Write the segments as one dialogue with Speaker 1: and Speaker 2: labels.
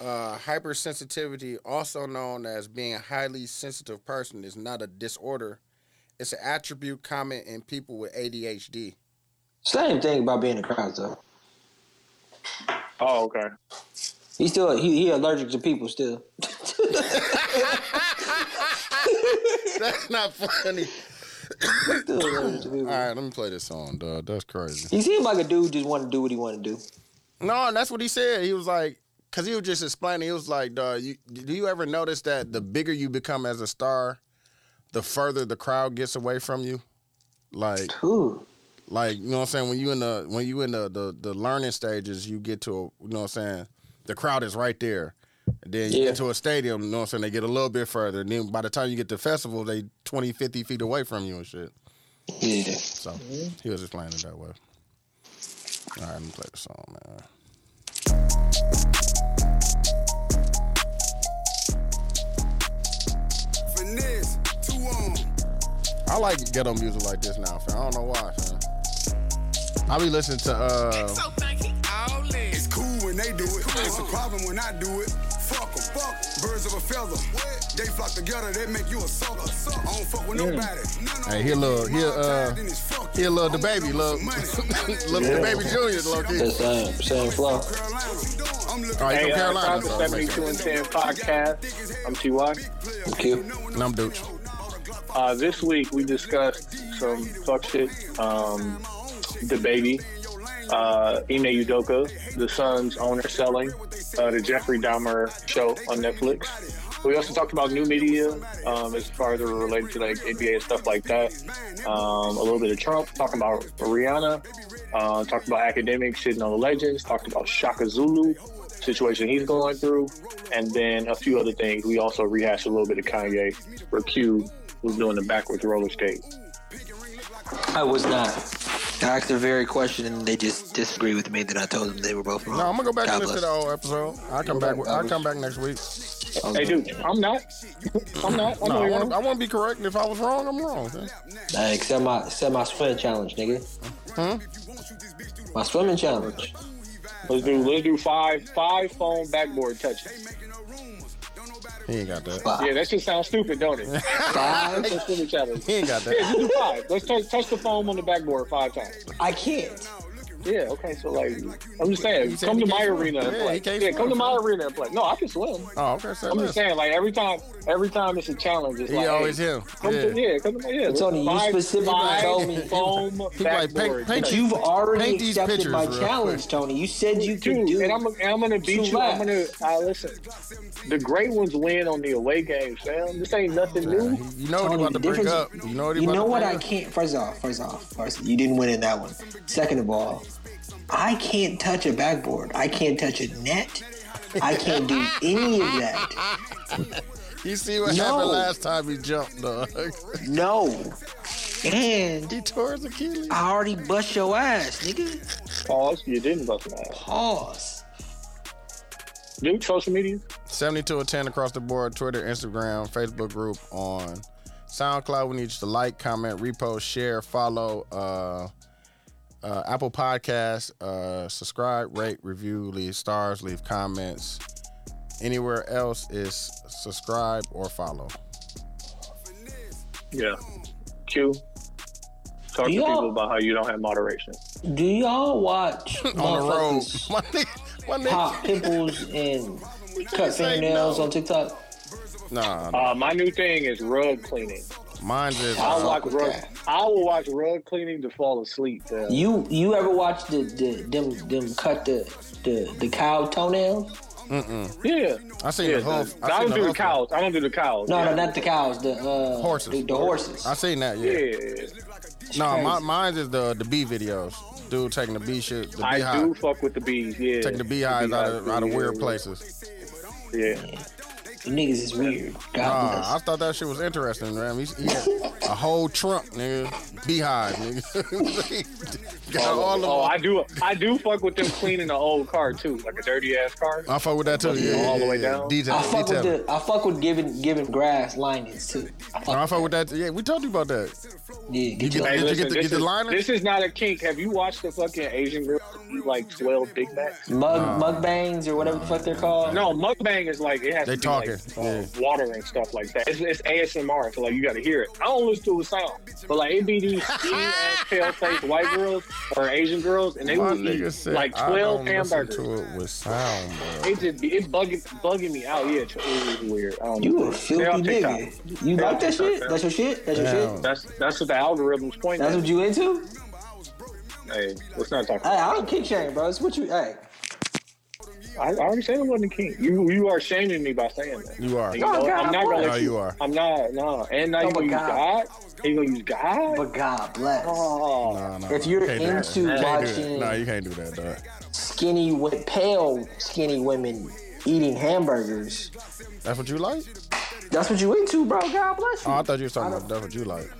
Speaker 1: Uh, hypersensitivity, also known as being a highly sensitive person, is not a disorder. It's an attribute common in people with ADHD.
Speaker 2: Same thing about being in crowds though.
Speaker 3: Oh, okay.
Speaker 2: He still he, he allergic to people still.
Speaker 1: That's not funny.
Speaker 2: Still allergic to people.
Speaker 1: All right, let me play this song, dog. That's crazy.
Speaker 2: He seemed like a dude just want to do what he want to do.
Speaker 1: No, and that's what he said. He was like, because he was just explaining. He was like, dog, you, do you ever notice that the bigger you become as a star, the further the crowd gets away from you? Like,
Speaker 2: Ooh.
Speaker 1: like you know what I'm saying when you in the when you in the the, the learning stages you get to a, you know what I'm saying the crowd is right there and then you
Speaker 2: Yeah.
Speaker 1: get to a stadium you know what I'm saying they get a little bit further and then by the time you get to festival they 20 50 feet away from you and shit
Speaker 2: Yeah.
Speaker 1: so
Speaker 3: Mm-hmm.
Speaker 1: he was explaining it that way all right let me play the song man
Speaker 4: Finesse, two on.
Speaker 1: I like ghetto music like this now fam. I don't know why fam. I be listening to uh
Speaker 4: So thank he all in. It's cool when they do it. It's a problem when I do it. Fuck 'em, fuck 'em. Birds of a feather. They flock together, they make you a sucker. I don't fuck with nobody. None of
Speaker 1: Hey, here
Speaker 4: them.
Speaker 1: little- here,
Speaker 4: My time,
Speaker 1: uh,
Speaker 4: then it's fuck
Speaker 1: here
Speaker 4: you.
Speaker 1: little
Speaker 4: I
Speaker 1: the baby
Speaker 4: want some
Speaker 1: little
Speaker 4: money.
Speaker 1: little the baby junior low
Speaker 2: The
Speaker 1: key.
Speaker 2: same same flow.
Speaker 4: Carolina. I'm looking
Speaker 1: All right,
Speaker 3: Hey,
Speaker 1: from
Speaker 3: uh,
Speaker 1: Carolina.
Speaker 3: Carolina,
Speaker 1: so that makes
Speaker 3: 72
Speaker 1: sense.
Speaker 3: and 10 podcast. I'm TY.
Speaker 2: Q.
Speaker 1: And I'm Dooch.
Speaker 3: Uh, this week we discussed some fuck shit. Um, the baby, uh, Ine Udoka, the son's owner selling, uh, the Jeffrey Dahmer show on Netflix. We also talked about new media um, as far as it related to like NBA and stuff like that. Um, a little bit of Trump, talking about Rihanna, uh, talked about academics, shitting on the legends, talked about Shaka Zulu, situation he's going through, and then a few other things. We also rehashed a little bit of Kanye, where Q was doing the backwards roller skate.
Speaker 2: I was not. I asked a very question and they just disagree with me that I told them they were both wrong.
Speaker 1: No, I'm gonna go back
Speaker 2: God
Speaker 1: and listen to the
Speaker 2: bless.
Speaker 1: whole episode. I'll come back. I'll come back next week.
Speaker 3: Hey, dude, I'm not. I'm not. I'm
Speaker 1: No, I want,
Speaker 3: not wrong.
Speaker 1: I want to be correct. and If I was wrong, I'm wrong. man.
Speaker 2: Hey, accept my accept my swim challenge, nigga. My swimming challenge.
Speaker 3: Let's do let's do five five phone backboard touches.
Speaker 1: He ain't got that.
Speaker 2: Five.
Speaker 3: Yeah, that shit sounds stupid, don't it?
Speaker 2: Five.
Speaker 3: Let's do the challenge.
Speaker 1: He ain't got
Speaker 3: Yeah,
Speaker 1: that.
Speaker 3: just do five. Let's touch, touch the foam on the backboard five times.
Speaker 2: I can't.
Speaker 3: Yeah, okay. So like, I'm just saying,
Speaker 1: said
Speaker 3: come
Speaker 1: he
Speaker 3: to my
Speaker 1: can't swim.
Speaker 3: arena
Speaker 1: Yeah,
Speaker 3: and
Speaker 1: he
Speaker 3: play.
Speaker 1: can't
Speaker 3: Yeah, come to
Speaker 1: swim,
Speaker 3: my
Speaker 1: man.
Speaker 3: arena and play. No, I can swim.
Speaker 1: Oh, okay. So
Speaker 3: I'm
Speaker 1: listen.
Speaker 3: just saying, like every time, every time it's a challenge, it's
Speaker 1: He
Speaker 3: like
Speaker 1: always
Speaker 3: hey,
Speaker 1: him.
Speaker 3: Come
Speaker 1: Yeah.
Speaker 3: to, yeah, come to, yeah.
Speaker 2: Tony, you
Speaker 3: five,
Speaker 2: specifically
Speaker 3: five
Speaker 2: told me-
Speaker 3: foam
Speaker 1: like, paint-
Speaker 3: backboard.
Speaker 1: paint
Speaker 2: But
Speaker 1: you-
Speaker 3: you,
Speaker 2: you've already
Speaker 1: Paint these
Speaker 2: accepted
Speaker 1: pictures
Speaker 2: my
Speaker 1: real
Speaker 2: challenge, Tony. You said you could do.
Speaker 3: dude, and I'm, and I'm gonna beat you. I'm gonna uh, listen. The great ones win on the away game, fam. This ain't nothing
Speaker 1: Yeah,
Speaker 3: new.
Speaker 1: he- You know what he
Speaker 2: Tony,
Speaker 1: about to
Speaker 2: the
Speaker 1: bring up.
Speaker 2: difference-
Speaker 1: You know what he
Speaker 2: You
Speaker 1: about
Speaker 2: know
Speaker 1: to
Speaker 2: what?
Speaker 1: bring
Speaker 2: I
Speaker 1: up.
Speaker 2: can't. First off, first off, first, you didn't win in that one. Second of all, I can't touch a backboard. I can't touch a net. I can't do any of that.
Speaker 1: You see what
Speaker 2: No.
Speaker 1: happened last time he jumped, dog.
Speaker 2: No. And
Speaker 1: he tore his Achilles.
Speaker 2: I already bust your ass, nigga.
Speaker 3: Pause. You didn't bust my ass.
Speaker 2: Pause.
Speaker 3: Dude, social media.
Speaker 1: 72 or 10 across the board Twitter, Instagram, Facebook group on SoundCloud. We need you to like, comment, repost, share, follow, uh, uh, Apple Podcasts, uh, subscribe, rate, review, leave stars, leave comments. Anywhere else is subscribe or follow.
Speaker 3: Yeah. Q. Talk to
Speaker 2: Yeah.
Speaker 3: people about how you don't have moderation.
Speaker 2: Do y'all watch
Speaker 1: On the road.
Speaker 2: motherfuckers
Speaker 1: My nigga. My
Speaker 2: pop
Speaker 1: nigga.
Speaker 2: pimples and cut
Speaker 1: say
Speaker 2: fingernails
Speaker 1: no.
Speaker 2: on TikTok?
Speaker 1: Nah, nah.
Speaker 3: Uh, my new thing is rug cleaning.
Speaker 1: mine's is.
Speaker 3: I
Speaker 1: Uh,
Speaker 3: like
Speaker 2: with
Speaker 3: rug.
Speaker 2: that.
Speaker 3: I will watch rug cleaning to fall asleep. fam.
Speaker 2: You you ever watch the, the them them cut the the, the cow toenails?
Speaker 3: Yeah.
Speaker 1: I seen
Speaker 3: Yeah,
Speaker 1: the whole.
Speaker 3: the- I
Speaker 1: seen
Speaker 3: don't do the
Speaker 1: whole-
Speaker 3: cows. I don't do the cows.
Speaker 2: No,
Speaker 3: yeah.
Speaker 2: no, not the cows. The uh,
Speaker 1: Horses.
Speaker 2: The, the horses.
Speaker 1: I seen that.
Speaker 3: Yeah.
Speaker 1: Yeah. No, my, mine is the the bee videos. Dude taking the bee shit. The
Speaker 3: I
Speaker 1: beehive.
Speaker 3: do fuck with the bees. Yeah.
Speaker 1: Taking the beehives out of, out of
Speaker 3: yeah,
Speaker 1: weird
Speaker 3: yeah,
Speaker 1: places.
Speaker 3: Yeah.
Speaker 2: You niggas is weird. God
Speaker 1: Nah, Uh, I thought that shit was interesting, man. He, he had a whole trunk, nigga. Beehive, nigga. Got
Speaker 3: Oh,
Speaker 1: all
Speaker 3: oh,
Speaker 1: of
Speaker 3: I do. I do fuck with them cleaning the old car too, like a dirty ass car.
Speaker 1: I fuck with that too. Yeah,
Speaker 3: All the
Speaker 1: yeah,
Speaker 3: way
Speaker 1: yeah.
Speaker 3: down.
Speaker 1: Detail,
Speaker 2: bless. I fuck
Speaker 1: detail.
Speaker 2: with the I fuck with giving giving grass linings too. I fuck,
Speaker 1: I fuck with that. Yeah, we talked you about that.
Speaker 2: yeah, get
Speaker 1: you
Speaker 2: your
Speaker 1: get-
Speaker 3: Hey,
Speaker 1: Did you get the-
Speaker 3: this
Speaker 1: get the
Speaker 3: is-
Speaker 1: liner?
Speaker 3: This is not a kink. Have you watched the fucking Asian girl?
Speaker 5: eat like twelve Big Macs.
Speaker 2: Mug mug bangs or whatever the fuck they're called.
Speaker 5: No, mukbang is like it has
Speaker 1: They
Speaker 5: to be like,
Speaker 3: oh.
Speaker 1: talking,
Speaker 5: uh,
Speaker 1: yeah.
Speaker 5: water and stuff like that. It's, it's ASMR, so like you got to hear it. I don't listen to a sound, but like it be these skinny ass pale faced white girls or Asian girls, and they
Speaker 1: My
Speaker 5: will
Speaker 1: nigga
Speaker 5: eat
Speaker 1: said
Speaker 5: like twelve
Speaker 1: I don't listen
Speaker 5: hamburgers.
Speaker 1: to it with sound, bro.
Speaker 5: It just be it bugging bugging me out. Yeah, it was weird. I don't
Speaker 2: You
Speaker 5: know.
Speaker 2: a
Speaker 5: They're
Speaker 2: filthy
Speaker 5: on TikTok.
Speaker 2: nigga. You
Speaker 5: They're
Speaker 2: like that
Speaker 5: on TikTok,
Speaker 2: shit?
Speaker 5: man.
Speaker 2: That's your shit? That's your
Speaker 1: Damn.
Speaker 2: shit?
Speaker 5: That's that's what the algorithm's pointing.
Speaker 2: That's
Speaker 5: at.
Speaker 2: what you into?
Speaker 5: Hey, let's not talk.
Speaker 2: Hey,
Speaker 5: About
Speaker 2: I don't kick shame, bro. It's what you hey.
Speaker 5: it. I, I already said it wasn't the king. You you are shaming me by saying that.
Speaker 1: You are.
Speaker 5: And you know
Speaker 2: Oh,
Speaker 5: what?
Speaker 2: God,
Speaker 5: I'm not
Speaker 2: what?
Speaker 5: gonna
Speaker 1: No,
Speaker 5: let
Speaker 1: you are.
Speaker 5: I'm not. No, and now
Speaker 2: Oh,
Speaker 5: you
Speaker 2: but
Speaker 5: gonna use
Speaker 2: God.
Speaker 5: God. You gonna use God?
Speaker 2: But God bless.
Speaker 5: oh.
Speaker 1: Nah, nah,
Speaker 2: If
Speaker 1: nah,
Speaker 2: you're
Speaker 1: can't do that.
Speaker 2: into
Speaker 1: You can't do
Speaker 2: watching-
Speaker 1: that. no, you can't do that, dog.
Speaker 2: Skinny with pale skinny women eating hamburgers.
Speaker 1: That's what you like?
Speaker 2: That's what you into, bro. God bless you.
Speaker 1: Oh, I thought you was talking about that's what you like.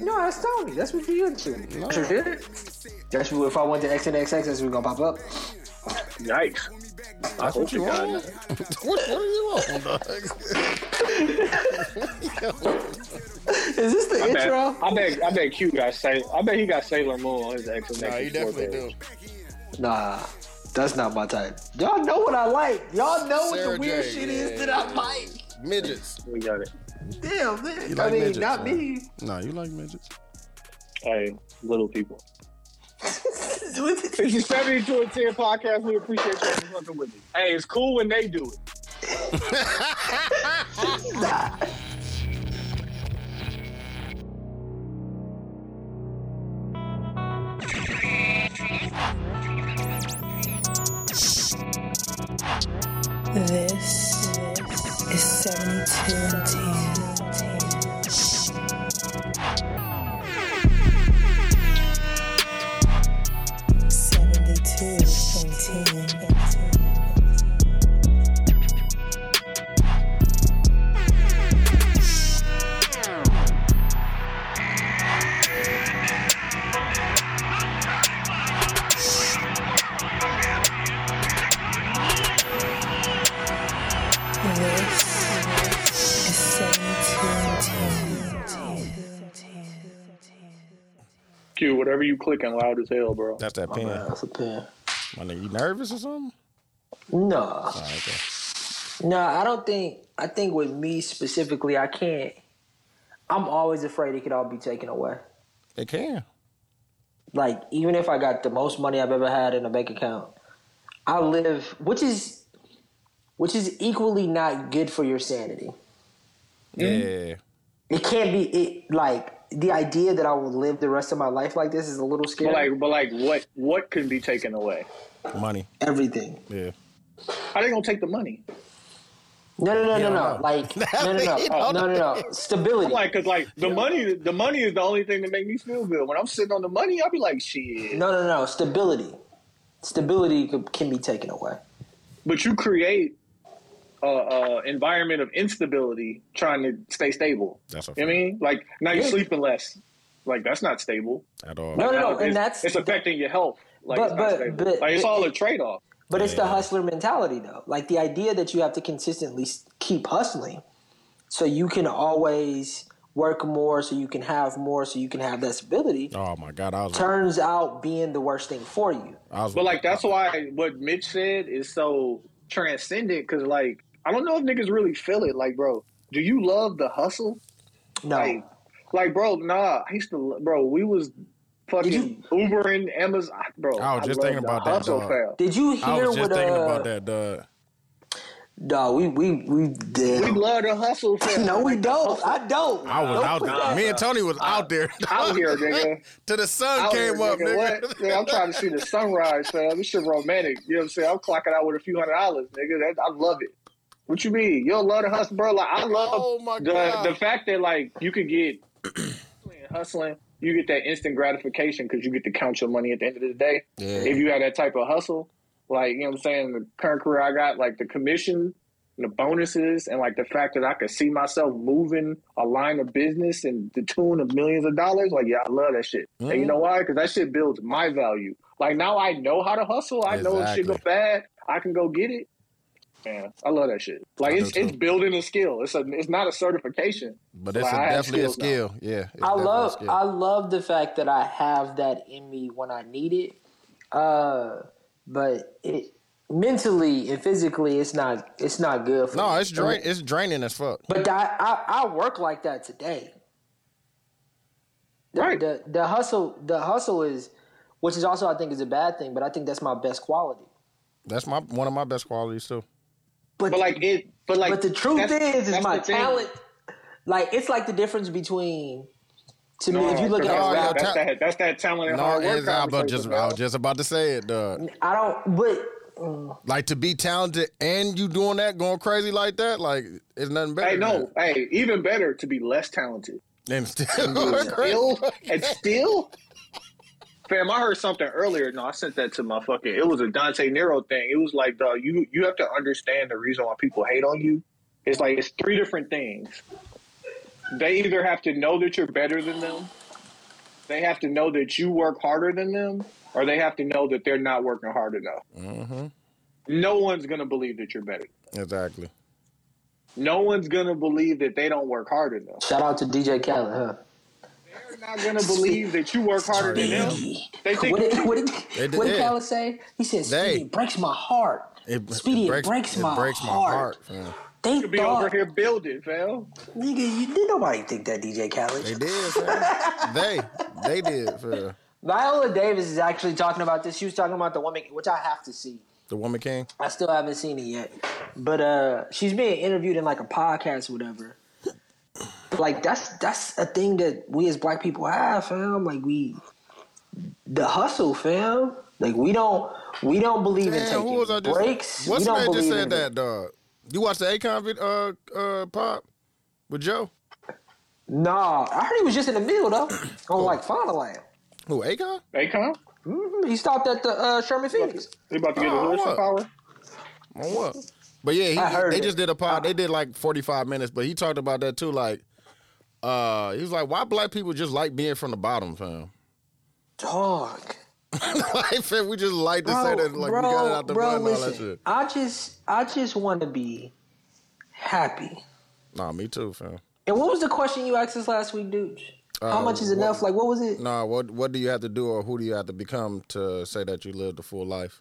Speaker 2: no, that's Tony. That's what you into.
Speaker 1: No.
Speaker 2: That's your shit. That's what if I went to XNXX, that's what gonna pop up.
Speaker 5: Yikes. I
Speaker 1: That's
Speaker 5: hope
Speaker 1: what you
Speaker 5: you got
Speaker 1: want.
Speaker 5: it.
Speaker 1: what, what are you on, dog?
Speaker 2: Is this the
Speaker 5: I bet,
Speaker 2: intro?
Speaker 5: I bet I bet Q got Sailor. I bet he got Sailor Moon on his X and X.
Speaker 2: Nah, that's not my type. Y'all know what I like. Y'all know what
Speaker 1: Sarah
Speaker 2: the weird
Speaker 1: J,
Speaker 2: shit
Speaker 1: yeah.
Speaker 2: is that I like.
Speaker 1: Midgets.
Speaker 5: We got it.
Speaker 2: Damn, man.
Speaker 1: You
Speaker 2: I
Speaker 1: like
Speaker 2: mean,
Speaker 1: midgets,
Speaker 2: not
Speaker 1: man.
Speaker 2: me.
Speaker 1: No, you like midgets.
Speaker 5: Hey, little people.
Speaker 2: What
Speaker 5: This is 72 and 10 podcast. We appreciate you for fucking with me. Hey, it's cool when they do it.
Speaker 2: the- nah.
Speaker 6: This is 72 and 10. Seventy-two and ten. This is seventy-two and ten.
Speaker 5: Q, whatever you clicking loud as hell, bro.
Speaker 1: That's that pen.
Speaker 2: That's a pen.
Speaker 1: My nigga, you nervous or something?
Speaker 2: No,
Speaker 1: All right, okay.
Speaker 2: no, I don't think. I think with me specifically, I can't. I'm always afraid it could all be taken away.
Speaker 1: It can.
Speaker 2: like even if I got the most money I've ever had in a bank account, I live which is which is equally not good for your sanity.
Speaker 1: Yeah.
Speaker 2: It can't be it like the idea that I will live the rest of my life like this is a little scary.
Speaker 5: But like, but like, what what can be taken away?
Speaker 1: Money.
Speaker 2: Everything.
Speaker 1: Yeah.
Speaker 5: How they gonna take the money?
Speaker 2: No, no, no, no,
Speaker 1: don't
Speaker 2: no.
Speaker 1: know.
Speaker 2: Like no, no,
Speaker 1: You
Speaker 2: no,
Speaker 1: don't
Speaker 2: no, no, no. Stability.
Speaker 5: Like, cause like the money, the money is the only thing that make me feel good. When I'm sitting on the money, I'll be like, shit.
Speaker 2: No, no, no. Stability. Stability could- can be taken away.
Speaker 5: But you create a, a environment of instability trying to stay stable.
Speaker 1: That's a
Speaker 5: You know what I mean, like now you're
Speaker 2: Yeah.
Speaker 5: sleeping less. Like that's not stable.
Speaker 1: At all.
Speaker 2: No, no,
Speaker 5: Now
Speaker 2: no.
Speaker 5: it's-
Speaker 2: And that's
Speaker 5: it's affecting your health. Like,
Speaker 2: But-
Speaker 5: it's not
Speaker 2: but-
Speaker 5: stable.
Speaker 2: but-
Speaker 5: like it's
Speaker 2: but-
Speaker 5: all a trade off.
Speaker 2: But it's the
Speaker 1: Yeah.
Speaker 2: hustler mentality, though. Like the idea that you have to consistently s- keep hustling so you can always work more, so you can have more, so you can have that stability
Speaker 1: Oh my God, I was.
Speaker 2: turns out being the worst thing for you.
Speaker 1: I was
Speaker 5: But like that's why what Mitch said is so transcendent. Cause like I don't know if niggas really feel it. Like, bro, do you love the hustle?
Speaker 2: No.
Speaker 5: Like, like, bro, nah. I used to, lo- bro. We was fucking Ubering Amazon, bro.
Speaker 1: I was just
Speaker 5: love
Speaker 1: thinking
Speaker 5: the
Speaker 1: about that,
Speaker 5: hustle
Speaker 1: dog.
Speaker 5: fam.
Speaker 2: Did you
Speaker 1: I
Speaker 2: hear
Speaker 1: was just
Speaker 2: what?
Speaker 1: thinking
Speaker 2: uh,
Speaker 1: about that, dog.
Speaker 2: No, we we we
Speaker 5: We
Speaker 2: did.
Speaker 5: love the hustle. fam.
Speaker 2: No, we
Speaker 5: Like,
Speaker 2: don't. I don't.
Speaker 1: I was
Speaker 2: Don't
Speaker 1: out
Speaker 2: put
Speaker 1: there.
Speaker 2: that-
Speaker 1: Me and Tony was out there.
Speaker 5: Out here, nigga.
Speaker 1: Till the sun
Speaker 5: Out
Speaker 1: came
Speaker 5: here,
Speaker 1: up,
Speaker 5: nigga.
Speaker 1: nigga.
Speaker 5: What? Nigga, I'm trying to see the sunrise, fam. This shit romantic. You know what I'm saying? I'm clocking out with a few hundred dollars, nigga. That, I love it. What you mean? You don't love the hustle, bro? Like I love
Speaker 1: Oh, my
Speaker 5: the
Speaker 1: God.
Speaker 5: the fact that like you could get hustling, you get that instant gratification because you get to count your money at the end of the day.
Speaker 1: Yeah.
Speaker 5: If you have that type of hustle, like you know what I'm saying, the current career I got, like the commission, the bonuses, and like the fact that I could see myself moving a line of business and the tune of millions of dollars, like yeah, I love that shit. And
Speaker 1: Mm-hmm.
Speaker 5: you know why? Because that shit builds my value. Like now I know how to hustle. I know if shit go
Speaker 1: Exactly.
Speaker 5: bad, I can go get it. Man, I love that shit. Like
Speaker 1: I do
Speaker 5: it's
Speaker 1: too.
Speaker 5: it's building a skill. It's a it's not a certification.
Speaker 1: But it's a,
Speaker 5: Like, I have
Speaker 1: definitely a
Speaker 5: skills now.
Speaker 1: skill. Yeah. it's
Speaker 2: I
Speaker 1: definitely a
Speaker 2: love
Speaker 1: skill.
Speaker 2: I love the fact that I have that in me when I need it, Uh, but it mentally and physically, it's not it's not good. For
Speaker 1: No,
Speaker 2: me.
Speaker 1: it's drain. It's draining as fuck.
Speaker 2: But that, I I work like that today. The,
Speaker 5: Right.
Speaker 2: The the hustle the hustle is, which is also I think is a bad thing, but I think that's my best quality.
Speaker 1: That's my one of my best qualities too.
Speaker 2: But,
Speaker 5: But like it, but like
Speaker 2: but the truth
Speaker 5: that's-
Speaker 2: is, is
Speaker 5: that's
Speaker 2: my
Speaker 5: the thing.
Speaker 2: talent. Like it's like the difference between. To me,
Speaker 5: No,
Speaker 2: if you look
Speaker 5: that's
Speaker 2: at
Speaker 1: no,
Speaker 2: a
Speaker 1: yeah,
Speaker 2: rapper,
Speaker 5: that- that's, that, that's that talent and
Speaker 1: No,
Speaker 5: hard work.
Speaker 1: it's, I, was
Speaker 5: conversation,
Speaker 1: just,
Speaker 5: bro.
Speaker 1: I was just about to say it, Doug.
Speaker 2: I don't. But
Speaker 1: Like to be talented and you doing that, going crazy like that, like it's nothing better.
Speaker 5: Hey,
Speaker 1: than
Speaker 5: no, hey, even better to be less talented.
Speaker 1: that. and still going crazy.
Speaker 5: Still, and still, fam, I heard something earlier. No, I sent that to my fucking. It was a Dante Nero thing. It was like, dog, you you have to understand the reason why people hate on you. It's like it's three different things. They either have to know that you're better than them, they have to know that you work harder than them, or they have to know that they're not working hard enough. Mm-hmm. No one's gonna believe that you're better.
Speaker 1: Exactly.
Speaker 5: No one's gonna believe that they don't work hard enough.
Speaker 2: shout out to DJ Khaled, huh?
Speaker 5: They're not gonna believe that you work harder than them. They think
Speaker 2: What did, what did,
Speaker 1: It
Speaker 2: what did
Speaker 1: did.
Speaker 2: Khaled say? He said,
Speaker 1: They-
Speaker 2: "Speedy it breaks my heart."
Speaker 1: It,
Speaker 2: Speedy, it breaks, my, heart.
Speaker 1: yeah.
Speaker 2: They
Speaker 5: you be
Speaker 2: thought,
Speaker 5: over here building, fam.
Speaker 2: nigga, you did nobody think that DJ Khaled.
Speaker 1: They did. fam. they they did. fam.
Speaker 2: Viola Davis is actually talking about this. She was talking about the woman, which I have to see.
Speaker 1: The woman king.
Speaker 2: I still haven't seen it yet, but uh, she's being interviewed in like a podcast, or whatever. Like that's that's a thing that we as black people have, fam. Like we, the hustle, fam. Like we don't we don't believe in
Speaker 1: Man,
Speaker 2: taking
Speaker 1: who was I just?
Speaker 2: breaks.
Speaker 1: What's
Speaker 2: we don't
Speaker 1: man just
Speaker 2: believe
Speaker 1: said
Speaker 2: in-
Speaker 1: that dog? You watch the Akon vid, uh uh pop with Joe?
Speaker 2: Nah, I heard he was just in the middle though, on like Final Land.
Speaker 1: Who Akon?
Speaker 5: They come.
Speaker 2: He stopped at the uh, Sherman Phoenix.
Speaker 5: They about to get a
Speaker 1: Oh,
Speaker 5: horse
Speaker 1: what?
Speaker 5: some power.
Speaker 1: On what? But yeah,
Speaker 2: I
Speaker 1: he,
Speaker 2: heard
Speaker 1: they
Speaker 2: it.
Speaker 1: just did a pod. They did like forty five minutes, but he talked about that too. Like, uh, he was like, "Why black people just like being from the bottom, fam?
Speaker 2: Dog,
Speaker 1: like, fam, we just like to
Speaker 2: bro,
Speaker 1: say that, like,
Speaker 2: bro,
Speaker 1: we got it out the
Speaker 2: bro,
Speaker 1: mud and all that
Speaker 2: listen.
Speaker 1: shit."
Speaker 2: I just, I just want to be happy.
Speaker 1: Nah, me too, fam.
Speaker 2: And what was the question you asked us last week, dude? How
Speaker 1: Uh,
Speaker 2: much is enough? Like, what was it?
Speaker 1: Nah, what what do you have to do, or who do you have to become to say that you lived a full life?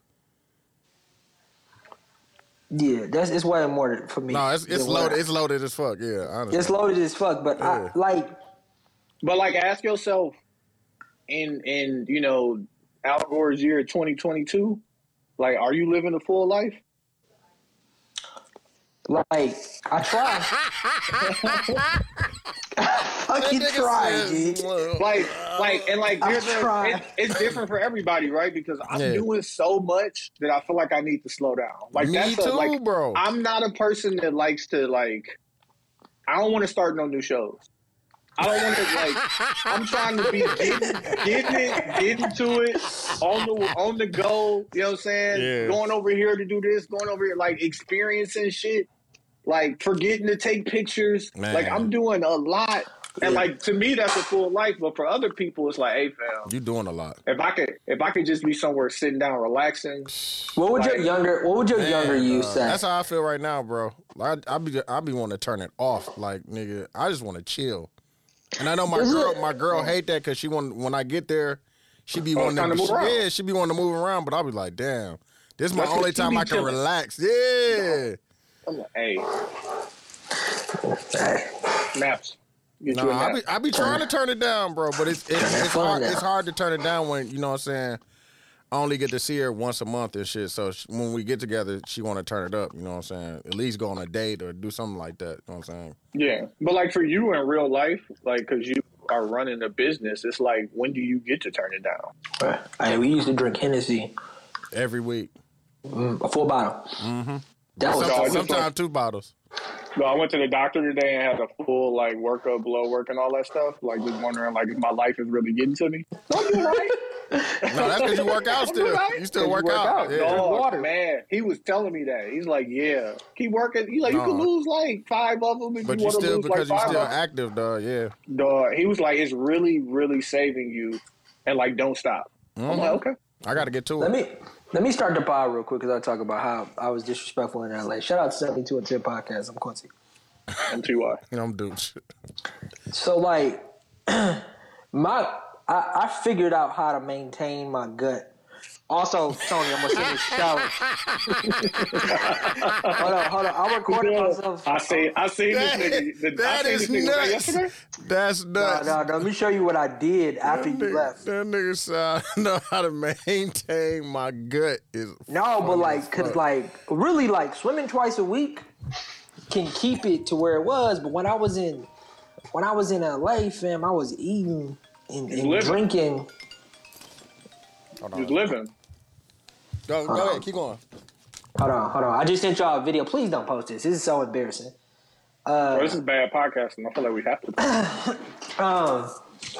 Speaker 2: Yeah, that's it's way more than- for me.
Speaker 1: No, it's it's
Speaker 2: than what
Speaker 1: loaded.
Speaker 2: I-
Speaker 1: It's loaded as fuck. Yeah, honestly.
Speaker 2: it's loaded as fuck. But
Speaker 1: Yeah.
Speaker 2: I like,
Speaker 5: But like, ask yourself, in in you know, Al Gore's year twenty twenty two, like, are you living a full life?
Speaker 2: like I try. fucking try, dude.
Speaker 5: Like, like, and like,
Speaker 2: Uh, I'm
Speaker 5: there's a,
Speaker 2: trying.
Speaker 5: it, it's different for everybody, right? Because I'm
Speaker 1: Yeah.
Speaker 5: doing so much that I feel like I need to slow down. Like,
Speaker 1: Me
Speaker 5: that's
Speaker 1: too,
Speaker 5: a, like,
Speaker 1: bro.
Speaker 5: I'm not a person that likes to like. I don't want to start no new shows. I don't want to like. I'm trying to be getting, getting it, getting to it on the on the go. You know what I'm saying?
Speaker 1: Yeah.
Speaker 5: Going over here to do this, going over here like experiencing shit, like forgetting to take pictures.
Speaker 1: Man.
Speaker 5: Like I'm doing a lot, and like to me that's a full life. But for other people, it's like, hey, fam,
Speaker 1: you doing a lot.
Speaker 5: if I could if I could just be somewhere sitting down, relaxing,
Speaker 2: What would your
Speaker 5: Like-
Speaker 2: younger, what would your younger
Speaker 1: And,
Speaker 2: you
Speaker 1: uh,
Speaker 2: say?
Speaker 1: That's how I feel right now, bro. I, I be I be want to turn it off, like nigga. I just want to chill. And I know my
Speaker 2: Is
Speaker 1: girl,
Speaker 2: it-
Speaker 1: my girl hate that because she want when I get there, she be wanting
Speaker 5: trying
Speaker 1: to,
Speaker 5: to move around.
Speaker 1: yeah, she be wanting to move around. But I will be like, damn, this is my
Speaker 5: That's 'cause
Speaker 1: only
Speaker 5: she
Speaker 1: time
Speaker 5: be
Speaker 1: I can
Speaker 5: chilling.
Speaker 1: relax. Yeah,
Speaker 5: I'm like, hey, naps. Get
Speaker 1: no,
Speaker 5: you a
Speaker 1: I
Speaker 5: nap.
Speaker 1: be I be trying to turn it down, bro. But it's it's, it's
Speaker 2: phone
Speaker 1: hard
Speaker 2: down.
Speaker 1: it's hard to turn it down when you know what I'm saying. I only get to see her once a month and shit. So she, when we get together, she want to turn it up. You know what I'm saying? At least go on a date or do something like that. You know what I'm saying?
Speaker 5: Yeah, but like for you in real life, like because you are running a business, it's like when do you get to turn it down?
Speaker 2: Hey, we used to drink Hennessy,
Speaker 1: Every week.
Speaker 2: mm, a full bottle.
Speaker 1: Mm-hmm.
Speaker 2: That was
Speaker 5: Something-
Speaker 1: Sometimes,
Speaker 5: it's just
Speaker 1: sometimes
Speaker 5: like-
Speaker 1: two bottles.
Speaker 5: No, I went to the doctor today and had a full like workup, blow work, and all that stuff. Like just wondering like if my life is really getting to me.
Speaker 1: No, that's because you work out still. You still work, out. Yeah.
Speaker 5: No, man, he was telling me that. He's like, yeah, keep working. He's like, you can
Speaker 1: No.
Speaker 5: lose like five of them if
Speaker 1: But
Speaker 5: you
Speaker 1: you
Speaker 5: want to
Speaker 1: still
Speaker 5: lose like
Speaker 1: because you
Speaker 5: five.
Speaker 1: still
Speaker 5: of them.
Speaker 1: active, dog. Yeah.
Speaker 5: Dog, he was like, it's really, really saving you, and like don't stop. I'm
Speaker 1: Mm-hmm.
Speaker 5: like, okay.
Speaker 1: I got to get to it.
Speaker 2: Let me let me start the pod real quick because I talk about how I was disrespectful in LA. Shout out to 72 and 10 podcast. I'm Quincy.
Speaker 5: I'm too wide.
Speaker 1: You know, I'm dude.
Speaker 2: So like my I, I figured out how to maintain my gut Also, Tony, I'm gonna send this shower. hold on, hold on. I recorded myself.
Speaker 3: I see. I see this
Speaker 1: That-
Speaker 3: nigga. The,
Speaker 1: that
Speaker 3: I
Speaker 1: is
Speaker 3: seen this nigga
Speaker 1: nuts.
Speaker 3: yesterday.
Speaker 1: That's
Speaker 2: No,
Speaker 1: nuts.
Speaker 2: no, no. Let me show you what I did after you left.
Speaker 1: That nigga said, I know how to maintain my gut. Is
Speaker 2: No, but like, cause like, really, like, swimming twice a week can keep it to where it was. But when I was in, when I was in LA, fam, I was eating and, and
Speaker 3: Living.
Speaker 2: drinking.
Speaker 3: Just living.
Speaker 1: go, go ahead, keep going.
Speaker 2: Hold on, hold on. I just sent y'all a video. Please don't post this. This is so embarrassing.
Speaker 3: Bro, this is bad podcasting. I feel like we have to.
Speaker 2: Um,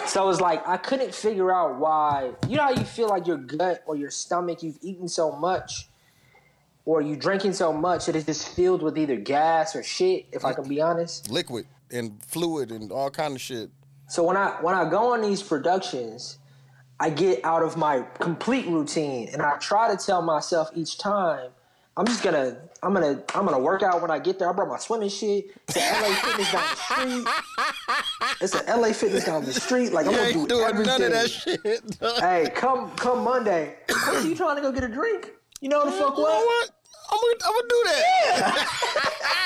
Speaker 2: so it's like I couldn't figure out why. You know how you feel like your gut or your stomach, you've eaten so much, or you drinking so much that it's just filled with either gas or shit. If I can be honest.
Speaker 1: Liquid and fluid and all kind of shit.
Speaker 2: So when I when I go on these productions, I get out of my complete routine, and I try to tell myself each time. I'm just gonna, I'm gonna, I'm gonna work out when I get there. I brought my swimming shit to LA Fitness down the street. It's an LA Fitness down the street. Like I'm
Speaker 1: You
Speaker 2: gonna do
Speaker 1: ain't doing
Speaker 2: everything.
Speaker 1: none of that shit. dog.
Speaker 2: Hey, come come Monday. What you trying to go get a drink? You know what the fuck
Speaker 1: You know
Speaker 2: what?
Speaker 1: what? I'm gonna, I'm gonna do that.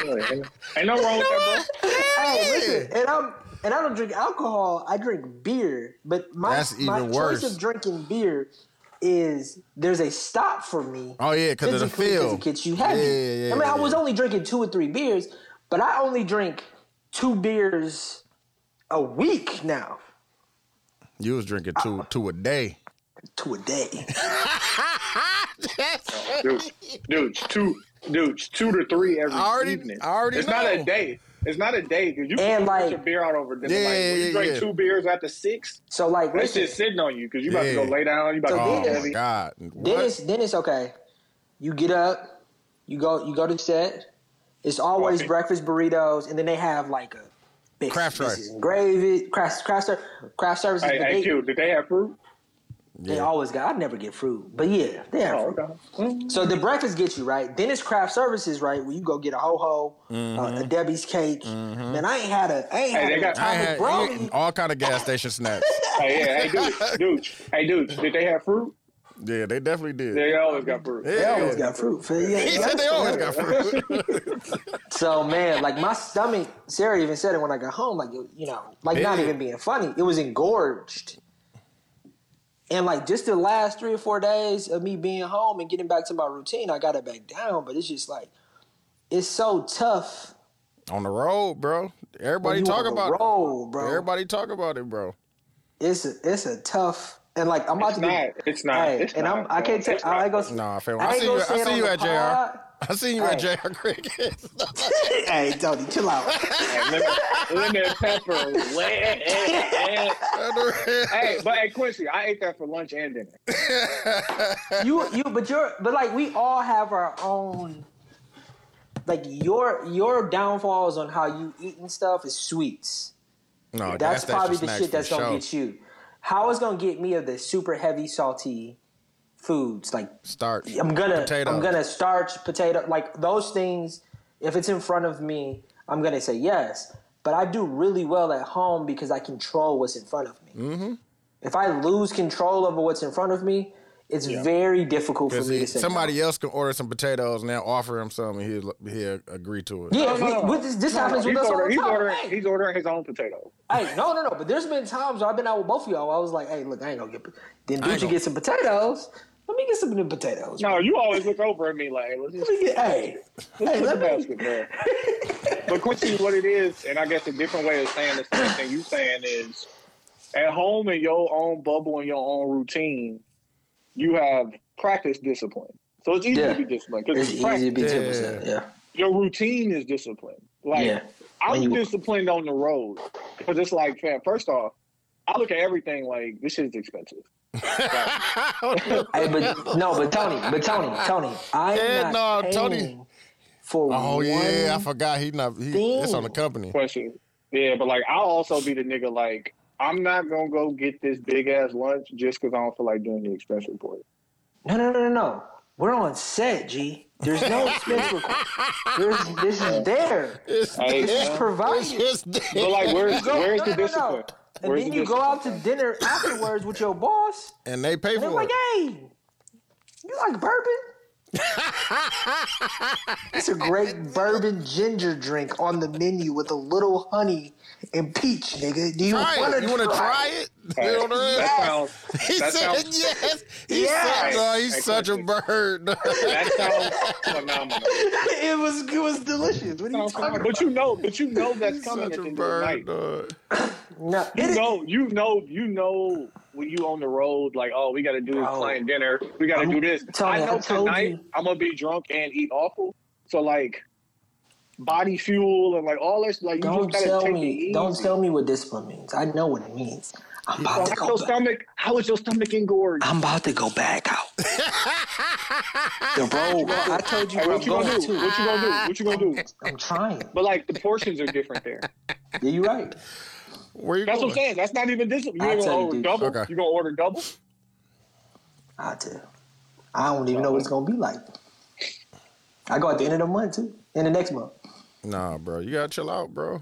Speaker 3: Ain't no wrong with that, bro.
Speaker 2: Hey, listen, and I'm and I don't drink alcohol. I drink beer, but my
Speaker 1: That's
Speaker 2: my
Speaker 1: even
Speaker 2: choice
Speaker 1: worse.
Speaker 2: of drinking beer is there's a stop for me.
Speaker 1: Oh, yeah, 'cause of the
Speaker 2: physically, 'cause
Speaker 1: feel.
Speaker 2: It gets you heavy.
Speaker 1: Yeah, yeah,
Speaker 2: I mean,
Speaker 1: yeah,
Speaker 2: I was only drinking two or three beers, but I only drink two beers a week now.
Speaker 1: You was drinking two two a day.
Speaker 2: To a day.
Speaker 3: Dudes, dudes, two, dudes, two to three every
Speaker 1: I already-
Speaker 3: evening.
Speaker 1: I already
Speaker 3: it's not
Speaker 1: know.
Speaker 3: a day. It's not a day because you
Speaker 2: And,
Speaker 3: can
Speaker 2: like-
Speaker 3: put your beer out over dinner.
Speaker 1: Yeah,
Speaker 3: like, when
Speaker 1: yeah,
Speaker 3: you drink
Speaker 1: yeah.
Speaker 3: two beers after six,
Speaker 2: So like
Speaker 3: that's
Speaker 2: listen,
Speaker 3: just sitting on you because you about
Speaker 1: Yeah.
Speaker 3: to go lay down. You about
Speaker 2: So
Speaker 3: to
Speaker 1: Oh
Speaker 3: get
Speaker 2: then-
Speaker 1: my
Speaker 3: heavy.
Speaker 1: god.
Speaker 2: Then
Speaker 1: What?
Speaker 2: it's then it's okay. You get up, you go you go to the set. It's always
Speaker 3: Coffee.
Speaker 2: breakfast burritos, and then they have like a big
Speaker 1: Craft
Speaker 2: this
Speaker 1: rice.
Speaker 2: is gravy, craft craft, ser- craft services.
Speaker 3: Hey,
Speaker 2: but
Speaker 3: hey,
Speaker 2: they,
Speaker 3: Q, did they have fruit?
Speaker 2: they always got. I never get fruit, but yeah, they have.
Speaker 3: Oh,
Speaker 2: fruit.
Speaker 3: okay.
Speaker 2: So the breakfast gets you right. Then it's craft services, right? Where you go get a ho ho, uh, a Debbie's cake. Man, I ain't had a I ain't
Speaker 3: Hey, they
Speaker 2: had
Speaker 3: got-
Speaker 2: a
Speaker 1: Mm-hmm. I had
Speaker 2: bro.
Speaker 1: eaten all kind of gas station snacks.
Speaker 3: Hey, yeah, hey, dudes, dudes, hey, dudes, did they have fruit?
Speaker 1: yeah, they definitely did.
Speaker 3: They always got fruit.
Speaker 1: Yeah.
Speaker 2: They always got fruit. fam. Yeah,
Speaker 1: He
Speaker 2: yeah.
Speaker 1: said they always got fruit.
Speaker 2: So man, like my stomach, Sarah even said it when I got home, like you you know, like not
Speaker 1: Yeah.
Speaker 2: even being funny, it was engorged. And like just the last three or four days of me being home and getting back to my routine, I got it back down. But it's just like it's so tough.
Speaker 1: on the road, bro. Everybody
Speaker 2: when you
Speaker 1: talk
Speaker 2: on the
Speaker 1: about it.
Speaker 2: road, bro.
Speaker 1: Everybody talk about it, bro.
Speaker 2: It's a, it's a tough and like I'm about
Speaker 3: It's
Speaker 2: to
Speaker 3: not.
Speaker 2: get,
Speaker 3: It's not.
Speaker 2: Hey,
Speaker 3: it's
Speaker 2: and
Speaker 3: not,
Speaker 2: I'm I
Speaker 3: bro.
Speaker 2: can't tell.
Speaker 3: It's
Speaker 2: I
Speaker 3: not.
Speaker 2: ain't gonna. say-
Speaker 1: Nah, I feel-
Speaker 2: I
Speaker 1: I
Speaker 2: ain't
Speaker 1: see
Speaker 2: gonna
Speaker 1: you.
Speaker 2: say
Speaker 1: I
Speaker 2: it
Speaker 1: see
Speaker 2: on
Speaker 1: you
Speaker 2: the
Speaker 1: at
Speaker 2: pod.
Speaker 1: JR. I see you at
Speaker 2: Hey.
Speaker 1: JR Crickets.
Speaker 2: hey, Tony, chill out.
Speaker 3: Lemon, lemon pepper. wet. hey, but hey, Quincy, I ate that for lunch and dinner.
Speaker 2: you you but you're but like we all have our own like your your downfalls on how you eat and stuff is sweets.
Speaker 1: no, gas
Speaker 2: That's
Speaker 1: station
Speaker 2: probably the
Speaker 1: snacks
Speaker 2: shit
Speaker 1: for
Speaker 2: that's gonna
Speaker 1: sure.
Speaker 2: get you. How it's gonna get me of the super heavy salty foods like
Speaker 1: Starch.
Speaker 2: I'm gonna
Speaker 1: Potatoes.
Speaker 2: I'm gonna starch potato like those things. If it's in front of me, I'm gonna say yes. But I do really well at home because I control what's in front of me.
Speaker 1: Mm-hmm.
Speaker 2: If I lose control over what's in front of me, it's very difficult for
Speaker 1: Because
Speaker 2: me to say no.
Speaker 1: somebody else can order some potatoes and they'll offer him some and he'll, he'll agree to it.
Speaker 2: Yeah,
Speaker 3: No, no,
Speaker 2: we-
Speaker 3: no.
Speaker 2: we- this, this happens
Speaker 3: he's,
Speaker 2: with us all
Speaker 3: ordering,
Speaker 2: the
Speaker 3: he's,
Speaker 2: time.
Speaker 3: ordering,
Speaker 2: hey,
Speaker 3: he's ordering his own potato.
Speaker 2: hey, no, no, no. But there's been times where I've been out with both of y'all. I was like, hey, look, I ain't gonna get. Then
Speaker 1: I ain't
Speaker 2: dude, you
Speaker 1: gonna-
Speaker 2: get some potatoes. Let me get some of them potatoes.
Speaker 3: No, you always look over at me like, hey, let's just
Speaker 2: Let me get, hey, hey,
Speaker 3: It's a
Speaker 2: let me.
Speaker 3: basket, man. but Quincy, what it is, and I guess a different way of saying the same thing you saying is, at home in your own bubble and your own routine, you have practice discipline. So it's easy
Speaker 2: Yeah.
Speaker 3: to be disciplined because
Speaker 2: It's
Speaker 3: it's,
Speaker 2: easy to
Speaker 3: practice.
Speaker 2: be
Speaker 1: Yeah.
Speaker 2: ten percent. Yeah,
Speaker 3: your routine is disciplined. Like
Speaker 2: Yeah. When
Speaker 3: I'm
Speaker 2: you-
Speaker 3: disciplined on the road because it's like, fam. First off, I look at everything like this shit's expensive.
Speaker 2: hey, but no, but Tony, but Tony, Tony, I'm
Speaker 1: Yeah,
Speaker 2: not
Speaker 1: no,
Speaker 2: paying
Speaker 1: Tony.
Speaker 2: for
Speaker 1: Oh
Speaker 2: one-
Speaker 1: yeah, I forgot he not. He,
Speaker 2: thing.
Speaker 1: it's on the company.
Speaker 3: Question. Yeah, but like I'll also be the nigga like. I'm not gonna go get this big ass lunch just because I don't feel like doing the expense report.
Speaker 2: No, no, no, no, no. We're on set, G. There's no expense record. There's this is there.
Speaker 1: It's,
Speaker 3: Hey,
Speaker 2: This is
Speaker 3: fam.
Speaker 2: provided.
Speaker 1: it's there.
Speaker 3: But like, where's where's
Speaker 2: No, no, no.
Speaker 3: the discipline?
Speaker 2: And
Speaker 3: Where's
Speaker 2: then
Speaker 3: the
Speaker 2: you go out to
Speaker 3: business?
Speaker 2: dinner afterwards with your boss,
Speaker 1: and they pay
Speaker 2: and they're
Speaker 1: for
Speaker 2: like,
Speaker 1: it.
Speaker 2: "Hey, you like bourbon?" it's a great bourbon ginger drink on the menu with a little honey and peach, nigga. Do you
Speaker 1: Try
Speaker 2: want to
Speaker 1: it. You want to try it? You know what I mean?
Speaker 3: That sounds,
Speaker 1: He
Speaker 3: that
Speaker 1: said
Speaker 3: sounds,
Speaker 1: yes. He
Speaker 2: Yeah.
Speaker 1: said, "Dog, he's
Speaker 3: Hey,
Speaker 1: such a
Speaker 3: Quincy.
Speaker 1: bird.
Speaker 3: that sounds phenomenal.
Speaker 2: it was it was delicious. What are you talking about?
Speaker 3: But you know, but you know that's coming at
Speaker 1: such
Speaker 3: the
Speaker 1: a
Speaker 3: end of the night.
Speaker 1: bird, dog.
Speaker 2: No,
Speaker 3: You
Speaker 2: it-
Speaker 3: know, you know, you know when you on the road, like, oh, we got to do
Speaker 2: Bro.
Speaker 3: client dinner, we got to
Speaker 2: I'm
Speaker 3: do this.
Speaker 2: telling
Speaker 3: I
Speaker 2: you, I
Speaker 3: know
Speaker 2: told
Speaker 3: tonight
Speaker 2: you.
Speaker 3: I'm gonna be drunk and eat awful. So like, body fuel and like all this, like, you
Speaker 2: don't
Speaker 3: just gotta
Speaker 2: tell
Speaker 3: take it
Speaker 2: me,
Speaker 3: easy.
Speaker 2: don't tell me what discipline means. I know what it means. I'm
Speaker 3: So
Speaker 2: about to
Speaker 3: how's your
Speaker 2: go. Back.
Speaker 3: stomach? How is your stomach engorged?
Speaker 2: I'm about to go back out. the road. I told you
Speaker 3: Hey,
Speaker 2: where
Speaker 3: what
Speaker 2: I'm
Speaker 3: you gonna
Speaker 2: going
Speaker 3: do?
Speaker 2: to.
Speaker 3: What you gonna do? What you gonna do?
Speaker 2: I'm trying.
Speaker 3: But like the portions are different there.
Speaker 2: Yeah, you're right.
Speaker 1: Where you
Speaker 3: That's what
Speaker 1: going?
Speaker 3: I'm saying. That's not even discipline. You
Speaker 2: I'll
Speaker 3: ain't gonna
Speaker 2: tell you,
Speaker 3: order
Speaker 2: dude.
Speaker 3: double.
Speaker 1: Okay.
Speaker 3: You gonna order double?
Speaker 2: I tell. you. I don't even know what it's gonna be like. I go at the end of the month too, and the next month.
Speaker 1: Nah, bro, you gotta chill out, bro.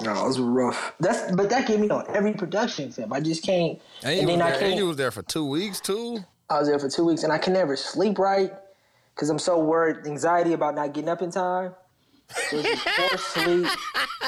Speaker 2: No, it was rough. That's but that gave me on every production film. I just can't.
Speaker 1: And
Speaker 2: And,
Speaker 1: you, was
Speaker 2: then I
Speaker 1: there, and
Speaker 2: can't.
Speaker 1: you was there for two weeks too.
Speaker 2: I was there for two weeks, and I can never sleep right because I'm so worried, anxiety about not getting up in time. So it's just poor sleep,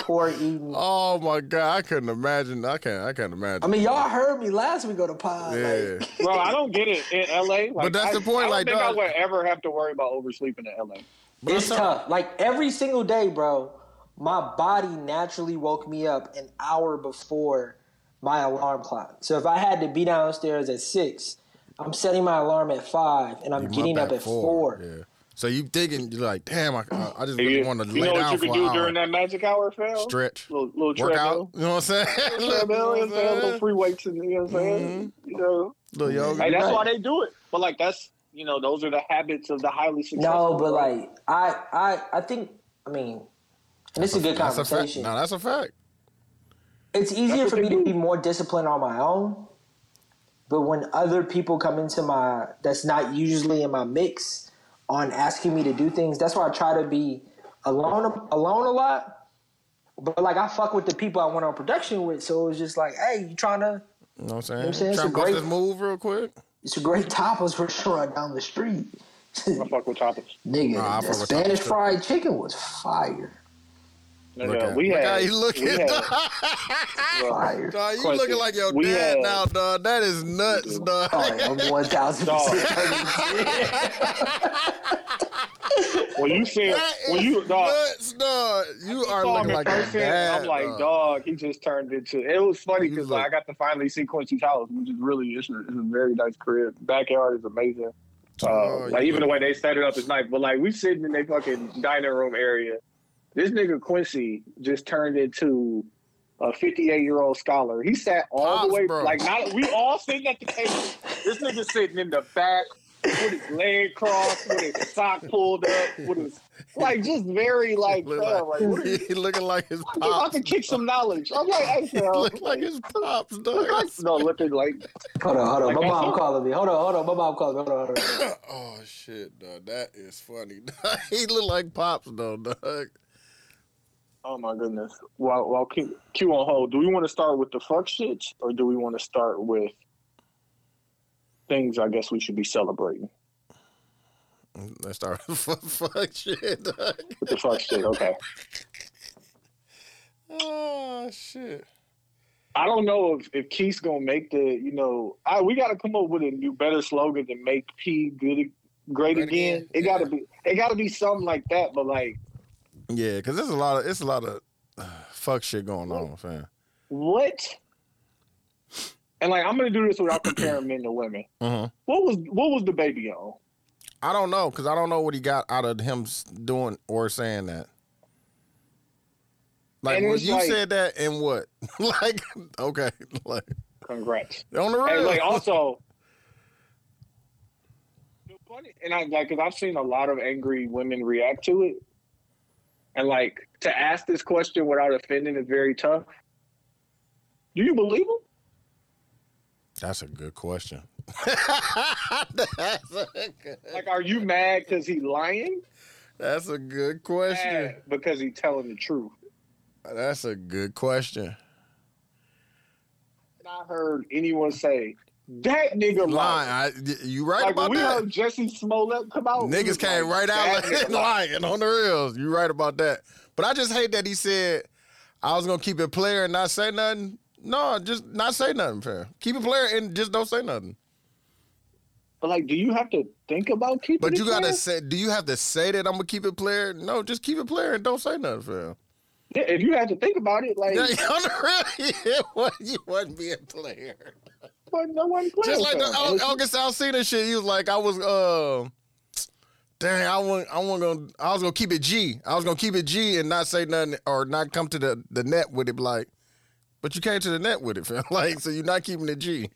Speaker 2: poor eating.
Speaker 1: Oh my god, I couldn't imagine. I can't. I can't imagine.
Speaker 2: I mean, y'all heard me last week on the pod.
Speaker 1: yeah.
Speaker 2: Like,
Speaker 3: Bro, I don't get it in LA. Like,
Speaker 1: But that's
Speaker 3: I-
Speaker 1: the point,
Speaker 3: I don't
Speaker 1: like,
Speaker 3: think I
Speaker 1: dog.
Speaker 3: would ever have to worry about oversleeping in LA.
Speaker 1: But
Speaker 2: it's
Speaker 1: I'm talking-
Speaker 2: tough. Like every single day, bro, my body naturally woke me up an hour before my alarm clock. So if I had to be downstairs at six, I'm setting my alarm at five, and I'm
Speaker 1: My
Speaker 2: getting up
Speaker 1: back
Speaker 2: at four.
Speaker 1: Yeah. So you thinking you're like, damn, I, I- I just really
Speaker 3: You,
Speaker 1: want to
Speaker 3: you
Speaker 1: lay
Speaker 3: know what
Speaker 1: down
Speaker 3: you
Speaker 1: for
Speaker 3: could
Speaker 1: an
Speaker 3: do
Speaker 1: hour.
Speaker 3: during that magic hour, Phil?
Speaker 1: Stretch,
Speaker 3: Little, little
Speaker 1: workout.
Speaker 3: treadmill.
Speaker 1: You know what I'm saying?
Speaker 3: Treadmill and
Speaker 1: Little-
Speaker 3: Phil, little free weights and you know what I'm saying? You know.
Speaker 1: little yoga.
Speaker 3: Hey, that's
Speaker 2: Right.
Speaker 3: why they do it. But like that's you know, those are the habits of the highly successful.
Speaker 2: No, but
Speaker 3: bro.
Speaker 2: like I, I, I think. I mean, and this is a good
Speaker 1: That's a fact.
Speaker 2: conversation.
Speaker 1: No, that's a fact.
Speaker 2: it's easier
Speaker 3: That's
Speaker 2: for
Speaker 3: what
Speaker 2: me
Speaker 3: they
Speaker 2: to be
Speaker 3: do.
Speaker 2: more disciplined on my own. But when other people come into my that's not usually in my mix on asking me to do things, that's why I try to be alone alone a lot. But like I fuck with the people I went on production with, so it was just like, hey, you trying to?
Speaker 1: You know what I'm saying?
Speaker 2: I'm saying? It's
Speaker 1: Trying
Speaker 2: a
Speaker 1: to bust
Speaker 2: great-
Speaker 1: this move real quick.
Speaker 2: It's a great tapas restaurant down the street,
Speaker 3: I fuck with topics.
Speaker 2: nigga.
Speaker 1: Nah, I
Speaker 2: the
Speaker 1: fuck with
Speaker 2: Spanish
Speaker 1: tapas, too.
Speaker 2: fried chicken was fire,
Speaker 1: Look
Speaker 3: Nigga,
Speaker 1: at-
Speaker 3: we
Speaker 1: look
Speaker 3: had,
Speaker 1: how you
Speaker 3: we
Speaker 1: looking.
Speaker 3: had-
Speaker 2: fire.
Speaker 1: Dog, you
Speaker 3: Quincy,
Speaker 1: looking like your
Speaker 3: we
Speaker 1: dad
Speaker 3: had-
Speaker 1: now, dog. That is nuts, dog.
Speaker 2: Oh, yeah, I'm one thousand percent.
Speaker 3: when you said
Speaker 1: That is
Speaker 3: when you dog,
Speaker 1: nuts, dog. You are
Speaker 3: saw
Speaker 1: looking
Speaker 3: him in
Speaker 1: like your
Speaker 3: person.
Speaker 1: dad.
Speaker 3: I'm like,
Speaker 1: dog.
Speaker 3: dog, he just turned into. It was funny
Speaker 1: He
Speaker 3: because
Speaker 1: was
Speaker 3: like,
Speaker 1: like-
Speaker 3: I got to finally see Quincy's house, which is really it's a, it's a very nice crib. Backyard is amazing. Uh,
Speaker 1: Oh,
Speaker 3: like
Speaker 1: you
Speaker 3: even
Speaker 1: look-
Speaker 3: the way they set it up is nice. But like we sitting in their fucking dining room area, this nigga Quincy just turned into a 58 year old scholar. He sat all
Speaker 1: Pops,
Speaker 3: the way
Speaker 1: bro.
Speaker 3: like not. We all sitting at the table. This nigga sitting in the back with his leg crossed, with his sock pulled up, with his like just very like,
Speaker 1: Look
Speaker 3: uh, like what are you
Speaker 1: like, he looking like his
Speaker 3: I can, I
Speaker 1: pops.
Speaker 3: can kick some knowledge. I'm like, hey,
Speaker 1: He
Speaker 3: Phil.
Speaker 1: look like his pops, dog.
Speaker 3: no, looking like
Speaker 2: Hold on, hold on.
Speaker 3: Like,
Speaker 2: My mom
Speaker 3: that's-
Speaker 2: calling me. Hold on, hold on. My mom calling me. Hold on, hold on.
Speaker 1: Oh shit, dog. That is funny. dog. he look like pops, though, dog.
Speaker 3: Oh my goodness. Well, well, Q, Q on hold. Do we want to start with the fuck shits, or do we want to start with things? I guess we should be celebrating
Speaker 1: Let's start with fuck, fuck shit, dog.
Speaker 3: with the fuck shit. Okay.
Speaker 1: Oh shit.
Speaker 3: I don't know if if Keith's gonna make the. You know, I we got to come up with a new, better slogan to make P good, great
Speaker 1: Great
Speaker 3: again.
Speaker 1: again,
Speaker 3: It
Speaker 1: yeah.
Speaker 3: gotta be. It gotta be something like that. But like,
Speaker 1: Yeah, because there's a lot of it's a lot of uh, fuck shit going on, fam.
Speaker 3: what? And like, I'm gonna do this without comparing men to women.
Speaker 1: Uh-huh.
Speaker 3: What was what was the baby on?
Speaker 1: I don't know because I don't know what he got out of him s- doing or saying that. Like
Speaker 3: And
Speaker 1: when
Speaker 3: it's
Speaker 1: you
Speaker 3: like-
Speaker 1: said that, and what? like okay, like
Speaker 3: Congrats.
Speaker 1: on the road.
Speaker 3: And like also, the funny, and I like 'cause I've seen a lot of angry women react to it, and like to ask this question without offending is very tough. Do you believe him?
Speaker 1: That's a good question. that's, a good,
Speaker 3: Like, are you mad because he lying?
Speaker 1: that's a good question.
Speaker 3: Mad because he telling the truth.
Speaker 1: That's a good question.
Speaker 3: I heard anyone say that nigga
Speaker 1: lying.
Speaker 3: lying.
Speaker 1: I, you right
Speaker 3: Like
Speaker 1: about
Speaker 3: when we
Speaker 1: that.
Speaker 3: heard Jesse Smollett come out. we
Speaker 1: Niggas
Speaker 3: was
Speaker 1: came
Speaker 3: Oh, like,
Speaker 1: right out
Speaker 3: "That nigga
Speaker 1: and lying on the reels. You right about that. But I just hate that he said I was gonna keep it player and not say nothing. No, just not say nothing, fair. Keep it player and just don't say nothing.
Speaker 3: But like, do you have to think about keeping?
Speaker 1: But
Speaker 3: it
Speaker 1: you gotta
Speaker 3: clean?
Speaker 1: say do you have to say that I'm gonna keep it player? No, just keep it player and don't say nothing, fair.
Speaker 3: Yeah, if you have to think about it, like,
Speaker 1: Yeah, on the real, yeah, what you wasn't being player.
Speaker 3: fuck, no one playing.
Speaker 1: Just like the
Speaker 3: with him.
Speaker 1: Au- August Alsina shit, he was like, I was uh dang, I want I want gonna I was gonna keep it G. I was gonna keep it G and not say nothing or not come to the, the net with it like but you came to the net with it, fam. Like, so you're not keeping it G.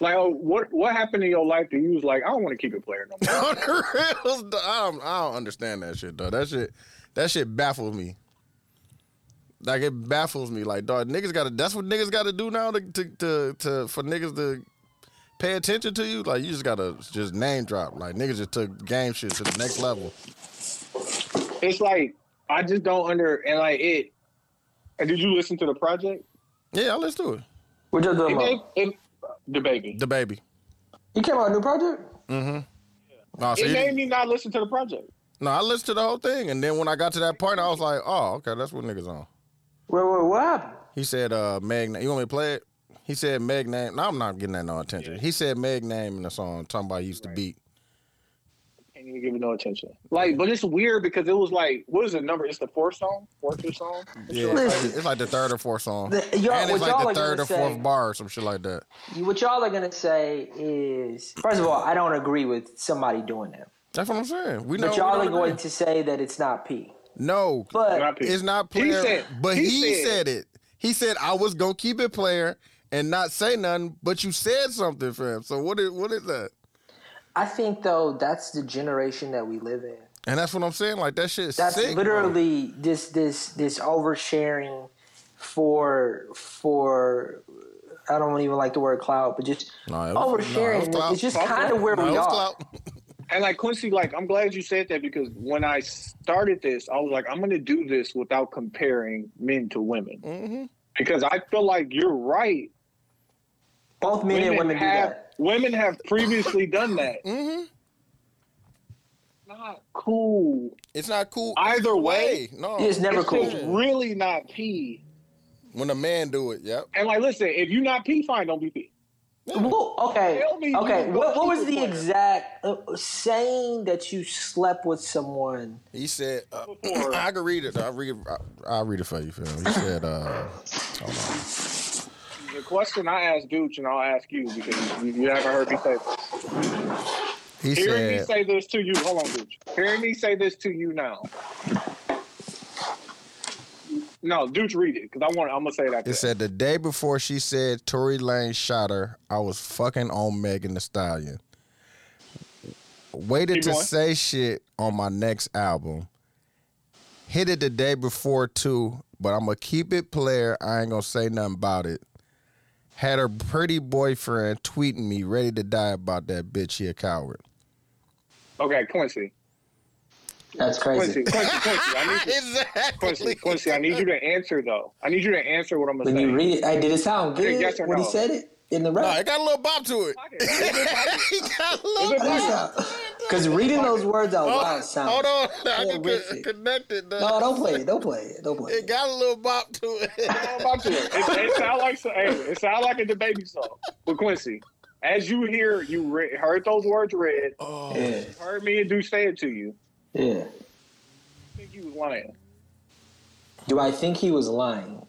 Speaker 3: like, oh, what what happened in your life that you was like, I don't want to keep it player no more.
Speaker 1: On the reals, though, I don't, I don't understand that shit though. That shit that shit baffles me. Like it baffles me. Like dog, niggas gotta that's what niggas gotta do now to to, to, to for niggas to pay attention to you. Like you just gotta just name drop. Like niggas just took game shit to the next level.
Speaker 3: it's like I just don't under and like it. And did you listen to the project?
Speaker 1: Yeah, let's do it.
Speaker 2: What y'all talking
Speaker 3: It,
Speaker 2: about?
Speaker 3: it, it, the baby.
Speaker 1: The baby.
Speaker 2: You came out with a new project?
Speaker 1: Oh, so
Speaker 3: It
Speaker 1: you-
Speaker 3: made me not listen to the project.
Speaker 1: no, I listened to the whole thing, and then when I got to that point, I was like, "Oh, okay, that's what niggas on."
Speaker 2: Wait, wait, what happened?
Speaker 1: He said, "Uh, Meg, you want me to play it?" He said, "Meg name." No, I'm not getting that no attention. He said, "Meg name" in the song, talking about he used to beat.
Speaker 3: Can't even give it no attention. Like, but it's weird because it was like, what is the number? It's the fourth song, fourth or song.
Speaker 1: Yeah, it's like, it's like the third or fourth song,
Speaker 2: The- y'all-
Speaker 1: and
Speaker 2: what
Speaker 1: it's like
Speaker 2: y'all
Speaker 1: the
Speaker 2: are
Speaker 1: third
Speaker 2: gonna
Speaker 1: or fourth
Speaker 2: say-
Speaker 1: bar or some shit like that.
Speaker 2: You- What y'all are gonna say is, first of all, I don't agree with somebody doing that.
Speaker 1: That's what I'm saying. We know.
Speaker 2: But
Speaker 1: we
Speaker 2: y'all
Speaker 1: know
Speaker 2: are
Speaker 1: the
Speaker 2: going
Speaker 1: name.
Speaker 2: to say that it's not P.
Speaker 1: no,
Speaker 2: But
Speaker 3: Not P.
Speaker 1: it's not
Speaker 3: He
Speaker 1: player.
Speaker 3: said-
Speaker 1: but he,
Speaker 3: he said-
Speaker 1: said, it. He said I was gonna keep it player and not say nothing. But you said something, fam. So what is what is that?
Speaker 2: I think though that's the generation that we live in.
Speaker 1: And that's what I'm saying. Like that shit.
Speaker 2: That's
Speaker 1: sick, bro.
Speaker 2: literally this this this oversharing for for I don't even like the word clout, but just
Speaker 1: Nah, it was- nah, it was
Speaker 2: oversharing.
Speaker 1: clout.
Speaker 2: it's just
Speaker 1: Fuck
Speaker 2: kind of
Speaker 1: it.
Speaker 2: where
Speaker 1: Nah, it
Speaker 2: we
Speaker 1: was
Speaker 2: are.
Speaker 1: clout.
Speaker 3: And like Quincy, like I'm glad you said that because when I started this, I was like, I'm gonna do this without comparing men to women
Speaker 1: Mm-hmm.
Speaker 3: because I feel like you're right.
Speaker 2: Both men and women do
Speaker 3: have
Speaker 2: that.
Speaker 3: women have previously done that. Not cool.
Speaker 1: It's not cool
Speaker 3: Either way.
Speaker 1: No,
Speaker 2: It's never
Speaker 3: It's
Speaker 2: cool.
Speaker 3: just really not pee.
Speaker 1: when a man do it. Yep.
Speaker 3: And like, listen, if you're not pee, fine, don't be pee.
Speaker 2: Well, okay,
Speaker 3: Tell me you
Speaker 2: okay.
Speaker 3: don't
Speaker 2: What, what was
Speaker 3: keep it
Speaker 2: the
Speaker 3: player.
Speaker 2: exact uh, saying that you slept with someone?
Speaker 1: He said, uh,
Speaker 3: Before.
Speaker 1: "I can read it. I read. I, I'll read it for you, Phil." He said, uh,
Speaker 3: The question I asked Dooch, and I'll ask you because you, you haven't heard me say. This.
Speaker 1: "He
Speaker 3: Hearing me
Speaker 1: said,
Speaker 3: say this to you, hold on, Dooch. Hearing me say this to you now. No, Dooch, read it because I want. I'm gonna say that.
Speaker 1: it said the day before she said Tory Lane shot her. I was fucking on Megan the Stallion. Waited
Speaker 3: Keep
Speaker 1: to
Speaker 3: going.
Speaker 1: say shit on my next album. Hit it the day before too, but I'm gonna keep it player. I ain't gonna say nothing about it." Had her pretty boyfriend tweeting me, ready to die about that bitch. He a coward.
Speaker 3: okay, Quincy.
Speaker 2: That's
Speaker 3: Quincy,
Speaker 2: crazy.
Speaker 3: Quincy, Quincy. I need you, Quincy, Quincy. I need you to answer though. I need you to answer what I'm gonna
Speaker 2: When
Speaker 3: say.
Speaker 2: you read it, hey, did it sound good
Speaker 3: yes or
Speaker 2: when he
Speaker 3: no?
Speaker 2: said it in the
Speaker 1: No, it
Speaker 2: rap?
Speaker 1: got a little bop to it. it got a little bop.
Speaker 2: Because reading those words out
Speaker 3: Oh,
Speaker 2: loud sounds.
Speaker 1: Hold on, I can
Speaker 2: Horrific.
Speaker 1: connect it. though.
Speaker 2: No, don't play it. Don't play it. Don't play
Speaker 1: It
Speaker 2: it.
Speaker 1: got a little bop to it.
Speaker 3: How about you? It, it sound like so- hey, it sound like a baby song. But Quincy, as you hear, you re- heard those words read,
Speaker 2: Yeah,
Speaker 3: heard me and do say it to you.
Speaker 2: yeah.
Speaker 3: I think you was lying.
Speaker 2: Do I think he was lying?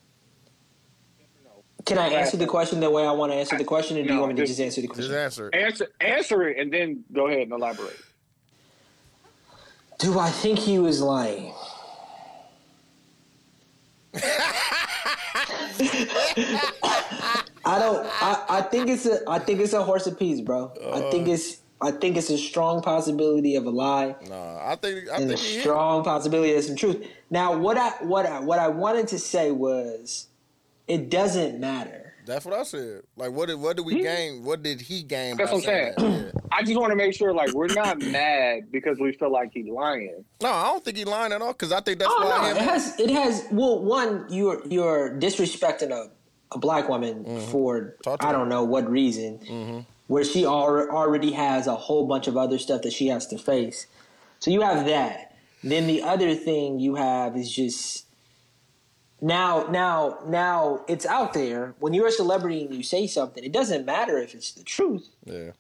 Speaker 2: Can I answer the question the way I want to answer the question, or do you
Speaker 3: No,
Speaker 2: want me to
Speaker 3: just-
Speaker 2: just answer the
Speaker 1: Just
Speaker 2: question?
Speaker 1: answer it.
Speaker 3: Answer, answer it, and then go ahead and elaborate.
Speaker 2: Do I think he was lying? I don't. I, I think it's a. I think it's a horse apiece, bro. I think it's. I think it's a strong possibility of a lie.
Speaker 1: No, Uh, I think I
Speaker 2: and a
Speaker 3: Mm.
Speaker 1: think he hit.
Speaker 2: strong possibility of some truth. Now, what I what I what I wanted to say was, it doesn't matter.
Speaker 1: That's what I said. Like, what did what did we gain? What did he gain?
Speaker 3: Mm. That's
Speaker 1: by
Speaker 3: what I'm
Speaker 1: saying. that?
Speaker 3: I just want to make sure, like, we're not mad because we feel like he's lying.
Speaker 1: no, I don't think he lying at all. Because I think that's
Speaker 2: Oh
Speaker 1: why
Speaker 2: no, it
Speaker 1: him.
Speaker 2: has it has. Well, one, you're you're disrespecting a a black woman for
Speaker 1: Mm-hmm. Talk to
Speaker 2: I
Speaker 1: me. Mm-hmm.
Speaker 2: don't know what reason, where she al- already has a whole bunch of other stuff that she has to face. So you have that. Then the other thing you have is just now, now, now it's out there. When you're a celebrity and you say something, it doesn't matter if it's the truth
Speaker 1: Yeah.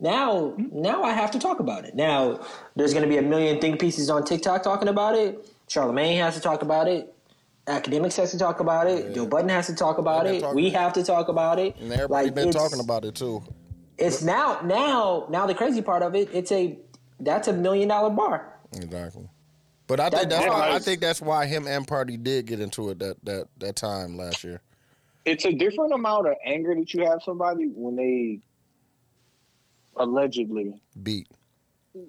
Speaker 2: now now I have to talk about it. Now there's going to be a million think pieces on TikTok talking about it. Charlemagne has to talk about it. Academics has to talk about it. Joe Button has to talk about
Speaker 1: They've been
Speaker 2: it.
Speaker 1: talking
Speaker 2: We
Speaker 1: about
Speaker 2: have to talk about it.
Speaker 1: And everybody been
Speaker 2: it's-
Speaker 1: talking about it too.
Speaker 2: It's now now now the crazy part of it. It's a that's a million dollar bar.
Speaker 1: Exactly. But I think
Speaker 2: That-
Speaker 1: that's why I
Speaker 3: that's-
Speaker 1: think that's why him and Party did get into it that that that time last year.
Speaker 3: it's a different amount of anger that you have somebody when they allegedly.
Speaker 1: Beat.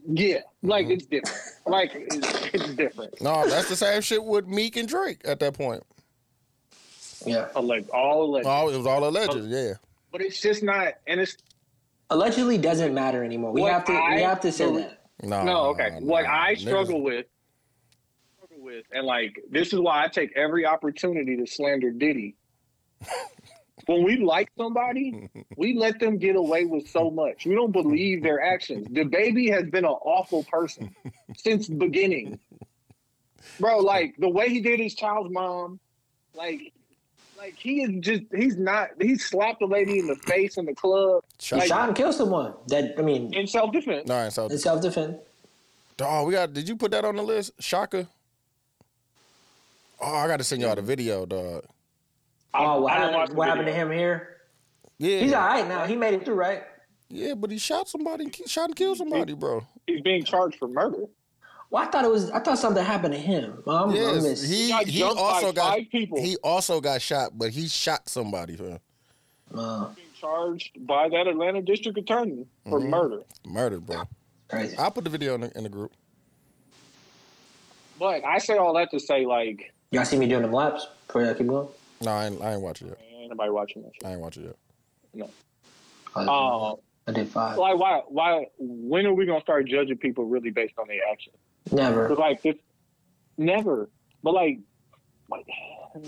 Speaker 3: Yeah, like it's different. Like it's, it's different.
Speaker 1: No, that's the same shit with Meek and Drake at that point.
Speaker 2: Yeah.
Speaker 3: Like all alleged,
Speaker 1: Oh, it was all alleged. Yeah.
Speaker 3: but it's just not. And it's
Speaker 2: Allegedly doesn't matter anymore. We
Speaker 3: What
Speaker 2: have to we
Speaker 3: I-
Speaker 2: have to say
Speaker 3: the-
Speaker 2: that.
Speaker 1: No.
Speaker 3: no okay.
Speaker 1: no,
Speaker 3: what
Speaker 1: no.
Speaker 3: I
Speaker 1: Niggas-
Speaker 3: struggle with, struggle with, and like this is why I take every opportunity to slander Diddy. when we like somebody, we let them get away with so much. We don't believe their actions. The baby has been an awful person since the beginning. Bro, like the way he did his child's mom, like like he is just he's not he slapped a lady in the face in the club
Speaker 1: Shot-
Speaker 3: Like-
Speaker 2: Shot and kill someone. That I mean,
Speaker 3: in self defense.
Speaker 1: All right, so
Speaker 2: in self defense.
Speaker 1: dog, Oh, we got did you put that on the list? Shaka? Oh, I gotta send y'all the video, dog.
Speaker 2: Oh, what
Speaker 3: I
Speaker 2: happened?
Speaker 3: didn't watch the
Speaker 2: What
Speaker 3: video.
Speaker 2: happened to him here?
Speaker 1: Yeah.
Speaker 2: He's all right now. He made it through, right?
Speaker 1: yeah, but he shot somebody, he shot and killed somebody, bro.
Speaker 3: He's being charged for murder.
Speaker 2: Well, I thought it was. I thought something happened to him. Well, I'm, I'm
Speaker 1: Yes,
Speaker 2: miss-
Speaker 1: he,
Speaker 3: got
Speaker 1: he
Speaker 3: jumped
Speaker 1: also
Speaker 3: by
Speaker 1: got
Speaker 3: five people.
Speaker 1: he also got shot, but he shot somebody for
Speaker 2: uh,
Speaker 3: Being charged by that Atlanta district attorney for murder.
Speaker 1: murder, bro.
Speaker 2: crazy.
Speaker 1: I put the video in the, in the group.
Speaker 3: But I say all that to say like
Speaker 2: Y'all see me doing them laps before y'all keep going?
Speaker 1: No, I ain't, I ain't watch it yet.
Speaker 3: ain't nobody watching that shit.
Speaker 1: I ain't watch it yet.
Speaker 3: Um,
Speaker 2: Oh, I did five.
Speaker 3: like why why when are we gonna start judging people really based on their actions?
Speaker 2: Never.
Speaker 3: But like this, never. But like, like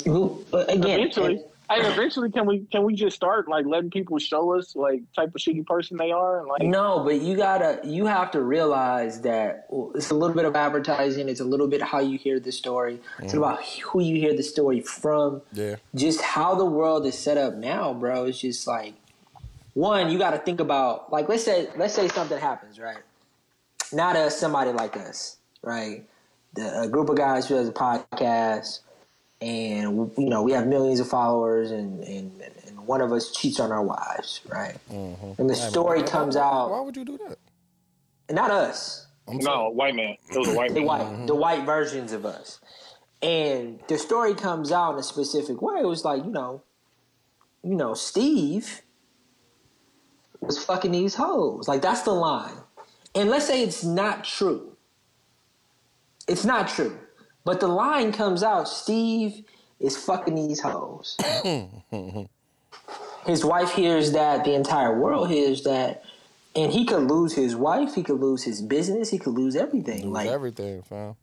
Speaker 2: Who, uh, again,
Speaker 3: eventually, I mean, eventually, can we can we just start like letting people show us like type of shitty person they are and like
Speaker 2: no, but you gotta. You have to realize that well, it's a little bit of advertising. It's a little bit how you hear the story. It's
Speaker 1: Mm.
Speaker 2: about who you hear the story from.
Speaker 1: Yeah.
Speaker 2: just how the world is set up now, bro, it's just like one, you gotta think about like let's say let's say something happens, right? Not us, somebody like us, right? The, a group of guys who has a podcast and you know, we have millions of followers and and, and one of us cheats on our wives, right? And the story comes
Speaker 1: Why
Speaker 2: out
Speaker 1: would you do that?
Speaker 2: not us,
Speaker 3: no white man. It was a white
Speaker 2: the
Speaker 3: man.
Speaker 2: white the white versions of us. And the story comes out in a specific way. It was like, you know, you know, Steve was fucking these hoes. Like that's the line. And let's say it's not true. It's not true. But the line comes out, Steve is fucking these hoes. His wife hears that, the entire world hears that, and he could lose his wife, he could lose his business, he could lose everything.
Speaker 1: Lose
Speaker 2: like
Speaker 1: everything, fam.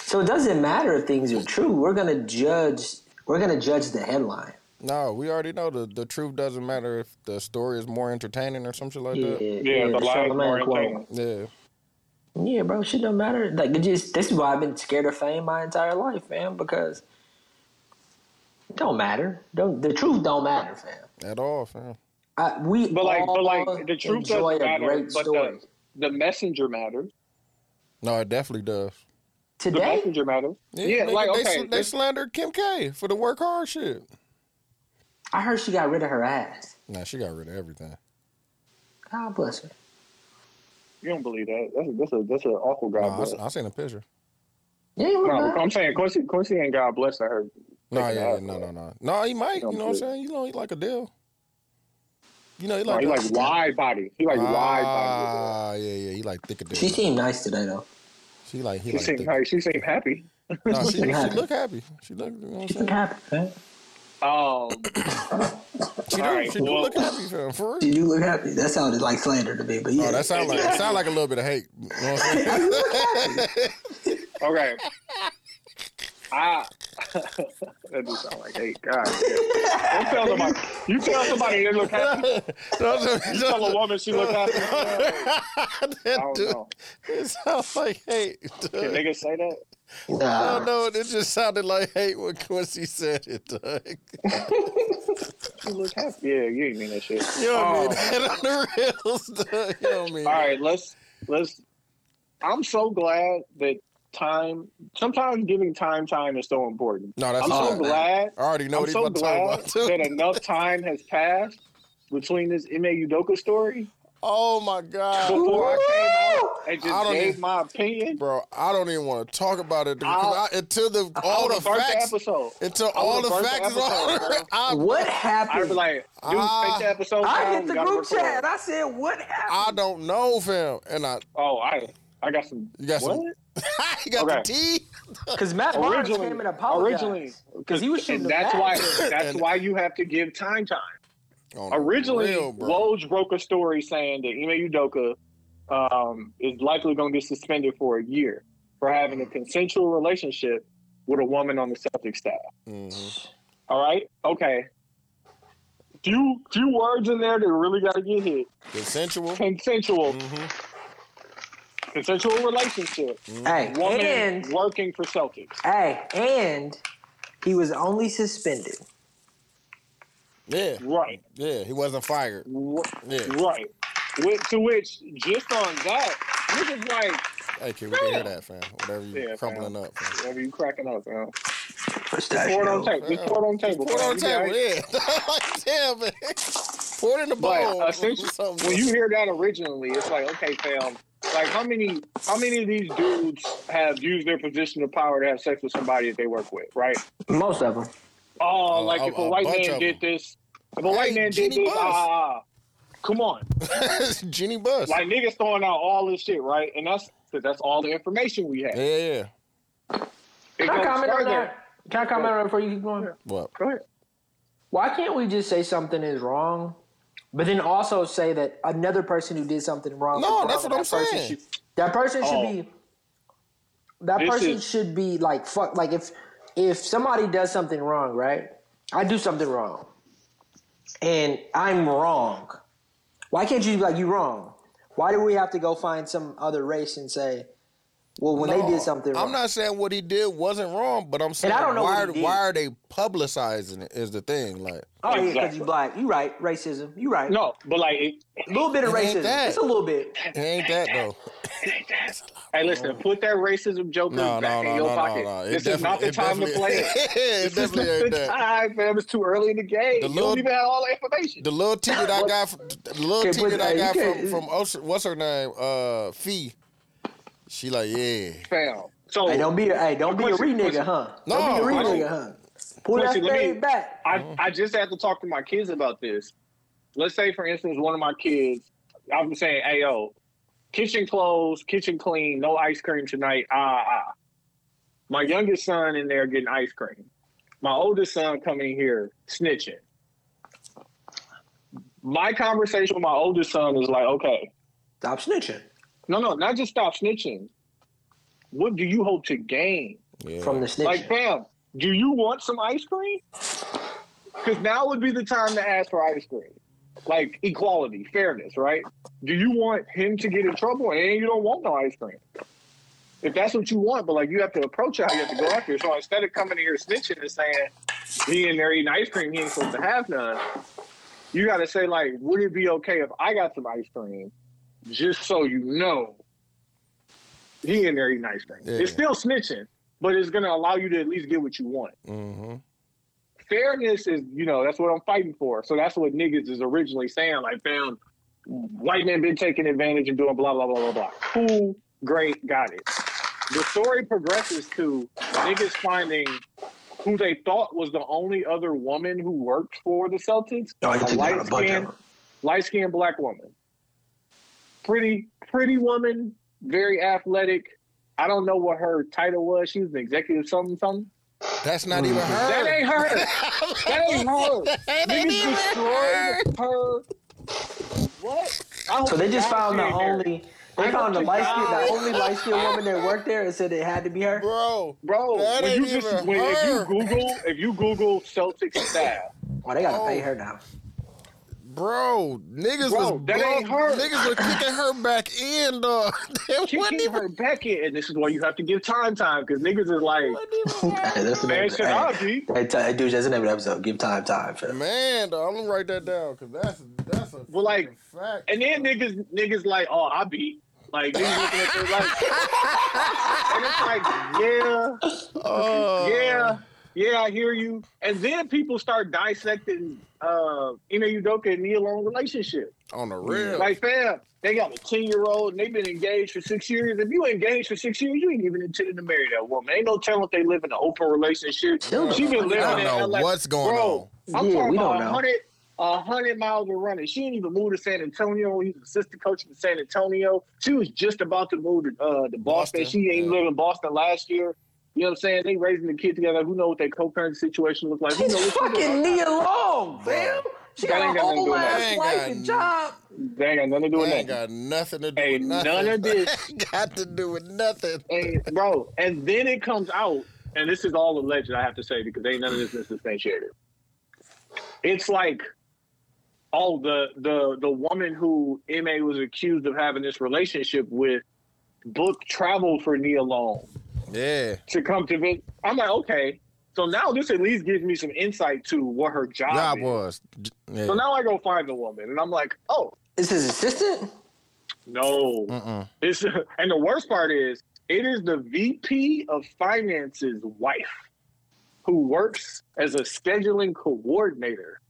Speaker 2: so it doesn't matter if things are true. We're gonna judge. We're gonna judge the headline.
Speaker 1: No, we already know the, the truth doesn't matter if the story is more entertaining or some shit like
Speaker 2: Yeah,
Speaker 1: that.
Speaker 3: Yeah, the lies
Speaker 2: Charlamagne
Speaker 3: more
Speaker 2: quote.
Speaker 3: entertaining.
Speaker 1: Yeah.
Speaker 2: Yeah, bro, shit don't matter. Like, it just this is why I've been scared of fame my entire life, fam. Because it don't matter. Don't the truth don't matter, fam.
Speaker 1: At all, fam.
Speaker 2: I, we
Speaker 3: But like-
Speaker 2: all
Speaker 3: but like, the truth doesn't
Speaker 2: enjoy a
Speaker 3: matter,
Speaker 2: great
Speaker 3: but the-
Speaker 2: story.
Speaker 3: The messenger matters.
Speaker 1: No, it definitely does.
Speaker 3: The
Speaker 2: Today,
Speaker 3: messenger matters. Yeah,
Speaker 1: nigga,
Speaker 3: like
Speaker 1: they,
Speaker 3: okay,
Speaker 1: sl- they slandered Kim K for the work hard shit.
Speaker 2: I heard she got rid of her ass.
Speaker 1: Nah, she got rid of everything.
Speaker 2: God bless her.
Speaker 3: you don't believe that. That's a, that's a that's an awful God
Speaker 1: No,
Speaker 3: bless.
Speaker 1: I, I seen a picture.
Speaker 2: Yeah, it look
Speaker 3: No,
Speaker 2: bad.
Speaker 3: I'm saying Quincy Quincy ain't God bless. I heard.
Speaker 1: No, yeah,
Speaker 3: Taking
Speaker 1: yeah,
Speaker 3: that,
Speaker 1: no, no,
Speaker 3: bro.
Speaker 1: no. No, he might. You know
Speaker 3: Don't
Speaker 1: what I'm
Speaker 3: do it.
Speaker 1: saying? You know, he like a deal. You know, he
Speaker 3: No,
Speaker 1: like
Speaker 3: he
Speaker 1: that-
Speaker 3: like wide body. He like wide body.
Speaker 1: Ah, yeah, yeah. He like thick of
Speaker 2: she
Speaker 1: dick.
Speaker 2: seemed nice today though.
Speaker 1: She like he
Speaker 3: She
Speaker 1: like thick.
Speaker 3: seemed nice. She seemed happy.
Speaker 1: No, she, she
Speaker 2: happy.
Speaker 1: look happy. She look. You know what I'm
Speaker 2: She look
Speaker 1: saying?
Speaker 2: happy, fam.
Speaker 3: Um,
Speaker 1: She do.
Speaker 3: All right,
Speaker 1: she do
Speaker 3: well-
Speaker 1: look happy fam, for real.
Speaker 2: Did you look happy? That sounded like slander to me, but yeah.
Speaker 1: Oh, that sound like it sound like a little bit of hate. You know what I'm saying?
Speaker 3: okay. I that just sound like, hey, God. Don't tell somebody. You tell somebody they look happy. You tell a woman she look happy. I don't know.
Speaker 1: It sounds like hate.
Speaker 3: Can
Speaker 1: Doug.
Speaker 3: niggas say that?
Speaker 1: I don't know. It just sounded like hate when Quincy said it, Doug.
Speaker 3: You look happy. Yeah, you ain't mean that shit.
Speaker 1: You don't
Speaker 3: Oh.
Speaker 1: mean that on the reels, Doug. You don't mean
Speaker 3: All right, let's let's. I'm so glad that time. Sometimes giving time time is so important.
Speaker 1: No, that's
Speaker 3: I'm
Speaker 1: all
Speaker 3: so
Speaker 1: right.
Speaker 3: glad.
Speaker 1: I already know
Speaker 3: I'm
Speaker 1: what he's
Speaker 3: so
Speaker 1: about to talk
Speaker 3: glad
Speaker 1: about,
Speaker 3: that
Speaker 1: too.
Speaker 3: enough time has passed between this Ma Udoka story
Speaker 1: Oh, my God.
Speaker 3: before I came out and
Speaker 1: I
Speaker 3: just
Speaker 1: don't
Speaker 3: gave
Speaker 1: even-
Speaker 3: my opinion.
Speaker 1: Bro, I don't even want to talk about it
Speaker 3: I'll-
Speaker 1: because I, until the all
Speaker 3: would've
Speaker 1: the
Speaker 3: burnt the
Speaker 1: facts
Speaker 3: episode.
Speaker 1: until
Speaker 3: I
Speaker 1: all the
Speaker 3: would've burnt the
Speaker 1: facts is on.
Speaker 3: episode, bro.
Speaker 1: I,
Speaker 7: What
Speaker 3: I'd be
Speaker 7: happened?
Speaker 3: like, dude,
Speaker 1: Ah.
Speaker 3: take the episode.
Speaker 7: I
Speaker 3: down,
Speaker 7: hit the
Speaker 3: we gotta
Speaker 7: group
Speaker 3: record.
Speaker 7: chat. I said, "What happened?"
Speaker 1: I don't know, fam. And I
Speaker 3: Oh, I I got some.
Speaker 1: you got
Speaker 3: what?
Speaker 1: some. you got
Speaker 3: Okay.
Speaker 1: the tea.
Speaker 7: Because Matt Barnes
Speaker 3: originally,
Speaker 7: came and apologized.
Speaker 3: originally,
Speaker 7: because he was shooting
Speaker 3: and
Speaker 7: the
Speaker 3: that's
Speaker 7: back.
Speaker 3: why that's
Speaker 1: And-
Speaker 3: why you have to give time time.
Speaker 1: On the
Speaker 3: Originally,
Speaker 1: real, bro.
Speaker 3: Woj broke a story saying that Ime Udoka um, is likely going to get suspended for a year for having a consensual relationship with a woman on the Celtics staff.
Speaker 1: Mhm.
Speaker 3: All right, okay. Few few words in there that really got to get hit.
Speaker 1: consensual.
Speaker 3: Consensual,
Speaker 1: hmm Mm-hmm.
Speaker 3: consensual relationship.
Speaker 7: Hey,
Speaker 3: Woman
Speaker 7: and
Speaker 3: working for Celtics.
Speaker 7: hey, and he was only suspended.
Speaker 1: Yeah,
Speaker 3: Right.
Speaker 1: yeah. He wasn't fired.
Speaker 3: Wh-
Speaker 1: Yeah.
Speaker 3: Right. With, to which, just on that, this is like,
Speaker 1: Hey, kid, we can hear that, fam. Whatever you
Speaker 3: Yeah,
Speaker 1: crumbling
Speaker 3: fam.
Speaker 1: up. Fam.
Speaker 3: whatever you cracking up, man. Pour it on
Speaker 7: Pistachio.
Speaker 3: table. Just pour it on table.
Speaker 1: Pour it on the
Speaker 3: man.
Speaker 1: table.
Speaker 3: You got it?
Speaker 1: Yeah. like, damn, man. Pour it in the bowl.
Speaker 3: But essentially,
Speaker 1: Something.
Speaker 3: when you hear that originally, it's like, okay, fam. Like how many how many of these dudes have used their position of power to have sex with somebody that they work with, right?
Speaker 7: Most of them.
Speaker 3: Oh,
Speaker 1: A-
Speaker 3: like
Speaker 1: a-
Speaker 3: if a,
Speaker 1: a
Speaker 3: white
Speaker 1: bunch
Speaker 3: man
Speaker 1: of
Speaker 3: did
Speaker 1: them.
Speaker 3: this, if a white
Speaker 1: Hey,
Speaker 3: man did
Speaker 1: Jimmy
Speaker 3: this,
Speaker 1: Buss.
Speaker 3: ah, ah, ah. come on.
Speaker 1: Jenny Bus.
Speaker 3: Like niggas throwing out all this shit, right? And that's that's all the information we have.
Speaker 1: yeah, yeah, yeah.
Speaker 3: It
Speaker 7: Can I
Speaker 3: goes
Speaker 7: comment on
Speaker 3: further.
Speaker 7: that? Can I comment on it before you keep going?
Speaker 1: What?
Speaker 3: Go ahead.
Speaker 7: Why can't we just say something is wrong, but then also say that another person who did something wrong? was
Speaker 1: No,
Speaker 7: wrong?
Speaker 1: that's what
Speaker 7: That
Speaker 1: I'm
Speaker 7: person
Speaker 1: saying.
Speaker 7: should- That person
Speaker 3: Oh.
Speaker 7: should be. That
Speaker 3: This
Speaker 7: person
Speaker 3: is-
Speaker 7: should be like fuck. Like if if somebody does something wrong, right? I do something wrong, and I'm wrong. Why can't you be like you wrong? Why do we have to go find some other race and say, well, when they
Speaker 1: No,
Speaker 7: did something wrong?
Speaker 1: I'm not saying what he did wasn't wrong, but I'm saying
Speaker 7: I don't know
Speaker 1: why,
Speaker 7: what he did.
Speaker 1: why are they publicizing it is the thing. Like
Speaker 7: oh yeah, because
Speaker 3: Exactly.
Speaker 7: you black. You right. Racism. You right.
Speaker 3: No, but like, it,
Speaker 7: A little bit of
Speaker 1: It ain't
Speaker 7: racism.
Speaker 1: that.
Speaker 7: It's a little bit.
Speaker 1: it ain't that though.
Speaker 3: hey, listen, put that racism joker
Speaker 1: No, no,
Speaker 3: back
Speaker 1: no,
Speaker 3: in your
Speaker 1: no, no,
Speaker 3: pocket.
Speaker 1: no. It
Speaker 3: This is not
Speaker 1: definitely-
Speaker 3: the
Speaker 1: it
Speaker 3: time to
Speaker 1: definitely-
Speaker 3: play it.
Speaker 1: Yeah, it
Speaker 3: This is
Speaker 1: definitely
Speaker 3: not the
Speaker 1: ain't that.
Speaker 3: time, fam. It's too early in the game.
Speaker 1: The
Speaker 3: you
Speaker 1: little-
Speaker 3: don't even have all the information.
Speaker 1: The little tea that I got, from, the little
Speaker 7: Can't
Speaker 1: tea
Speaker 7: put-
Speaker 1: that I
Speaker 7: hey, you
Speaker 1: got from
Speaker 7: can't-
Speaker 1: from Oce- what's her name, uh, Fee. She like, yeah,
Speaker 3: fam. So
Speaker 7: Hey, don't be a hey, don't be a
Speaker 3: Quincy,
Speaker 7: re nigga,
Speaker 3: Quincy.
Speaker 7: huh?
Speaker 1: No,
Speaker 7: don't be a re
Speaker 1: I don't-
Speaker 7: nigga, huh? Pull
Speaker 3: Quincy,
Speaker 7: that
Speaker 3: let me-
Speaker 7: fade back.
Speaker 3: I, I just had to talk to my kids about this. Let's say, for instance, one of my kids, I'm saying, hey, yo, kitchen closed, kitchen clean, no ice cream tonight. Ah, ah. My youngest son in there getting ice cream. My oldest son coming here snitching. My conversation with my oldest son is like, okay,
Speaker 7: Stop snitching
Speaker 3: no, no, not just stop snitching. What do you hope to gain?
Speaker 1: yeah.
Speaker 7: from the snitching.
Speaker 3: Like, fam, do you want some ice cream? Because now would be the time to ask for ice cream. Like equality, fairness, right? Do you want him to get in trouble and you don't want no ice cream? If that's what you want, but like you have to approach it how you have to go after it. So instead of coming in here snitching and saying he in there eating ice cream, he ain't supposed to have none, you gotta say, like, would it be okay if I got some ice cream? Just so you know. He in there eating ice cream.
Speaker 1: Yeah.
Speaker 3: It's still snitching, but it's gonna allow you to at least get what you want
Speaker 1: hmm
Speaker 3: fairness is, you know, that's what I'm fighting for. So that's what niggas is originally saying. Like, fam, white men been taking advantage and doing blah, blah, blah, blah, blah. Cool, great, got it. The story progresses to niggas finding who they thought was the only other woman who worked for the Celtics.
Speaker 7: Oh, you
Speaker 3: a
Speaker 7: took down a bunch
Speaker 3: light
Speaker 7: of
Speaker 3: skinned,
Speaker 7: them.
Speaker 3: light skinned black woman. Pretty, pretty woman, very athletic. I don't know what her title was. She was an executive something something.
Speaker 1: That's not even her.
Speaker 3: That ain't her. that ain't her. Niggas destroyed her. What? I hope
Speaker 7: so they just
Speaker 3: God
Speaker 7: found the
Speaker 3: she ain't married.
Speaker 7: only
Speaker 2: They found the
Speaker 3: to
Speaker 2: light skinned,
Speaker 3: God.
Speaker 2: the only light skinned woman that worked there and said it had to be her.
Speaker 1: Bro,
Speaker 3: Bro,
Speaker 1: That
Speaker 3: when you
Speaker 1: ain't
Speaker 3: just
Speaker 1: even
Speaker 3: when, if
Speaker 1: her.
Speaker 3: you Google if you Google Celtics staff,
Speaker 2: Oh, they gotta
Speaker 1: Oh.
Speaker 2: pay her now.
Speaker 1: bro, niggas
Speaker 3: Bro,
Speaker 1: was
Speaker 3: that
Speaker 1: blow-
Speaker 3: ain't her.
Speaker 1: Niggas was kicking her back in, dog. That wasn't
Speaker 3: kicking
Speaker 1: even,
Speaker 3: her back in, and this is why you have to give time time because niggas is like,
Speaker 2: Hey, that's the
Speaker 3: man,
Speaker 2: name. of the-
Speaker 3: should I be?
Speaker 2: Hey, hey, t- dude, that's the name of the episode. Give time, time. fam.
Speaker 1: man, dog. I'm gonna write that down because that's that's a
Speaker 3: Well, like,
Speaker 1: fucking fact.
Speaker 3: And then niggas niggas like, oh, I be like niggas looking at their like, and it's like, yeah. Oh.
Speaker 1: Uh,
Speaker 3: yeah, yeah, I hear you. And then people start dissecting uh Ina Udoka and Nia Long relationship.
Speaker 1: on the real.
Speaker 3: Like, fam, they got a 10 year old and they've been engaged for six years. If you engaged for six years, you ain't even intended to marry that woman. Ain't no telling if they live in an open relationship. She
Speaker 1: Dude,
Speaker 3: been
Speaker 1: I don't
Speaker 3: living in
Speaker 1: know
Speaker 3: LA.
Speaker 1: what's going
Speaker 3: Bro, I'm
Speaker 2: Yeah,
Speaker 3: talking
Speaker 2: we don't
Speaker 3: about a
Speaker 2: know.
Speaker 3: hundred a hundred miles of running. She didn't even move to San Antonio. He's assistant coach in San Antonio. She was just about to move to uh, to Boston.
Speaker 1: Boston,
Speaker 3: She ain't
Speaker 1: yeah.
Speaker 3: live in Boston last year. You know what I'm saying? They raising the kid together. Who know what their co-parenting situation look like? Who
Speaker 2: It's
Speaker 3: know what she
Speaker 2: fucking
Speaker 3: doing?
Speaker 2: Nia Long, fam. She
Speaker 3: That
Speaker 2: got
Speaker 3: ain't
Speaker 2: a
Speaker 3: got nothing to do
Speaker 2: whole
Speaker 3: with
Speaker 1: that.
Speaker 2: ass
Speaker 1: Ain't
Speaker 2: life
Speaker 1: got
Speaker 2: and job.
Speaker 3: They ain't got nothing to do
Speaker 1: on.
Speaker 3: with
Speaker 1: Ain't
Speaker 3: that.
Speaker 1: got nothing to do
Speaker 3: Hey,
Speaker 1: with nothing.
Speaker 3: none of this.
Speaker 1: Ain't got to do with nothing.
Speaker 3: And, bro, and then it comes out, and this is all alleged, I have to say, because ain't none of this been substantiated. It's like, oh, the the the woman who Ma was accused of having this relationship with booked travel for Nia Long
Speaker 1: Yeah.
Speaker 3: to come to Vin. I'm like, okay, so now this at least gives me some insight to what her job,
Speaker 1: Job
Speaker 3: is.
Speaker 1: was. Yeah.
Speaker 3: So now I go find the woman, and I'm like, oh,
Speaker 2: Is his assistant?
Speaker 3: No.
Speaker 1: Mm-mm.
Speaker 3: It's and the worst part is it is the VP of finance's wife who works as a scheduling coordinator.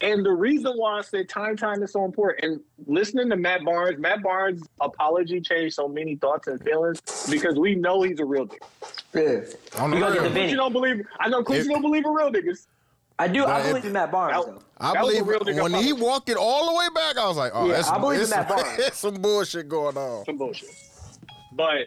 Speaker 3: And the reason why I said time time is so important, and listening to Matt Barnes, Matt Barnes' apology changed so many thoughts and feelings because we know he's a real nigga.
Speaker 2: Yeah.
Speaker 1: On the
Speaker 2: You gonna get
Speaker 1: real.
Speaker 2: the video.
Speaker 3: But you don't believe I know Clint,
Speaker 1: If-
Speaker 3: you don't believe in real niggas.
Speaker 2: I do.
Speaker 1: Nah,
Speaker 2: I
Speaker 1: it-
Speaker 2: believe in Matt
Speaker 3: That-
Speaker 2: Barnes though.
Speaker 1: I
Speaker 3: that was a
Speaker 1: believe
Speaker 3: real nigga
Speaker 1: when he
Speaker 3: apology.
Speaker 1: walked it all the way back, I was like, oh,
Speaker 2: Yeah,
Speaker 1: that's,
Speaker 2: I believe in
Speaker 1: it's
Speaker 2: that
Speaker 1: some,
Speaker 2: bar.
Speaker 1: it's some bullshit going on.
Speaker 3: Some bullshit. But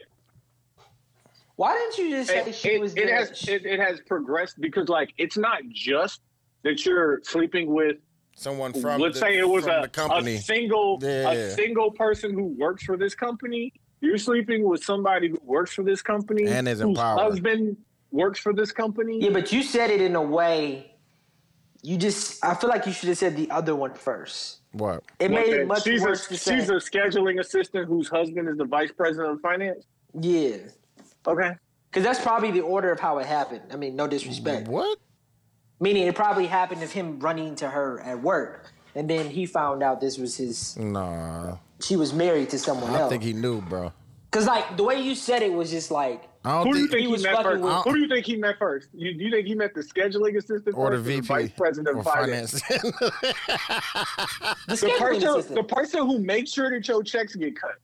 Speaker 2: Why didn't you just say
Speaker 3: it,
Speaker 2: she
Speaker 3: it-
Speaker 2: was
Speaker 3: it
Speaker 2: there?
Speaker 3: has
Speaker 2: She-
Speaker 3: it, it has progressed because like it's not just that you're sleeping with
Speaker 1: Someone from
Speaker 3: let's
Speaker 1: the,
Speaker 3: say it was
Speaker 1: from
Speaker 3: a,
Speaker 1: the
Speaker 3: a
Speaker 1: company.
Speaker 3: single
Speaker 1: Yeah.
Speaker 3: a single person who works for this company you're sleeping with somebody who works for this company
Speaker 1: And is in
Speaker 3: whose
Speaker 1: power.
Speaker 3: husband works for this company
Speaker 2: yeah, but you said it in a way. You just. I feel like you should have said the other one first.
Speaker 1: what?
Speaker 2: It
Speaker 3: Like
Speaker 2: made
Speaker 3: that.
Speaker 2: it much
Speaker 3: she's,
Speaker 2: worse
Speaker 3: a,
Speaker 2: to say.
Speaker 3: she's a scheduling assistant whose husband is the vice president of finance
Speaker 2: yeah,
Speaker 3: okay
Speaker 2: because that's probably the order of how it happened. I mean, no disrespect.
Speaker 1: What?
Speaker 2: Meaning it probably happened of him running to her at work, and then he found out this was his.
Speaker 1: Nah.
Speaker 2: She was married to someone
Speaker 1: I
Speaker 2: else.
Speaker 1: think he knew, bro.
Speaker 2: Because like the way you said it was just like
Speaker 1: I
Speaker 3: who
Speaker 1: don't
Speaker 3: do you
Speaker 1: think,
Speaker 3: think
Speaker 2: he
Speaker 3: he,
Speaker 2: was
Speaker 3: met
Speaker 2: fucking
Speaker 3: first?
Speaker 2: with-
Speaker 3: Who do you think he met first? You, do you think he met the scheduling assistant
Speaker 1: or the
Speaker 3: first
Speaker 1: VP
Speaker 3: vice president
Speaker 1: or
Speaker 3: of finance?
Speaker 2: the
Speaker 3: The
Speaker 2: scheduling
Speaker 3: person,
Speaker 2: assistant.
Speaker 3: the person who makes sure that your checks get cut.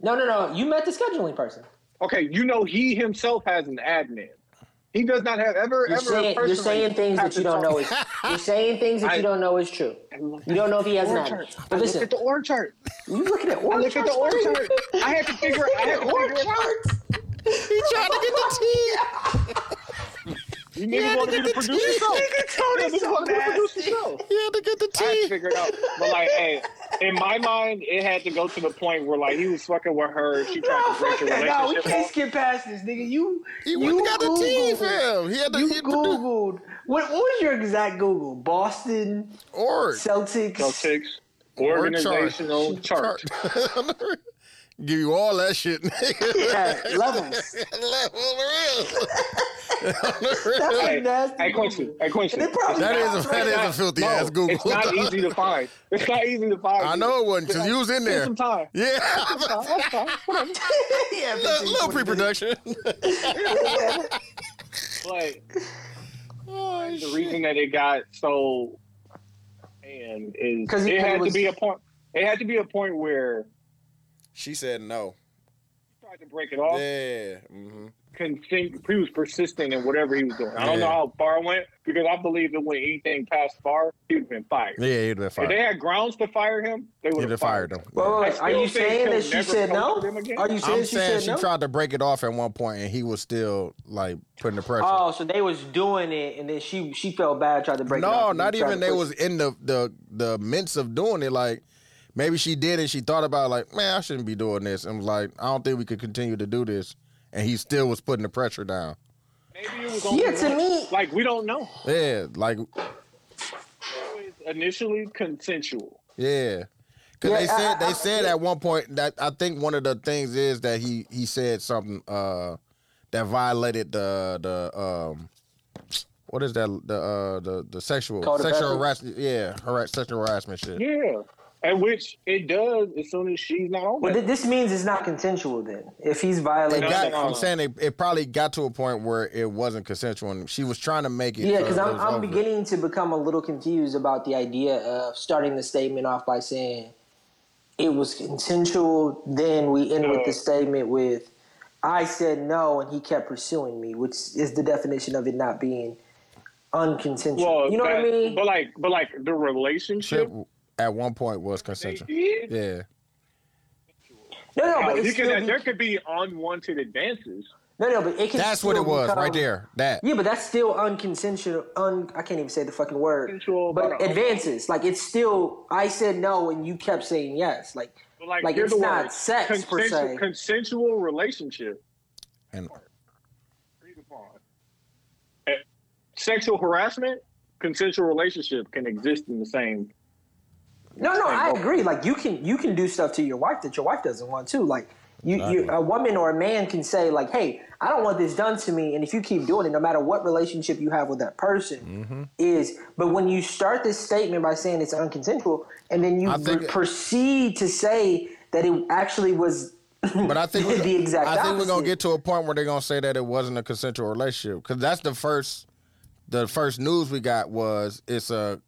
Speaker 2: no, no, no. You met the scheduling person.
Speaker 3: Okay, you know he himself has an admin. He does not have ever
Speaker 2: You're
Speaker 3: ever.
Speaker 2: saying, you're
Speaker 3: personally
Speaker 2: saying things
Speaker 3: have
Speaker 2: that you
Speaker 3: to
Speaker 2: don't
Speaker 3: talk-
Speaker 2: know is you're saying things that
Speaker 3: I-
Speaker 2: you don't know is true. You don't know if he has an addict.
Speaker 3: I
Speaker 2: But
Speaker 3: look
Speaker 2: listen,
Speaker 3: at the org chart.
Speaker 2: you look at the
Speaker 3: I
Speaker 2: org
Speaker 3: look at the org chart. I had to figure. I had to figure. it out.
Speaker 1: he trying to get the tea.
Speaker 3: You niggas want to be the producer show. You niggas want to be the producer show.
Speaker 1: He had to get the
Speaker 3: I had to
Speaker 1: tea.
Speaker 3: figure it out. But like, hey, in my mind, it had to go to the point where like he was fucking with her. She tried
Speaker 2: No,
Speaker 3: to break
Speaker 2: fuck
Speaker 3: her
Speaker 2: that.
Speaker 3: relationship.
Speaker 2: No, we can't
Speaker 3: off.
Speaker 2: skip past this, nigga. You
Speaker 1: He went
Speaker 2: you
Speaker 1: and got the tea,
Speaker 2: googled.
Speaker 1: fam. He had to
Speaker 2: You
Speaker 1: he produced
Speaker 2: googled. What, what was your exact Google? Boston
Speaker 1: org.
Speaker 2: Celtics.
Speaker 3: Celtics
Speaker 1: Org chart.
Speaker 3: organizational chart.
Speaker 1: Give you all that shit. nigga.
Speaker 2: Yeah, levels.
Speaker 1: Like, for real.
Speaker 2: That's a
Speaker 3: Hey,
Speaker 2: nasty.
Speaker 3: hey, Quincy.
Speaker 2: Google.
Speaker 3: Hey, Quincy.
Speaker 2: And it probably
Speaker 1: That
Speaker 2: got
Speaker 1: is a that is a filthy ass
Speaker 3: No,
Speaker 1: Google.
Speaker 3: It's not easy to find. It's not easy to find.
Speaker 1: I know it wasn't because you was in
Speaker 3: Spend
Speaker 1: there.
Speaker 3: some time.
Speaker 1: Yeah,
Speaker 2: yeah,
Speaker 1: a little
Speaker 2: 15, 20
Speaker 1: pre-production.
Speaker 3: But
Speaker 1: Oh,
Speaker 3: the
Speaker 1: shit.
Speaker 3: reason that it got so and is
Speaker 2: 'Cause
Speaker 3: it
Speaker 2: it
Speaker 3: had to
Speaker 2: was-
Speaker 3: be a point. It had to be a point where
Speaker 1: She said no.
Speaker 3: he tried to break it off.
Speaker 1: Yeah. hmm
Speaker 3: Can think he was persistent in whatever he was doing. I don't
Speaker 1: Yeah.
Speaker 3: know how far it went because I believe that when anything passed far, he would have been fired.
Speaker 1: Yeah, he'd have been
Speaker 3: If
Speaker 1: fired.
Speaker 3: they had grounds to fire him, they
Speaker 1: He'd
Speaker 3: would
Speaker 1: have
Speaker 3: have
Speaker 1: fired him.
Speaker 2: Wait, wait, wait.
Speaker 3: I
Speaker 2: Are
Speaker 3: still
Speaker 2: you
Speaker 3: think
Speaker 2: saying
Speaker 3: he'll
Speaker 2: that she
Speaker 3: never
Speaker 2: said
Speaker 3: coach
Speaker 2: no?
Speaker 3: with them again.
Speaker 2: Are you saying
Speaker 1: I'm
Speaker 2: she
Speaker 1: saying
Speaker 2: said
Speaker 1: she
Speaker 2: no?
Speaker 1: tried to break it off at one point, and he was still like putting the pressure.
Speaker 2: Oh, so they was doing it, and then she she felt bad, tried to break. it
Speaker 1: no,
Speaker 2: off, and
Speaker 1: not
Speaker 2: tried to
Speaker 1: even they
Speaker 2: push
Speaker 1: was
Speaker 2: it.
Speaker 1: in the the the midst of doing it. Like maybe she did and she thought about like, man, I shouldn't be doing this. And was like, I don't think we could continue to do this. And he still was putting the pressure down.
Speaker 3: Maybe it was only
Speaker 2: Yeah, to
Speaker 3: one.
Speaker 2: me-
Speaker 3: Like we don't know.
Speaker 1: Yeah, like
Speaker 3: It was initially consensual.
Speaker 1: yeah. Cause they
Speaker 2: Yeah, I-
Speaker 1: said
Speaker 2: I-
Speaker 1: they
Speaker 2: I-
Speaker 1: said at one point that I think one of the things is that he he said something uh that violated the the um what is that the uh the the sexual
Speaker 2: Code of
Speaker 1: sexual
Speaker 2: ethics?
Speaker 1: harassment yeah harass sexual harassment shit
Speaker 3: Yeah. And which it does as soon as she's not on
Speaker 2: Well,
Speaker 3: it.
Speaker 2: th- this means it's not consensual then. If he's
Speaker 1: It
Speaker 2: violating,
Speaker 3: No,
Speaker 1: got,
Speaker 3: no,
Speaker 1: I'm
Speaker 3: no.
Speaker 1: saying it, it probably got to a point where it wasn't consensual, and she was trying to make it.
Speaker 2: yeah,
Speaker 1: so
Speaker 2: because
Speaker 1: it
Speaker 2: I'm,
Speaker 1: was
Speaker 2: I'm
Speaker 1: over.
Speaker 2: beginning to become a little confused about the idea of starting the statement off by saying it was consensual. Then we end with the statement with I said no, and he kept pursuing me, which is the definition of it not being unconsensual.
Speaker 3: Well,
Speaker 2: you know
Speaker 3: that-
Speaker 2: what I mean?
Speaker 3: But like but like the
Speaker 1: Chip
Speaker 3: relationship
Speaker 1: at one point was
Speaker 3: they
Speaker 1: consensual.
Speaker 3: did,
Speaker 1: Yeah,
Speaker 2: no, no, but
Speaker 3: Oh, you
Speaker 2: it's
Speaker 3: can-
Speaker 2: still be,
Speaker 3: there could be unwanted advances.
Speaker 2: no, no, but it can.
Speaker 1: that's what
Speaker 2: still
Speaker 1: it was
Speaker 2: become-
Speaker 1: right there. That
Speaker 2: Yeah, but that's still unconsensual. Un, I can't even say the fucking word.
Speaker 3: Consensual,
Speaker 2: But
Speaker 3: but-
Speaker 2: advances, like it's still. I said no, and you kept saying yes. Like,
Speaker 3: But
Speaker 2: like,
Speaker 3: like,
Speaker 2: it's
Speaker 3: here's the
Speaker 2: not
Speaker 3: word.
Speaker 2: sex per
Speaker 3: Consensual-
Speaker 2: se.
Speaker 3: Consensual relationship.
Speaker 1: and
Speaker 3: Read upon. Eh, Sexual harassment, consensual relationship can exist in the same.
Speaker 2: no, no, I agree. Like you can you can do stuff to your wife that your wife doesn't want to. Like you, you a woman or a man can say like, hey, I don't want this done to me, and if you keep doing it, no matter what relationship you have with that person,
Speaker 1: Mm-hmm.
Speaker 2: is. But when you start this statement by saying it's unconsensual, and then you
Speaker 1: I think-
Speaker 2: re- proceed to say that it actually was
Speaker 1: but I think
Speaker 2: The exact
Speaker 1: I think we're gonna
Speaker 2: opposite.
Speaker 1: get to a point where they're gonna say that it wasn't a consensual relationship because that's the first the first news we got was it's a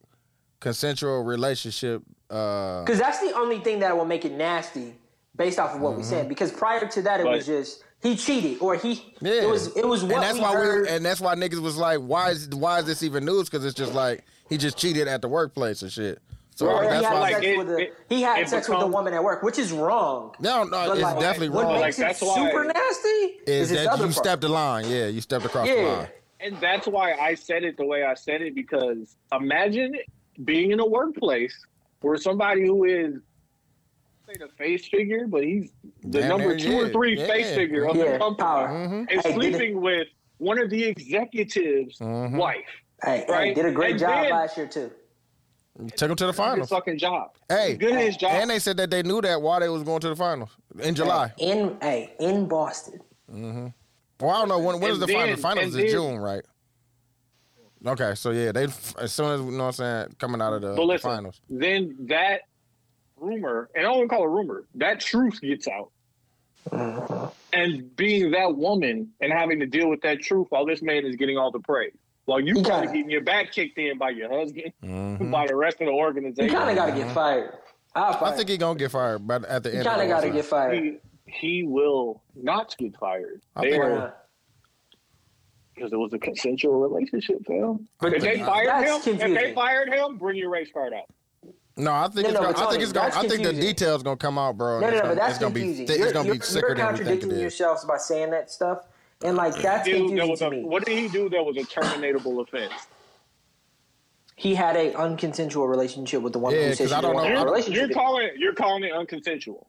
Speaker 1: consensual relationship. Uh,
Speaker 2: Because that's the only thing that will make it nasty, based off of what
Speaker 1: Mm-hmm.
Speaker 2: we said. Because prior to that, it was just he cheated or he.
Speaker 1: yeah,
Speaker 2: It was. It was what
Speaker 1: and that's
Speaker 2: we
Speaker 1: why
Speaker 2: heard.
Speaker 1: we and that's why niggas was like, why is why is this even news? Because it's just like he just cheated at the workplace and shit. So
Speaker 2: or he
Speaker 1: that's
Speaker 2: had
Speaker 1: why
Speaker 2: sex
Speaker 3: it-
Speaker 2: with a,
Speaker 3: it-
Speaker 2: he had
Speaker 3: it
Speaker 2: sex with
Speaker 3: become-
Speaker 2: a woman at work, which is wrong.
Speaker 1: No, no, it's
Speaker 2: like,
Speaker 1: definitely
Speaker 2: what
Speaker 1: wrong.
Speaker 2: makes
Speaker 3: Like,
Speaker 2: it
Speaker 3: that's why-
Speaker 2: super nasty
Speaker 1: is
Speaker 2: is, this
Speaker 1: that
Speaker 2: other
Speaker 1: you
Speaker 2: part.
Speaker 1: stepped the line? Yeah, you stepped across the
Speaker 2: Yeah.
Speaker 1: line.
Speaker 3: And that's why I said it the way I said it because imagine being in a workplace where somebody who is say the face figure, but he's the
Speaker 1: Damn
Speaker 3: number
Speaker 1: near,
Speaker 3: two or
Speaker 1: yeah,
Speaker 3: three
Speaker 1: yeah,
Speaker 3: face figure of
Speaker 2: yeah,
Speaker 3: the company
Speaker 2: power.
Speaker 1: Mm-hmm.
Speaker 3: is
Speaker 2: Hey, did it-
Speaker 3: sleeping with one of the executives'
Speaker 1: Mm-hmm.
Speaker 3: wife.
Speaker 2: Hey, hey,
Speaker 3: Right?
Speaker 2: did a great
Speaker 3: And
Speaker 2: job
Speaker 3: then-
Speaker 2: last year too.
Speaker 1: Take them to the
Speaker 3: Good
Speaker 1: finals.
Speaker 3: fucking job.
Speaker 1: Hey,
Speaker 3: good at his job.
Speaker 1: and they said that they knew that while they was going to the finals in July.
Speaker 2: In hey, in Boston.
Speaker 1: Well, I don't know when. When
Speaker 3: And
Speaker 1: is the
Speaker 3: then-
Speaker 1: finals? Finals is
Speaker 3: and
Speaker 1: in
Speaker 3: then-
Speaker 1: June, right? Okay, so yeah, they as soon as you know what I'm saying coming out of the,
Speaker 3: But
Speaker 1: the
Speaker 3: listen,
Speaker 1: finals.
Speaker 3: then that rumor, and I don't even call it rumor, that truth gets out. And being that woman and having to deal with that truth while this man is getting all the praise. While you
Speaker 2: You gotta-
Speaker 3: probably getting your back kicked in by your husband,
Speaker 1: Mm-hmm.
Speaker 3: by the rest of the
Speaker 2: You
Speaker 3: organization.
Speaker 2: kind of got to get fired. I'll
Speaker 1: I
Speaker 2: fire.
Speaker 1: think he gonna get fired, but at the end,
Speaker 2: you
Speaker 1: of
Speaker 2: kind
Speaker 1: the
Speaker 2: of got to
Speaker 1: season.
Speaker 2: get fired.
Speaker 3: he, he will not get fired.
Speaker 1: I
Speaker 3: They
Speaker 1: think-
Speaker 3: are because it was a consensual relationship, fam.
Speaker 1: But
Speaker 3: if they
Speaker 1: the-
Speaker 3: fired him,
Speaker 2: That's
Speaker 3: if they
Speaker 2: confusing.
Speaker 3: fired him, bring your race card out.
Speaker 1: No, I think
Speaker 2: No,
Speaker 1: it's
Speaker 2: no,
Speaker 1: gonna,
Speaker 2: but
Speaker 1: I think
Speaker 2: Tony,
Speaker 1: it's gonna.
Speaker 2: that's
Speaker 1: I think the
Speaker 2: confusing.
Speaker 1: details gonna come out, bro. and
Speaker 2: No, no,
Speaker 1: it's
Speaker 2: no,
Speaker 1: gonna-
Speaker 2: but that's
Speaker 1: it's gonna be
Speaker 2: confusing.
Speaker 1: thi-
Speaker 2: you're,
Speaker 1: it's gonna be
Speaker 2: you're-
Speaker 1: sicker than
Speaker 2: you're
Speaker 1: we think
Speaker 2: contradicting
Speaker 1: it is.
Speaker 2: yourselves by saying that stuff, and like that's
Speaker 3: Dude, there
Speaker 2: confusing
Speaker 3: was
Speaker 2: to
Speaker 3: a,
Speaker 2: me.
Speaker 3: what did he do that was a terminatable offense?
Speaker 2: He had a unconsensual relationship with the woman
Speaker 1: Yeah,
Speaker 2: who said
Speaker 1: 'cause
Speaker 2: she
Speaker 1: I don't
Speaker 2: didn't want
Speaker 1: know-
Speaker 2: to have
Speaker 1: I-
Speaker 2: a
Speaker 3: You're,
Speaker 2: relationship.
Speaker 3: you're calling it you're calling it unconsensual.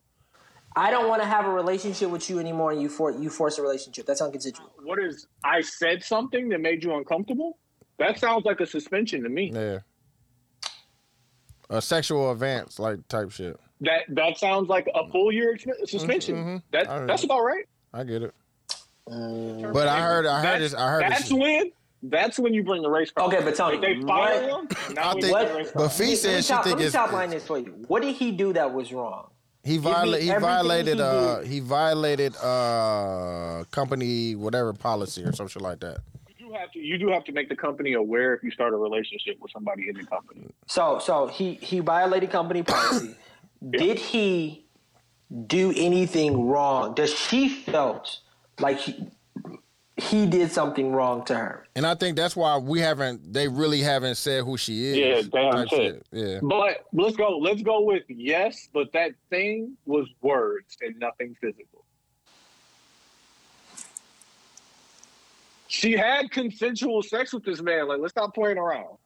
Speaker 2: I don't want to have a relationship with you anymore, and you for you force a relationship. That's unconsensual.
Speaker 3: What is I said something that made you uncomfortable? That sounds like a suspension to me.
Speaker 1: Yeah. A sexual advance, like type shit.
Speaker 3: That that sounds like a full year exp- suspension. That
Speaker 1: Mm-hmm. I heard
Speaker 3: that's
Speaker 1: you.
Speaker 3: about right.
Speaker 1: I get it.
Speaker 2: Mm.
Speaker 1: but I heard, I heard
Speaker 3: That's,
Speaker 1: this, I heard
Speaker 3: that's
Speaker 1: this.
Speaker 3: when that's when you bring the race card.
Speaker 2: Okay, but Tony,
Speaker 3: if they fire him, now
Speaker 1: I
Speaker 3: we
Speaker 1: think,
Speaker 3: bring the race card.
Speaker 1: but Fee
Speaker 2: let me
Speaker 1: said she
Speaker 2: top,
Speaker 1: think
Speaker 2: let me
Speaker 1: it's,
Speaker 2: top line this for you. What did he do that was wrong?
Speaker 1: he, viola- he
Speaker 2: everything
Speaker 1: violated,
Speaker 2: he
Speaker 1: uh,
Speaker 2: did.
Speaker 1: he violated, uh, company whatever policy or some shit like that.
Speaker 3: you do have to you do have to make the company aware if you start a relationship with somebody in the company.
Speaker 2: So so he he violated company policy. Did he do anything wrong? Does she felt like he, he did something wrong to her?
Speaker 1: And I think that's why we haven't, they really haven't said who she is.
Speaker 3: Yeah, they
Speaker 1: type
Speaker 3: haven't said.
Speaker 1: shit. Yeah.
Speaker 3: But let's go. Let's go with yes. But that thing was words and nothing physical. She had consensual sex with this man. Like, let's stop playing around.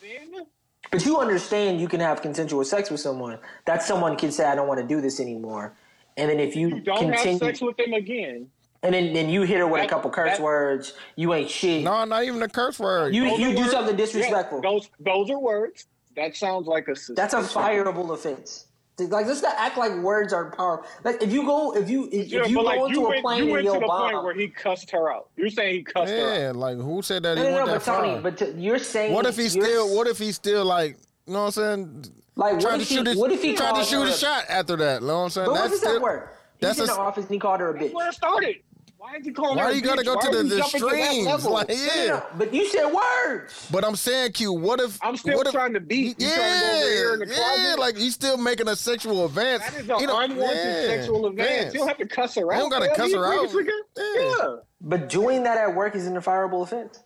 Speaker 3: Then
Speaker 2: But you understand you can have consensual sex with someone. That someone can say, I don't want to do this anymore. And then if you,
Speaker 3: You don't
Speaker 2: continue,
Speaker 3: have sex with them again.
Speaker 2: and then, then you hit her with a
Speaker 3: That-
Speaker 2: couple curse
Speaker 3: that-
Speaker 2: words, you ain't shit.
Speaker 1: No, not even a curse word.
Speaker 2: you
Speaker 3: Those
Speaker 2: you
Speaker 3: are
Speaker 2: do
Speaker 3: words-
Speaker 2: something disrespectful.
Speaker 3: Yeah, those those are words. That sounds like a. sus-
Speaker 2: That's a fireable offense. Like let's not act like words are powerful. Like if you go if you if,
Speaker 3: Yeah,
Speaker 2: if you
Speaker 3: but
Speaker 2: go
Speaker 3: like you
Speaker 2: into a
Speaker 3: went,
Speaker 2: plane
Speaker 3: you
Speaker 2: and
Speaker 3: went to
Speaker 2: you'll
Speaker 3: the
Speaker 2: bomb.
Speaker 3: point where he cussed her out. You're saying he cussed her out.
Speaker 1: yeah, like who said that he
Speaker 2: no, no,
Speaker 1: went
Speaker 2: no, but
Speaker 1: that
Speaker 2: Tony,
Speaker 1: far?
Speaker 2: but t- you're saying
Speaker 1: what if he
Speaker 2: you're-
Speaker 1: still? What if he still like? You know what I'm saying?
Speaker 2: like what
Speaker 1: Trying to
Speaker 2: if he
Speaker 1: shoot his,
Speaker 2: what if he
Speaker 1: tried to
Speaker 2: called
Speaker 1: shoot
Speaker 2: her
Speaker 1: a
Speaker 2: a-
Speaker 1: shot after that. You know what I'm saying?
Speaker 2: But what does that work?
Speaker 1: that's
Speaker 2: He's in
Speaker 1: a-
Speaker 2: the office and he called her a bitch.
Speaker 3: That's where it started. Why is he calling her?
Speaker 1: Why
Speaker 3: a
Speaker 1: do you gotta
Speaker 3: bitch?
Speaker 1: go
Speaker 3: Why
Speaker 1: to
Speaker 3: are
Speaker 1: the,
Speaker 3: we
Speaker 1: the
Speaker 3: jumping to that
Speaker 1: streams?
Speaker 3: level?
Speaker 1: Like,
Speaker 2: No, no,
Speaker 1: yeah.
Speaker 2: no, But you said words.
Speaker 1: But I'm saying, Q, what if
Speaker 3: I'm still
Speaker 1: what if,
Speaker 3: trying to beat. You
Speaker 1: Yeah,
Speaker 3: trying to go over here in the
Speaker 1: yeah,
Speaker 3: closet?
Speaker 1: like he's still making a sexual advance.
Speaker 3: that is
Speaker 1: He
Speaker 3: an
Speaker 1: don't-
Speaker 3: unwanted
Speaker 1: yeah,
Speaker 3: sexual advance. You don't have to cuss her out.
Speaker 1: don't gotta
Speaker 3: man.
Speaker 1: cuss
Speaker 3: You
Speaker 1: her out.
Speaker 3: freaking-
Speaker 1: Yeah.
Speaker 3: Yeah.
Speaker 2: But doing that at work is an fireable offense.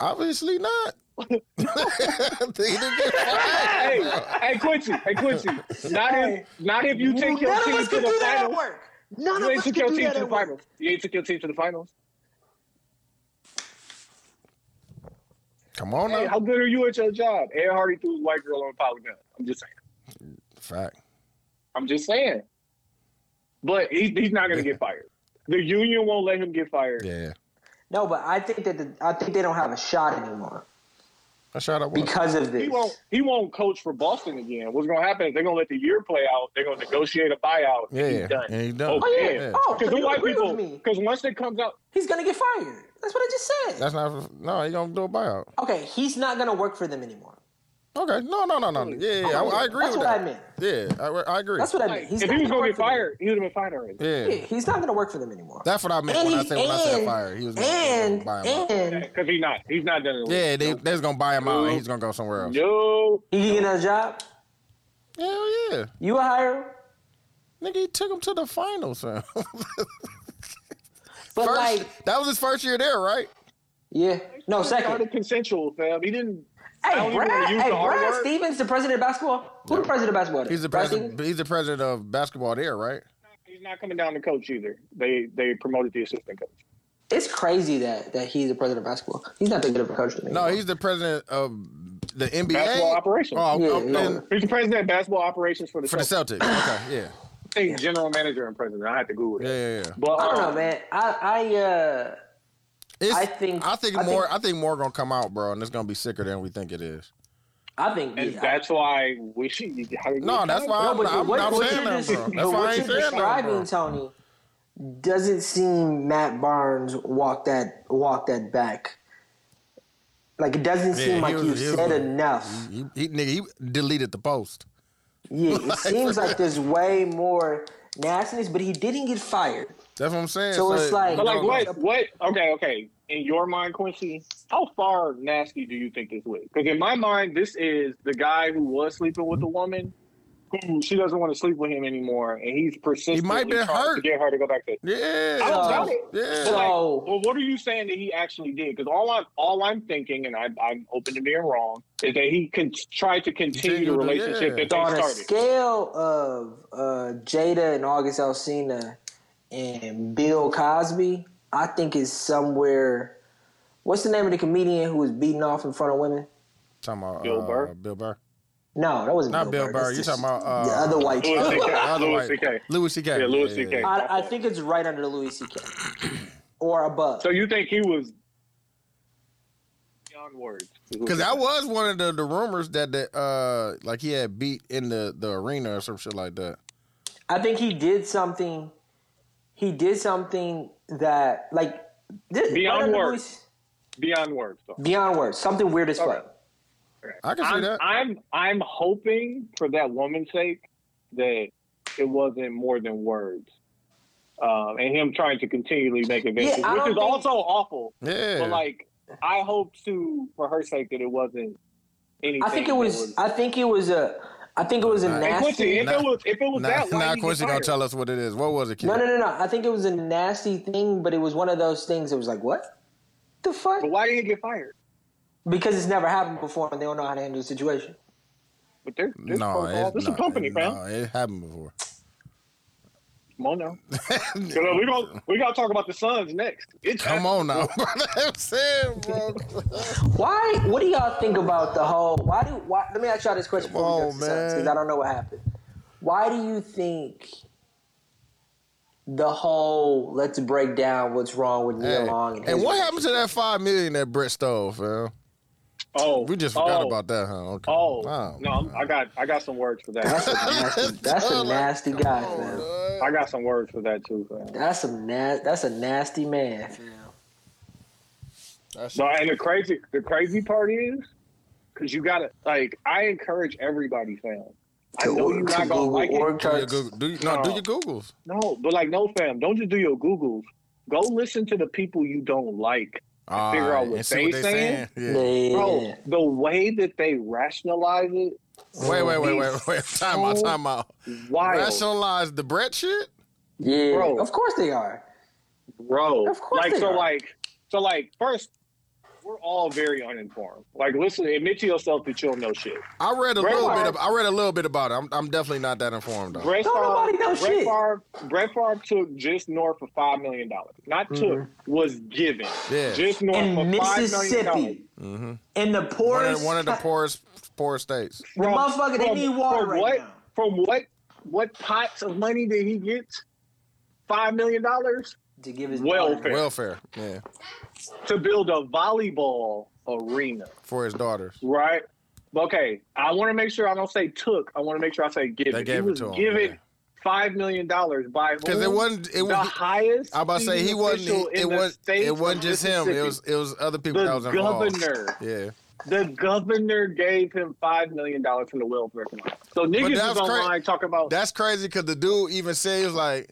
Speaker 1: Obviously not. He didn't get fired.
Speaker 3: Hey, hey, Quincy, hey, Quincy. Not if, not if you take your
Speaker 2: None of
Speaker 3: team
Speaker 2: us
Speaker 3: to
Speaker 2: can
Speaker 3: the
Speaker 2: do that at
Speaker 3: finals.
Speaker 2: work. None
Speaker 3: You
Speaker 2: of
Speaker 3: ain't
Speaker 2: us
Speaker 3: took
Speaker 2: can
Speaker 3: your
Speaker 2: do
Speaker 3: team
Speaker 2: that
Speaker 3: to the
Speaker 2: at work.
Speaker 3: finals. You ain't took your team to the finals.
Speaker 1: Come on
Speaker 3: Hey,
Speaker 1: now.
Speaker 3: how good are you at your job? Ed Hardy threw his white girl on a pile of guns. I'm just saying.
Speaker 1: Fact.
Speaker 3: I'm just saying. But he, he's not going to get fired. The union won't let him get fired.
Speaker 1: Yeah.
Speaker 2: No, but I think that the, I think they don't have a shot anymore
Speaker 1: I shot up.
Speaker 2: because of this.
Speaker 3: He won't. He won't coach for Boston again. What's going to happen is they're going to let the year play out. They're going to negotiate a buyout.
Speaker 1: Yeah,
Speaker 3: he's done.
Speaker 1: and he's done.
Speaker 3: Oh,
Speaker 2: Oh yeah.
Speaker 3: yeah.
Speaker 2: Oh,
Speaker 3: Because
Speaker 2: so
Speaker 3: the
Speaker 2: you
Speaker 3: white
Speaker 2: agree
Speaker 3: people.
Speaker 2: with me.
Speaker 3: Because once it comes out,
Speaker 2: He's gonna get fired. That's what I just said.
Speaker 1: That's not no. He gonna do a buyout.
Speaker 2: okay, he's not gonna work for them anymore.
Speaker 1: Okay. No, no, no, no. Yeah, yeah. Oh, I, I agree
Speaker 2: That's
Speaker 1: with
Speaker 2: what
Speaker 1: that.
Speaker 2: I meant.
Speaker 1: Yeah, I, I agree.
Speaker 2: That's what I meant.
Speaker 3: like,
Speaker 2: He's
Speaker 3: if
Speaker 2: not
Speaker 3: he was going
Speaker 2: work
Speaker 3: to get
Speaker 2: for them.
Speaker 3: fired, he would have been fired already.
Speaker 1: yeah.
Speaker 2: Yeah, he's not gonna work for them anymore.
Speaker 1: That's what I meant when I
Speaker 2: And
Speaker 1: said when I said
Speaker 2: and-
Speaker 1: fire. He was gonna,
Speaker 2: and
Speaker 1: buy him out.
Speaker 2: and
Speaker 3: Because he's not. He's not done it.
Speaker 1: Yeah, they they's gonna buy him out and
Speaker 3: Nope.
Speaker 1: he's gonna go somewhere else.
Speaker 3: No.
Speaker 2: he can get another job.
Speaker 1: Hell yeah.
Speaker 2: You will hire him,
Speaker 1: Nigga, he took him to the finals. fam.
Speaker 2: but
Speaker 1: First-
Speaker 2: like,
Speaker 1: that was his first year there, right?
Speaker 2: yeah, no
Speaker 3: Started
Speaker 2: second.
Speaker 3: consensual, fam. He didn't. I don't
Speaker 2: Hey,
Speaker 3: even wanna
Speaker 2: Brad,
Speaker 3: use
Speaker 2: hey,
Speaker 3: the R
Speaker 2: Brad
Speaker 3: word.
Speaker 2: Stevens, the president of basketball. Who the president of basketball? is?
Speaker 1: He's the
Speaker 2: Brad
Speaker 1: president.
Speaker 2: Stevens?
Speaker 1: He's the president of basketball there, right?
Speaker 3: He's not coming down to coach either. They they promoted the assistant coach.
Speaker 2: It's crazy that that he's the president of basketball. He's not that good of a coach to me.
Speaker 1: No, he's the president of the NBA
Speaker 3: Basketball operations.
Speaker 1: Oh,
Speaker 2: Yeah,
Speaker 1: oh,
Speaker 2: yeah.
Speaker 1: and-
Speaker 3: He's the president of basketball operations for the
Speaker 1: for the
Speaker 3: Celtics.
Speaker 1: Celtics. Okay, yeah,
Speaker 3: I think general manager and president. I had to Google
Speaker 1: yeah,
Speaker 3: that.
Speaker 1: yeah. yeah.
Speaker 3: But
Speaker 2: I don't know,
Speaker 3: um,
Speaker 2: man. I I uh,
Speaker 1: It's,
Speaker 2: I think-
Speaker 1: I think
Speaker 2: I
Speaker 1: more. I think more gonna come out, bro, and it's gonna be sicker than we think it is.
Speaker 2: I think
Speaker 3: And
Speaker 2: yeah, I-
Speaker 3: that's why we should. how-
Speaker 1: No, that's why
Speaker 2: No,
Speaker 1: I'm,
Speaker 2: but
Speaker 1: Um, I'm
Speaker 2: what,
Speaker 1: not
Speaker 2: what
Speaker 1: saying
Speaker 2: you're
Speaker 1: that,
Speaker 2: des-
Speaker 1: bro.
Speaker 2: but
Speaker 1: That's why I
Speaker 2: what
Speaker 1: ain't
Speaker 2: you're
Speaker 1: saying that,
Speaker 2: describing,
Speaker 1: bro.
Speaker 2: Tony, doesn't seem Matt Barnes walk that walk that back. Like it doesn't
Speaker 1: Yeah,
Speaker 2: seem
Speaker 1: he
Speaker 2: like
Speaker 1: was-
Speaker 2: you've
Speaker 1: he was-
Speaker 2: said enough.
Speaker 1: He, he, nigga, he deleted the post.
Speaker 2: Yeah, it seems like there's way more nastiness, but he didn't get fired.
Speaker 1: That's what I'm saying.
Speaker 2: So it's like-
Speaker 3: But like,
Speaker 1: Y'all
Speaker 3: what? What? Okay, okay. In your mind, Quincy, how far nasty do you think this was? Because in my mind, this is the guy who was sleeping with a woman. Who she doesn't want to sleep with him anymore, and he's persistent.
Speaker 1: been hurt.
Speaker 3: to get her to go back to.
Speaker 1: Yeah.
Speaker 3: I don't doubt it.
Speaker 1: Yeah.
Speaker 3: But like,
Speaker 2: So-
Speaker 3: well, what are you saying that he actually did? Because all I'm all I'm thinking, and I, I'm open to being wrong, is that he con- tried to
Speaker 1: Continue
Speaker 3: continue the
Speaker 1: to-
Speaker 3: relationship
Speaker 1: yeah.
Speaker 3: that they
Speaker 2: On a
Speaker 3: started.
Speaker 2: scale of uh, Jada and August Alsina and Bill Cosby, I think it's somewhere. What's the name of the comedian who was beating off in front of women?
Speaker 1: Talking about
Speaker 3: Bill
Speaker 1: uh,
Speaker 3: Burr?
Speaker 1: Bill Burr.
Speaker 2: No, that wasn't
Speaker 1: Not Bill Burr.
Speaker 2: That's
Speaker 1: You
Speaker 2: just
Speaker 1: talking about, uh,
Speaker 2: the other white
Speaker 3: Louis
Speaker 2: chick.
Speaker 3: C.K.
Speaker 1: Other
Speaker 3: Louis
Speaker 1: white-
Speaker 3: C.K.
Speaker 1: Louis C.K.
Speaker 3: Yeah, Louis C.K.
Speaker 2: I, I think it's right under Louis C.K. or above.
Speaker 3: So you think he was beyond words?
Speaker 1: Because that was one of the, the rumors that the uh like he had beat in the, the arena or some shit like that.
Speaker 2: I think he did something. He did something that like this,
Speaker 3: Beyond
Speaker 2: under
Speaker 3: words.
Speaker 2: Louis-
Speaker 3: beyond words. Though.
Speaker 2: beyond words. Something weird as fuck.
Speaker 1: I can see
Speaker 3: I'm,
Speaker 1: that.
Speaker 3: I'm I'm hoping for that woman's sake that it wasn't more than words, um, and him trying to continually make advances,
Speaker 2: Yeah, I
Speaker 3: which
Speaker 2: don't
Speaker 3: is
Speaker 2: think-
Speaker 3: also awful.
Speaker 1: yeah.
Speaker 3: But like, I hope to for her sake that it wasn't anything.
Speaker 2: I think it
Speaker 3: that
Speaker 2: was. I think it was a. I think it was a
Speaker 1: Nah.
Speaker 3: Hey, Quincy,
Speaker 2: nasty.
Speaker 3: if it was, if it was
Speaker 1: now
Speaker 3: that, why
Speaker 1: now
Speaker 3: you
Speaker 1: Quincy
Speaker 3: get
Speaker 1: gonna
Speaker 3: fired?
Speaker 1: tell us what it is. What was it, kid?
Speaker 2: No, no, no, no. I think it was a nasty thing, but it was one of those things. that was like what the fuck?
Speaker 3: But why did he get fired?
Speaker 2: Because it's never happened before, and they don't know how to handle the situation.
Speaker 3: But there's, there's
Speaker 1: No,
Speaker 3: protocol.
Speaker 1: it's
Speaker 3: This is
Speaker 1: not-
Speaker 3: a company, fam.
Speaker 1: No, it happened before.
Speaker 3: Come on now. So we gonna we gotta talk about the Suns next. It's
Speaker 1: Come on now, brother. I'm saying, bro.
Speaker 2: Why? What do y'all think about the whole? Why do? Why, let me ask y'all this question
Speaker 1: Come
Speaker 2: before
Speaker 1: on,
Speaker 2: we get to Suns because
Speaker 1: man.
Speaker 2: I don't know what happened. Why do you think the whole "let's break down what's wrong with Neil
Speaker 1: Hey,
Speaker 2: Long" and,
Speaker 1: and
Speaker 2: his-
Speaker 1: what happened to that five million that Brett stole, fam?
Speaker 3: Oh,
Speaker 1: We just forgot
Speaker 3: oh,
Speaker 1: about that, huh? Okay.
Speaker 3: Oh
Speaker 1: Wow.
Speaker 3: no, I'm, I got I got some words for
Speaker 2: That's a
Speaker 3: that.
Speaker 2: nasty, that's a nasty guy, fam.
Speaker 3: I got some words for that too. Man.
Speaker 2: That's a na- That's a nasty man, fam.
Speaker 3: No, and the crazy the crazy part is because you gotta like I encourage everybody, fam. I
Speaker 2: To,
Speaker 3: know you're
Speaker 2: to
Speaker 3: not gonna
Speaker 2: Google
Speaker 3: like it.
Speaker 2: org
Speaker 1: Do your
Speaker 2: charts.
Speaker 1: Google, do you, no,
Speaker 3: Uh,
Speaker 1: do your Googles.
Speaker 3: No, but like no, fam. Don't just do your Googles. Go listen to the people you don't like.
Speaker 1: All
Speaker 3: Figure out
Speaker 1: right,
Speaker 3: what
Speaker 1: and see
Speaker 3: they
Speaker 1: what they
Speaker 3: saying?
Speaker 1: saying. Yeah.
Speaker 2: Yeah.
Speaker 3: Bro, the way that they rationalize it,
Speaker 1: Wait, wait, wait, wait, wait. Time out, time out.
Speaker 3: wild,
Speaker 1: Rationalize the Brett shit.
Speaker 2: yeah.
Speaker 3: Bro.
Speaker 2: Of course they are.
Speaker 3: bro.
Speaker 2: Of course
Speaker 3: like
Speaker 2: they
Speaker 3: so,
Speaker 2: are.
Speaker 3: like so, like first, we're all very uninformed. Like, listen, admit to yourself that you don't know shit.
Speaker 1: I read a
Speaker 3: Brett
Speaker 1: little bit.
Speaker 3: Favre-
Speaker 1: Of, I read a little bit about it. I'm, I'm definitely not that informed though.
Speaker 3: Brett
Speaker 2: Don't nobody
Speaker 3: Favre,
Speaker 2: know
Speaker 3: Brett
Speaker 2: shit.
Speaker 3: Favre, Brett Favre took just north of five million dollars. Not took, was given.
Speaker 1: Yeah.
Speaker 3: Just north
Speaker 2: Mm-hmm. In
Speaker 3: of five million dollars.
Speaker 2: Mississippi, in the
Speaker 1: Mm-hmm. One
Speaker 2: poorest,
Speaker 1: of, one of the poorest, poor states.
Speaker 2: The motherfucker, they need water right
Speaker 3: what,
Speaker 2: now.
Speaker 3: From what what pots of money did he get? Five million dollars
Speaker 2: to give his
Speaker 3: Welfare.
Speaker 2: daughter-
Speaker 1: Welfare, yeah,
Speaker 3: to build a volleyball arena,
Speaker 1: for his daughters.
Speaker 3: right? Okay, I want to make sure I don't say took. I want to make sure I say given.
Speaker 1: They gave
Speaker 3: he
Speaker 1: it
Speaker 3: was
Speaker 1: to him,
Speaker 3: given
Speaker 1: yeah.
Speaker 3: five million dollars by
Speaker 1: Because it
Speaker 3: whom?
Speaker 1: wasn't. It
Speaker 3: the
Speaker 1: was.
Speaker 3: highest.
Speaker 1: I about to say he
Speaker 3: senior
Speaker 1: wasn't.
Speaker 3: official
Speaker 1: it
Speaker 3: in the
Speaker 1: was.
Speaker 3: state
Speaker 1: It wasn't
Speaker 3: of
Speaker 1: just him. It
Speaker 3: Mississippi.
Speaker 1: was. It was other people
Speaker 3: the
Speaker 1: that was involved.
Speaker 3: governor.
Speaker 1: Yeah,
Speaker 3: The governor gave him five million dollars from the welfare fund. So niggas
Speaker 1: that's
Speaker 3: is online
Speaker 1: cra-
Speaker 3: talking about
Speaker 1: that's crazy. Because the dude even said he was like,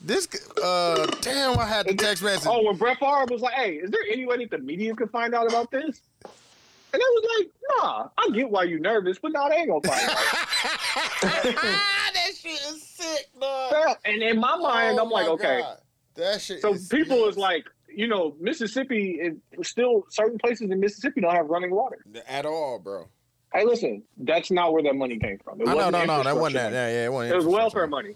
Speaker 1: "This uh, damn, I had the text message.
Speaker 3: Oh, when Brett Favre was like, "Hey, is there any way that the media could find out about this?" And I was like, "Nah, I get why you're nervous, but nah, they ain't gonna find out."
Speaker 1: that shit is sick, dog.
Speaker 3: and in my mind,
Speaker 1: Oh
Speaker 3: I'm like,
Speaker 1: my
Speaker 3: "Okay."
Speaker 1: God. That shit.
Speaker 3: So
Speaker 1: is
Speaker 3: people
Speaker 1: nuts.
Speaker 3: is like, you know, Mississippi is still certain places in Mississippi don't have running water.
Speaker 1: at all, bro.
Speaker 3: Hey, listen, that's not where that money came from. It
Speaker 1: I know,
Speaker 3: wasn't
Speaker 1: no, no, that
Speaker 3: infrastructure
Speaker 1: wasn't that.
Speaker 3: money.
Speaker 1: Yeah, yeah, it wasn't.
Speaker 3: It was
Speaker 1: infrastructure.
Speaker 3: welfare money.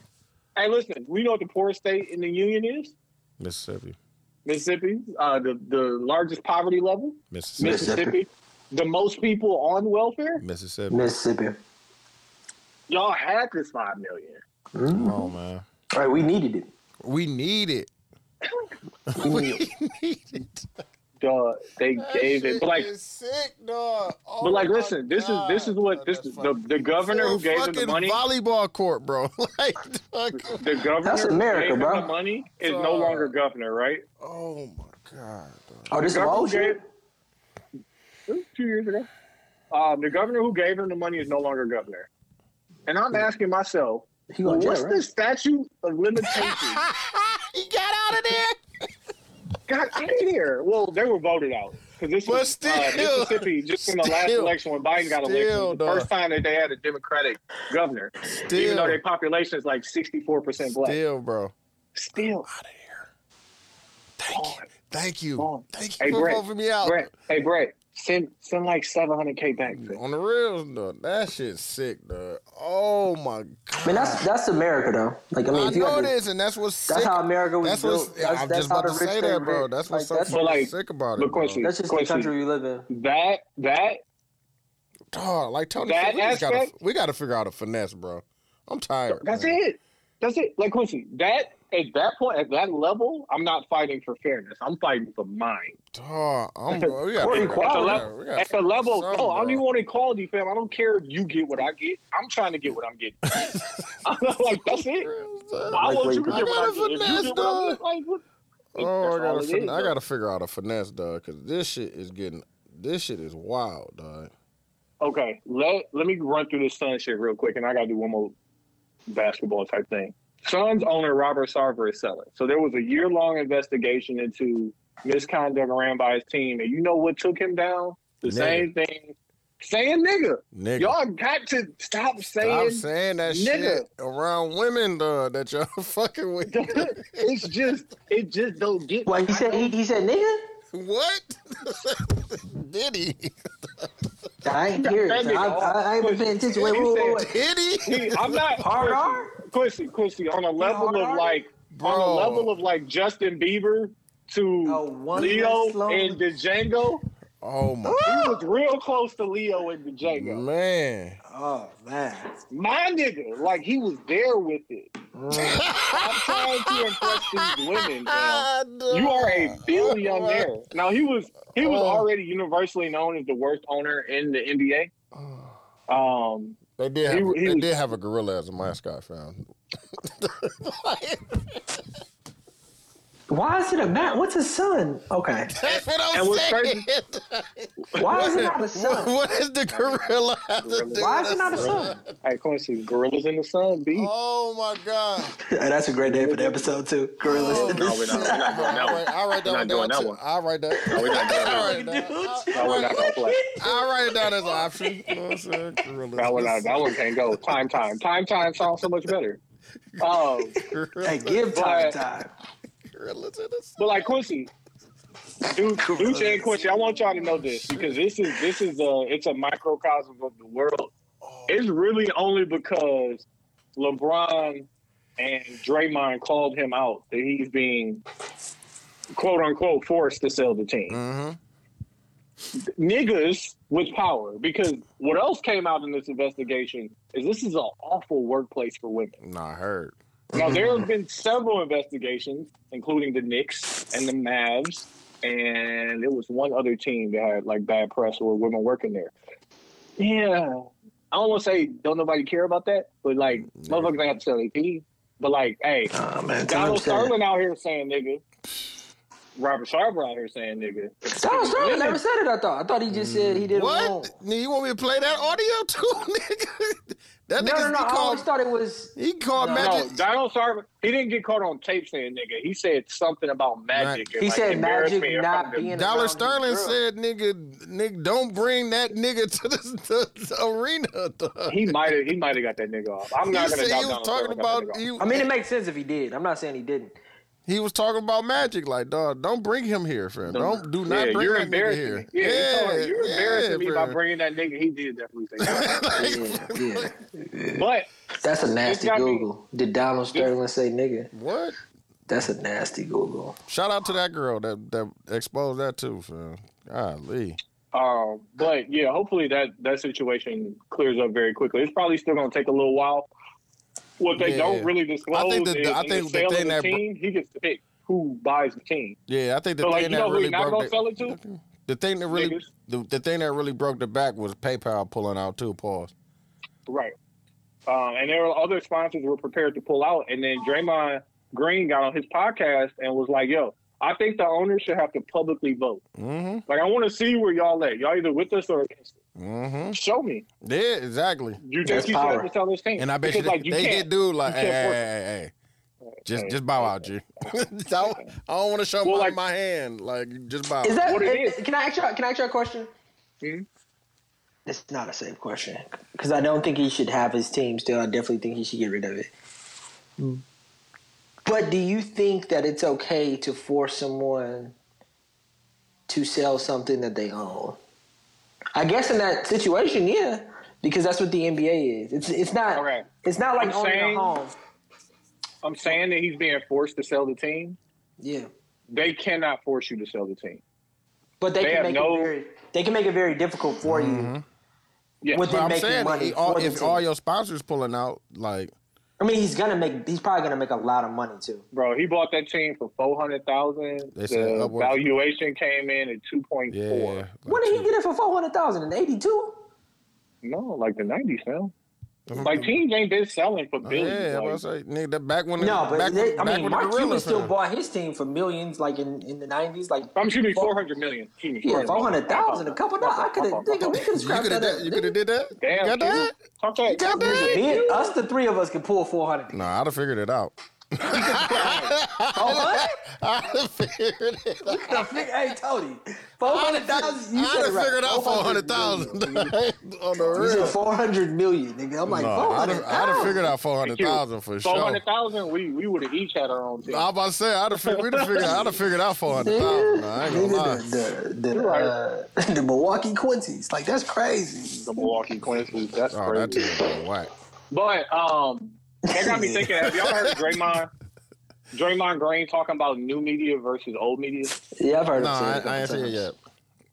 Speaker 3: Hey, listen, we know what the poorest state in the union is.
Speaker 1: Mississippi,
Speaker 3: Mississippi, uh, the the largest poverty level.
Speaker 1: Mississippi,
Speaker 3: Mississippi, the most people on welfare.
Speaker 1: Mississippi.
Speaker 2: Mississippi. All
Speaker 3: Y'all had this five million.
Speaker 1: Come on, man.
Speaker 2: right, we needed it.
Speaker 1: We need it. we need it.
Speaker 3: Duh, they gave it. But like,
Speaker 1: sick, Oh dog.
Speaker 3: but like, listen, this is this is what this is the the governor who gave him the money.
Speaker 1: volleyball court, bro. like, fuck.
Speaker 3: The governor
Speaker 2: That's
Speaker 3: who
Speaker 2: America,
Speaker 3: gave him
Speaker 2: bro.
Speaker 3: the money is
Speaker 1: Duh.
Speaker 3: no longer governor, right?
Speaker 1: oh my god. dog.
Speaker 2: Oh, this is
Speaker 3: Governor who
Speaker 2: old shit.
Speaker 3: gave- two years ago. Um, the governor who gave him the money is no longer governor. And I'm asking myself,
Speaker 2: He going to
Speaker 3: what's
Speaker 2: jail,
Speaker 3: the
Speaker 2: right?
Speaker 3: statute of limitations?
Speaker 1: he got out of there.
Speaker 3: God, I didn't hear. Well, they were voted out because this
Speaker 1: But
Speaker 3: was uh,
Speaker 1: still-
Speaker 3: Mississippi just in the last
Speaker 1: still-
Speaker 3: election when Biden got elected.
Speaker 1: still,
Speaker 3: was the
Speaker 1: dog.
Speaker 3: first time that they had a Democratic governor, even though
Speaker 1: Still.
Speaker 3: their population is like sixty-four percent black. Still,
Speaker 1: Still, bro.
Speaker 3: out of
Speaker 1: Thank you. Thank you.
Speaker 3: Come on.
Speaker 1: Thank you
Speaker 3: Hey,
Speaker 1: for
Speaker 3: Brett.
Speaker 1: voting me out.
Speaker 3: Brett, hey Brett, send send like seven hundred k back. man.
Speaker 1: On the real, dog. That shit's sick, dog. Oh my god.
Speaker 2: I mean, that's that's America, though. Like, I mean,
Speaker 1: I
Speaker 2: if you
Speaker 1: know
Speaker 2: got
Speaker 1: it
Speaker 2: to,
Speaker 1: is, and that's what's
Speaker 2: that's
Speaker 1: sick.
Speaker 2: how America was
Speaker 1: that's
Speaker 2: built.
Speaker 1: what's.
Speaker 2: That's,
Speaker 1: I'm
Speaker 2: that's
Speaker 1: just
Speaker 2: how
Speaker 1: about to
Speaker 2: the rich
Speaker 1: say
Speaker 2: stay
Speaker 1: that, bro.
Speaker 2: rich.
Speaker 1: That's
Speaker 2: Like,
Speaker 1: what's so
Speaker 2: that's,
Speaker 1: fucking
Speaker 3: like,
Speaker 1: sick about it.
Speaker 3: look,
Speaker 1: Bro.
Speaker 3: question.
Speaker 2: that's just the
Speaker 3: Question.
Speaker 2: country we live in.
Speaker 3: That that
Speaker 1: Dog, like Tony,
Speaker 3: That
Speaker 1: said, we, just gotta,
Speaker 3: aspect-
Speaker 1: we gotta figure out a finesse, bro. I'm tired.
Speaker 3: that's
Speaker 1: man.
Speaker 3: it. That's it. Like Quincy, that at that point, at that level, I'm not fighting for fairness. I'm fighting for mine.
Speaker 1: Dog, I'm. Bro, we gotta
Speaker 3: At the
Speaker 1: figure out-
Speaker 3: level-
Speaker 1: we gotta
Speaker 3: at the
Speaker 1: figure out
Speaker 3: level,
Speaker 1: something,
Speaker 3: no, I don't
Speaker 1: bro.
Speaker 3: even want equality, fam. I don't care if you get what I get. I'm trying to get what I'm getting. I'm like, that's it. I want you to
Speaker 1: I
Speaker 3: get
Speaker 1: gotta
Speaker 3: what I get. If you
Speaker 1: finesse,
Speaker 3: get what I
Speaker 1: dog.
Speaker 3: get, like, what?
Speaker 1: Oh, I
Speaker 3: That's all
Speaker 1: gotta,
Speaker 3: it
Speaker 1: fin-
Speaker 3: is,
Speaker 1: I
Speaker 3: though.
Speaker 1: gotta figure out a finesse, dog, because this shit is getting, this shit is wild, dog.
Speaker 3: Okay, let let me run through this Suns shit real quick, and I gotta do one more basketball type thing. Suns owner Robert Sarver is selling. So there was a year long investigation into misconduct ran by his team, and you know what took him down? The
Speaker 1: Nigga.
Speaker 3: same thing. Saying nigga.
Speaker 1: Nigga,
Speaker 3: Y'all got to stop
Speaker 1: I'm
Speaker 3: saying
Speaker 1: saying that
Speaker 3: nigga.
Speaker 1: shit around women, dog, that y'all fucking with.
Speaker 3: it's just it just don't get
Speaker 2: Well, he said, he, he said, nigga,
Speaker 1: what? Diddy,
Speaker 2: I ain't hear it.
Speaker 3: That
Speaker 2: I,
Speaker 3: nigga
Speaker 2: I, I ain't been paying attention. oh, Wait,
Speaker 3: He
Speaker 2: wait, wait,
Speaker 3: said-
Speaker 2: wait.
Speaker 1: Diddy.
Speaker 3: I'm not
Speaker 2: Hard R?
Speaker 3: Quincy, Quincy, on a level of like on
Speaker 1: Bro.
Speaker 3: a level of like Justin Bieber to
Speaker 2: Oh, one
Speaker 3: Leo
Speaker 2: less slow-
Speaker 3: and Django,
Speaker 1: Oh my
Speaker 3: he was real close to Leo and Django.
Speaker 1: man.
Speaker 2: Oh man.
Speaker 3: My nigga, like he was there with it. I'm trying to impress these women. Bro. You are a billionaire. Now he was he was
Speaker 1: Oh.
Speaker 3: already universally known as the worst owner in the NBA.
Speaker 1: Oh.
Speaker 3: Um,
Speaker 1: They did. Have,
Speaker 3: He- he
Speaker 1: they
Speaker 3: was-
Speaker 1: did have a gorilla as a mascot. Found.
Speaker 2: Why is it a man? What's a son? Okay.
Speaker 1: That's what I'm
Speaker 3: And what's
Speaker 1: saying.
Speaker 3: crazy-
Speaker 2: Why is it not a
Speaker 1: what,
Speaker 2: son?
Speaker 1: what is the gorilla? have to do
Speaker 2: Why is it
Speaker 1: with
Speaker 2: not a
Speaker 1: this?
Speaker 2: son?
Speaker 3: hey Quincy, gorillas in the sun, B.
Speaker 1: Oh my god!
Speaker 2: That's a great day for the episode too. Gorillas.
Speaker 1: Oh,
Speaker 2: in the
Speaker 1: no,
Speaker 3: we're not- we're not doing that one.
Speaker 1: I'll write that
Speaker 3: We're not
Speaker 1: one down.
Speaker 3: doing that
Speaker 1: too.
Speaker 3: one.
Speaker 1: I'll write that.
Speaker 3: No, we're not doing that
Speaker 1: I'll write that.
Speaker 3: one. That one not gonna play.
Speaker 1: I'll write it down as an option. You know what I'm saying? Gorillas.
Speaker 3: That one, that one can't go. Time, time, time, time sounds so much better. Um,
Speaker 2: Hey,
Speaker 1: Gorillas.
Speaker 2: give time
Speaker 3: But-
Speaker 2: time.
Speaker 1: Gorillas in the
Speaker 3: but like Quincy, Duke, Duke and Quincy, I want y'all to know this because this is this is a it's a microcosm of the world. It's really only because LeBron and Draymond called him out that he's being quote unquote forced to sell the team.
Speaker 1: Mhm.
Speaker 3: Niggas with power, because what else came out in this investigation is this is an awful workplace for women.
Speaker 1: Nah, I heard.
Speaker 3: Now there have been several investigations, including the Knicks and the Mavs, and it was one other team that had like bad press where women working there. Yeah, I don't want to say don't nobody care about that, but like motherfuckers ain't have to sell their team. But like, hey,
Speaker 2: Oh man,
Speaker 3: Donald
Speaker 2: time said it.
Speaker 3: Sterling out here saying nigga, Robert Sarver out here saying nigga.
Speaker 2: Donald Sterling never said it. I thought. I thought he just said he did it wrong.
Speaker 1: What? Nigga, You want me to play that audio too, nigga? That
Speaker 2: No,
Speaker 1: nigga
Speaker 2: no, no. I
Speaker 1: called.
Speaker 2: always thought it was.
Speaker 1: He called
Speaker 2: No.
Speaker 3: No,
Speaker 1: Magic.
Speaker 3: Donald Sarver, he didn't get caught on tape saying nigga. He said something about magic. and,
Speaker 2: He
Speaker 3: like,
Speaker 2: said
Speaker 3: embarrassed
Speaker 2: Magic
Speaker 3: me in front
Speaker 2: not
Speaker 3: of the
Speaker 2: being.
Speaker 1: Dollar
Speaker 2: around
Speaker 1: Sterling
Speaker 2: his girl.
Speaker 1: said, "Nigga, nigga, don't bring that nigga to the, the, the arena." Dog.
Speaker 3: He might have. He might have got that nigga off. I'm
Speaker 1: You
Speaker 3: not gonna
Speaker 1: said
Speaker 3: doubt
Speaker 1: he was
Speaker 3: Donald
Speaker 1: talking
Speaker 3: Sterling
Speaker 1: about.
Speaker 3: got that nigga
Speaker 1: He,
Speaker 2: I mean, it makes sense if he did. I'm not saying he didn't.
Speaker 1: he was talking about magic. Like, dog, don't bring him here, friend. Don't do
Speaker 3: off.
Speaker 1: not
Speaker 3: yeah,
Speaker 1: bring
Speaker 3: you're
Speaker 1: that nigga
Speaker 3: embarrassing
Speaker 1: here.
Speaker 3: me. Yeah, he told her, you're
Speaker 1: yeah,
Speaker 3: embarrassing me by
Speaker 1: friend.
Speaker 3: bringing that nigga. He did definitely say that.
Speaker 2: Yeah,
Speaker 3: but
Speaker 2: that's a nasty
Speaker 3: gotta be-
Speaker 2: Google. Did Donald Sterling say nigga?
Speaker 1: What?
Speaker 2: That's a nasty Google.
Speaker 1: Shout out to that girl that that exposed that too, friend. Golly.
Speaker 3: um, but yeah, hopefully that that situation clears up very quickly. It's probably still gonna take a little while. What they
Speaker 1: Yeah.
Speaker 3: don't really disclose
Speaker 1: I think the-
Speaker 3: is
Speaker 1: I
Speaker 3: in
Speaker 1: think the
Speaker 3: the sale
Speaker 1: thing
Speaker 3: of the
Speaker 1: that br-
Speaker 3: team, he gets to pick who buys the team.
Speaker 1: Yeah, I think the
Speaker 3: So like,
Speaker 1: thing
Speaker 3: you
Speaker 1: that
Speaker 3: know who
Speaker 1: really
Speaker 3: he not
Speaker 1: broke
Speaker 3: gonna
Speaker 1: the-
Speaker 3: sell it to?
Speaker 1: The thing that really
Speaker 3: Niggas.
Speaker 1: the, the thing that really broke the back was PayPal pulling out two paws.
Speaker 3: Right. Um, and there were other sponsors were prepared to pull out. And then Draymond Green got on his podcast and was like, yo, I think the owners should have to publicly vote.
Speaker 1: Mm-hmm.
Speaker 3: Like, I want to see where y'all at. Y'all either with us or against us.
Speaker 1: Mm-hmm.
Speaker 3: Show me.
Speaker 1: Yeah, exactly.
Speaker 3: You think
Speaker 2: That's
Speaker 3: you should
Speaker 2: power.
Speaker 3: have to sell this team?
Speaker 1: And I bet
Speaker 3: Because,
Speaker 1: you,
Speaker 3: like, you
Speaker 1: they
Speaker 3: can't.
Speaker 1: did do like, hey,
Speaker 3: you
Speaker 1: hey,
Speaker 3: can't
Speaker 1: hey, hey, hey. just just bow out, G. I don't, I don't want to show
Speaker 3: Well,
Speaker 1: my,
Speaker 3: like-
Speaker 1: my hand. Like, just bow.
Speaker 2: Is that?
Speaker 3: What it is.
Speaker 2: Can I ask you? Can I ask you a question?
Speaker 3: Mhm.
Speaker 2: It's not a safe question because I don't think he should have his team still. I definitely think he should get rid of it.
Speaker 3: Mm.
Speaker 2: But do you think that it's okay to force someone to sell something that they own? I guess in that situation, yeah, because that's what the NBA is. It's it's not
Speaker 3: Okay.
Speaker 2: it's not like
Speaker 3: I'm
Speaker 2: owning
Speaker 3: saying-
Speaker 2: a home.
Speaker 3: I'm saying that he's being forced to sell the team.
Speaker 2: Yeah,
Speaker 3: They cannot force you to sell the team.
Speaker 2: but they,
Speaker 3: They
Speaker 2: can
Speaker 3: have
Speaker 2: make
Speaker 3: no-
Speaker 2: it very they can make it very difficult for you
Speaker 3: Yeah.
Speaker 1: Mm-hmm. But
Speaker 2: with them
Speaker 1: I'm
Speaker 2: making
Speaker 1: saying
Speaker 2: money.
Speaker 1: if all,
Speaker 2: for the
Speaker 1: if
Speaker 2: team.
Speaker 1: all your sponsors pulling out, like,
Speaker 2: I mean, he's gonna make. He's probably gonna make a lot of money too.
Speaker 3: Bro, he bought that team for 400000
Speaker 1: They said
Speaker 3: The
Speaker 1: upwards.
Speaker 3: valuation came in at 2.4.
Speaker 1: yeah, like
Speaker 2: When did he get it for four hundred thousand in eighty two?
Speaker 3: No, like the 90s, now.
Speaker 1: two-
Speaker 3: Like teams ain't been selling for
Speaker 1: Oh,
Speaker 3: billions.
Speaker 1: yeah, I
Speaker 3: like,
Speaker 1: was like, nigga, that back when
Speaker 2: No, but
Speaker 1: back,
Speaker 2: they, I
Speaker 1: back
Speaker 2: mean,
Speaker 1: when the
Speaker 2: Mark Cuban
Speaker 1: gorillas,
Speaker 2: still
Speaker 1: huh?
Speaker 2: bought his team for millions, like in, in the nineties, like
Speaker 3: I'm shooting 400 million. Excuse me,
Speaker 2: yeah, four hundred thousand, a
Speaker 3: My
Speaker 2: couple.
Speaker 3: fault, my
Speaker 2: dollars. I
Speaker 3: fault,
Speaker 2: could
Speaker 3: my
Speaker 2: have,
Speaker 3: fault, my
Speaker 2: nigga, we
Speaker 3: fault.
Speaker 2: could have
Speaker 1: You
Speaker 2: scrapped
Speaker 1: could have
Speaker 2: that.
Speaker 1: did, you could have
Speaker 2: up.
Speaker 1: did that.
Speaker 3: Damn,
Speaker 1: you got that?
Speaker 3: Cuban. Talk that.
Speaker 1: You got that?
Speaker 2: Me and us, the three of us, could pull four hundred.
Speaker 1: No, I'd have figured it out.
Speaker 2: Oh, what?
Speaker 1: I'd have figured it. out.
Speaker 2: The fig- hey, Tony, four hundred thousand. You
Speaker 1: I'd
Speaker 2: said it
Speaker 1: have
Speaker 2: right.
Speaker 1: figured out four hundred
Speaker 2: 400,000.
Speaker 1: thousand on the
Speaker 2: You said
Speaker 1: real.
Speaker 2: four hundred million, nigga. I'm like
Speaker 1: No,
Speaker 2: four
Speaker 1: I'd
Speaker 2: hundred.
Speaker 1: have, I'd have figured out four hundred thousand for sure.
Speaker 3: 400,000, we, we would have each had our own team.
Speaker 1: I was about to say I'd have figured, we'd have figured I'd have figured out four hundred thousand. I ain't gonna lie.
Speaker 2: The, the, the,
Speaker 3: You're right.
Speaker 2: uh, the Milwaukee Quincy's, like that's crazy.
Speaker 3: The Milwaukee Quincy. That's
Speaker 1: Oh, that
Speaker 3: crazy.
Speaker 1: team is whack.
Speaker 3: But um, That got me thinking. Have y'all heard Draymond? Draymond Green talking about new media versus old media.
Speaker 2: Yeah, I've heard
Speaker 1: No,
Speaker 2: him
Speaker 1: I,
Speaker 2: say it a couple
Speaker 1: I ain't seen it
Speaker 2: times.
Speaker 1: yet.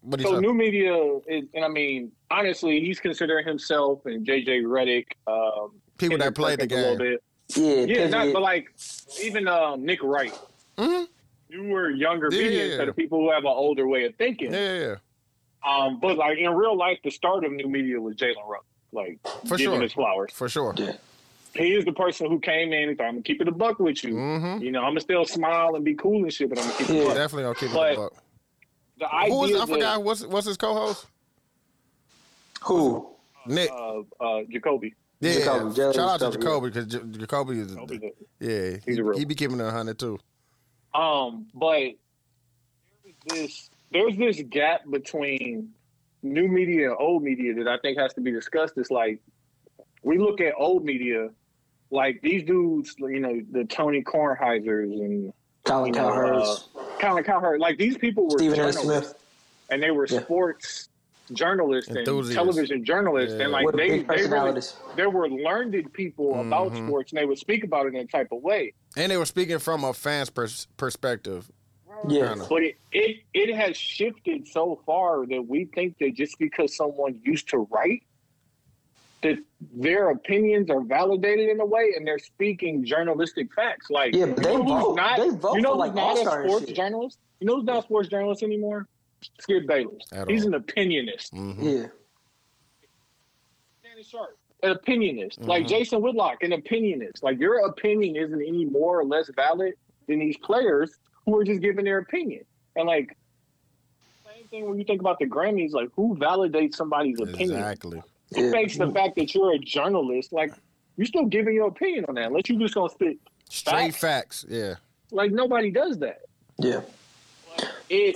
Speaker 1: What do you
Speaker 3: So
Speaker 1: talking?
Speaker 3: new media, is, and I mean, honestly, he's considering himself and JJ Redick, um,
Speaker 1: People that
Speaker 3: Kendrick
Speaker 1: played the
Speaker 3: Perkins a little
Speaker 1: game.
Speaker 3: bit.
Speaker 2: Yeah,
Speaker 3: Yeah,
Speaker 2: Pitt
Speaker 3: not,
Speaker 2: did.
Speaker 3: but like even um, Nick Wright.
Speaker 1: Mhm.
Speaker 3: You were younger
Speaker 1: Yeah,
Speaker 3: media
Speaker 1: yeah, yeah.
Speaker 3: instead of people who have an older way of thinking.
Speaker 1: Yeah, yeah, yeah.
Speaker 3: Um, but like in real life, the start of new media was Jalen Rupp. Like
Speaker 1: For
Speaker 3: giving
Speaker 1: sure.
Speaker 3: his flowers.
Speaker 1: For sure.
Speaker 2: Yeah.
Speaker 3: He is the person who came in and thought, I'm gonna keep it a buck with you.
Speaker 1: Mm-hmm.
Speaker 3: You know, I'm gonna still smile and be cool and shit, but I'm gonna keep it a buck.
Speaker 1: Definitely gonna keep
Speaker 3: But-
Speaker 1: it up.
Speaker 3: The
Speaker 1: Who is
Speaker 3: idea
Speaker 1: I forgot what's what's his co-host?
Speaker 2: Who?
Speaker 1: Nick.
Speaker 3: of uh, Jacoby.
Speaker 1: Yeah,
Speaker 2: Jacoby,
Speaker 1: shout
Speaker 2: Jalen
Speaker 1: out to Jacoby
Speaker 2: Jacoby,
Speaker 1: because Jacoby is
Speaker 3: Jacoby's a-
Speaker 1: yeah,
Speaker 3: He's
Speaker 1: he,
Speaker 3: a real-
Speaker 1: he be keeping it a hundred too.
Speaker 3: Um, but there's this there's this gap between new media and old media that I think has to be discussed. It's like we look at old media, like these dudes, you know, the Tony Kornheisers and
Speaker 2: Colin
Speaker 3: You know, uh,
Speaker 2: Cowhurst,
Speaker 3: Colin Cowherd, like these people were
Speaker 2: Stephen A.
Speaker 3: journalists
Speaker 2: Smith.
Speaker 3: and they were
Speaker 2: Yeah.
Speaker 3: sports journalists and
Speaker 1: Enthusiasts.
Speaker 3: television journalists,
Speaker 1: Yeah.
Speaker 3: and like
Speaker 2: What
Speaker 3: they
Speaker 2: big
Speaker 3: they really,
Speaker 2: personalities.
Speaker 3: there were learned people about sports and they would speak about it in a type of way.
Speaker 1: And they were speaking from a fan's pers- perspective.
Speaker 2: Yeah.
Speaker 1: Kinda.
Speaker 3: But it, it it has shifted so far that we think that just because someone used to write, that their opinions are validated in a way, and they're speaking journalistic facts. Like,
Speaker 2: Yeah, but they
Speaker 3: you know who's
Speaker 2: vote.
Speaker 3: Not,
Speaker 2: They vote
Speaker 3: you know
Speaker 2: for,
Speaker 3: who's
Speaker 2: like,
Speaker 3: not
Speaker 2: All-Star
Speaker 3: a
Speaker 2: and
Speaker 3: sports
Speaker 2: shit.
Speaker 3: journalist. You know who's not a sports journalist anymore? Skip Bayless.
Speaker 1: At
Speaker 3: He's
Speaker 1: all.
Speaker 3: an opinionist.
Speaker 1: Mm-hmm.
Speaker 2: Yeah.
Speaker 3: Shannon Sharp, an opinionist. Like Jason Whitlock, an opinionist. Like your opinion isn't any more or less valid than these players who are just giving their opinion. And like same thing when you think about the Grammys, like who validates somebody's opinion?
Speaker 1: Exactly.
Speaker 3: Who
Speaker 2: Yeah.
Speaker 3: makes the fact that you're a journalist, like you're still giving your opinion on that, unless you just gonna spit.
Speaker 1: Straight facts. Yeah.
Speaker 3: Like nobody does that.
Speaker 2: Yeah.
Speaker 3: It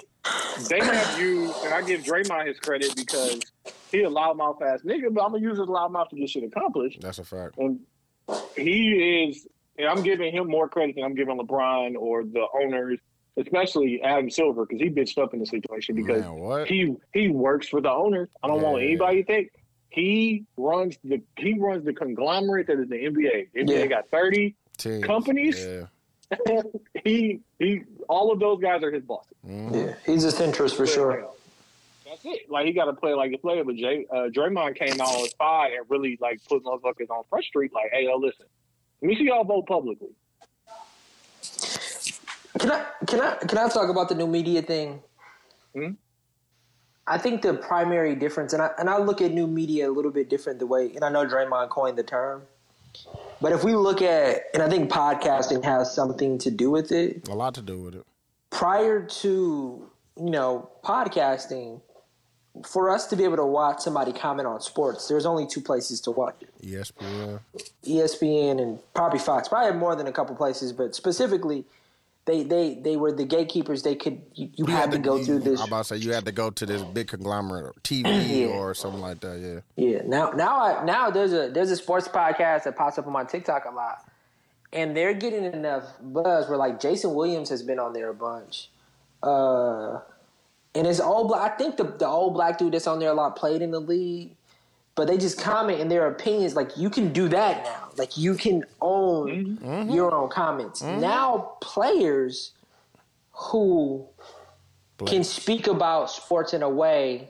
Speaker 3: they have used, and I give Draymond his credit because he a loudmouth ass nigga, but I'm gonna use his loudmouth to get shit accomplished.
Speaker 1: That's a fact.
Speaker 3: and he is. And I'm giving him more credit than I'm giving LeBron or the owners, especially Adam Silver, because he bitched up in the situation because
Speaker 1: Man, what?
Speaker 3: he he works for the owners. I don't want
Speaker 1: Yeah.
Speaker 3: anybody to think he runs the he runs the conglomerate that is the NBA. The NBA
Speaker 2: Yeah.
Speaker 3: got thirty.
Speaker 1: Teams.
Speaker 3: companies?
Speaker 1: Yeah.
Speaker 3: he he all of those guys are his bosses.
Speaker 1: Mhm.
Speaker 2: Yeah. He's a centrist for sure.
Speaker 3: That's it. Like he got to play like a player, but Jay, uh, Draymond came out on his side and really like put motherfuckers on front street. Like, hey, yo, listen, let me see y'all vote publicly.
Speaker 2: Can I can I can I talk about the new media thing?
Speaker 3: Hmm?
Speaker 2: I think the primary difference, and I and I look at new media a little bit different the way, and I know Draymond coined the term, but if we look at, and I think podcasting has something to do with it.
Speaker 1: A lot to do with it.
Speaker 2: prior to you know podcasting for us to be able to watch somebody comment on sports there's only two places to watch it E
Speaker 1: ESPN.
Speaker 2: espn and probably fox probably more than a couple places but specifically they they they were the gatekeepers they could you,
Speaker 1: You
Speaker 2: you had to go
Speaker 1: you-
Speaker 2: through this
Speaker 1: I'm about to say you had to go to this big conglomerate or TV
Speaker 2: Yeah.
Speaker 1: or something like that. Yeah.
Speaker 2: Yeah. Now now I now there's a there's a sports podcast that pops up on my TikTok a lot. And they're getting enough buzz where like Jason Williams has been on there a bunch. Uh and it's all black I think the the old black dude that's on there a lot played in the league. But they just comment in their opinions like you can do that now. Like you can own your own comments. Now players who can speak about sports in a way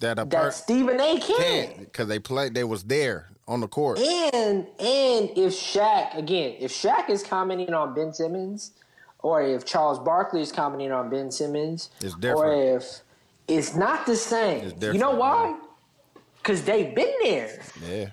Speaker 1: That a
Speaker 2: that
Speaker 1: person
Speaker 2: Stephen A can.
Speaker 1: can't because they played. They was there on the court.
Speaker 2: And and if Shaq again, if Shaq is commenting on Ben Simmons, or if Charles Barkley is commenting on Ben Simmons,
Speaker 1: It's
Speaker 2: or
Speaker 1: different.
Speaker 2: if it's not the same.
Speaker 1: It's
Speaker 2: you know
Speaker 1: different,
Speaker 2: why? Because they've been there.
Speaker 1: Yeah.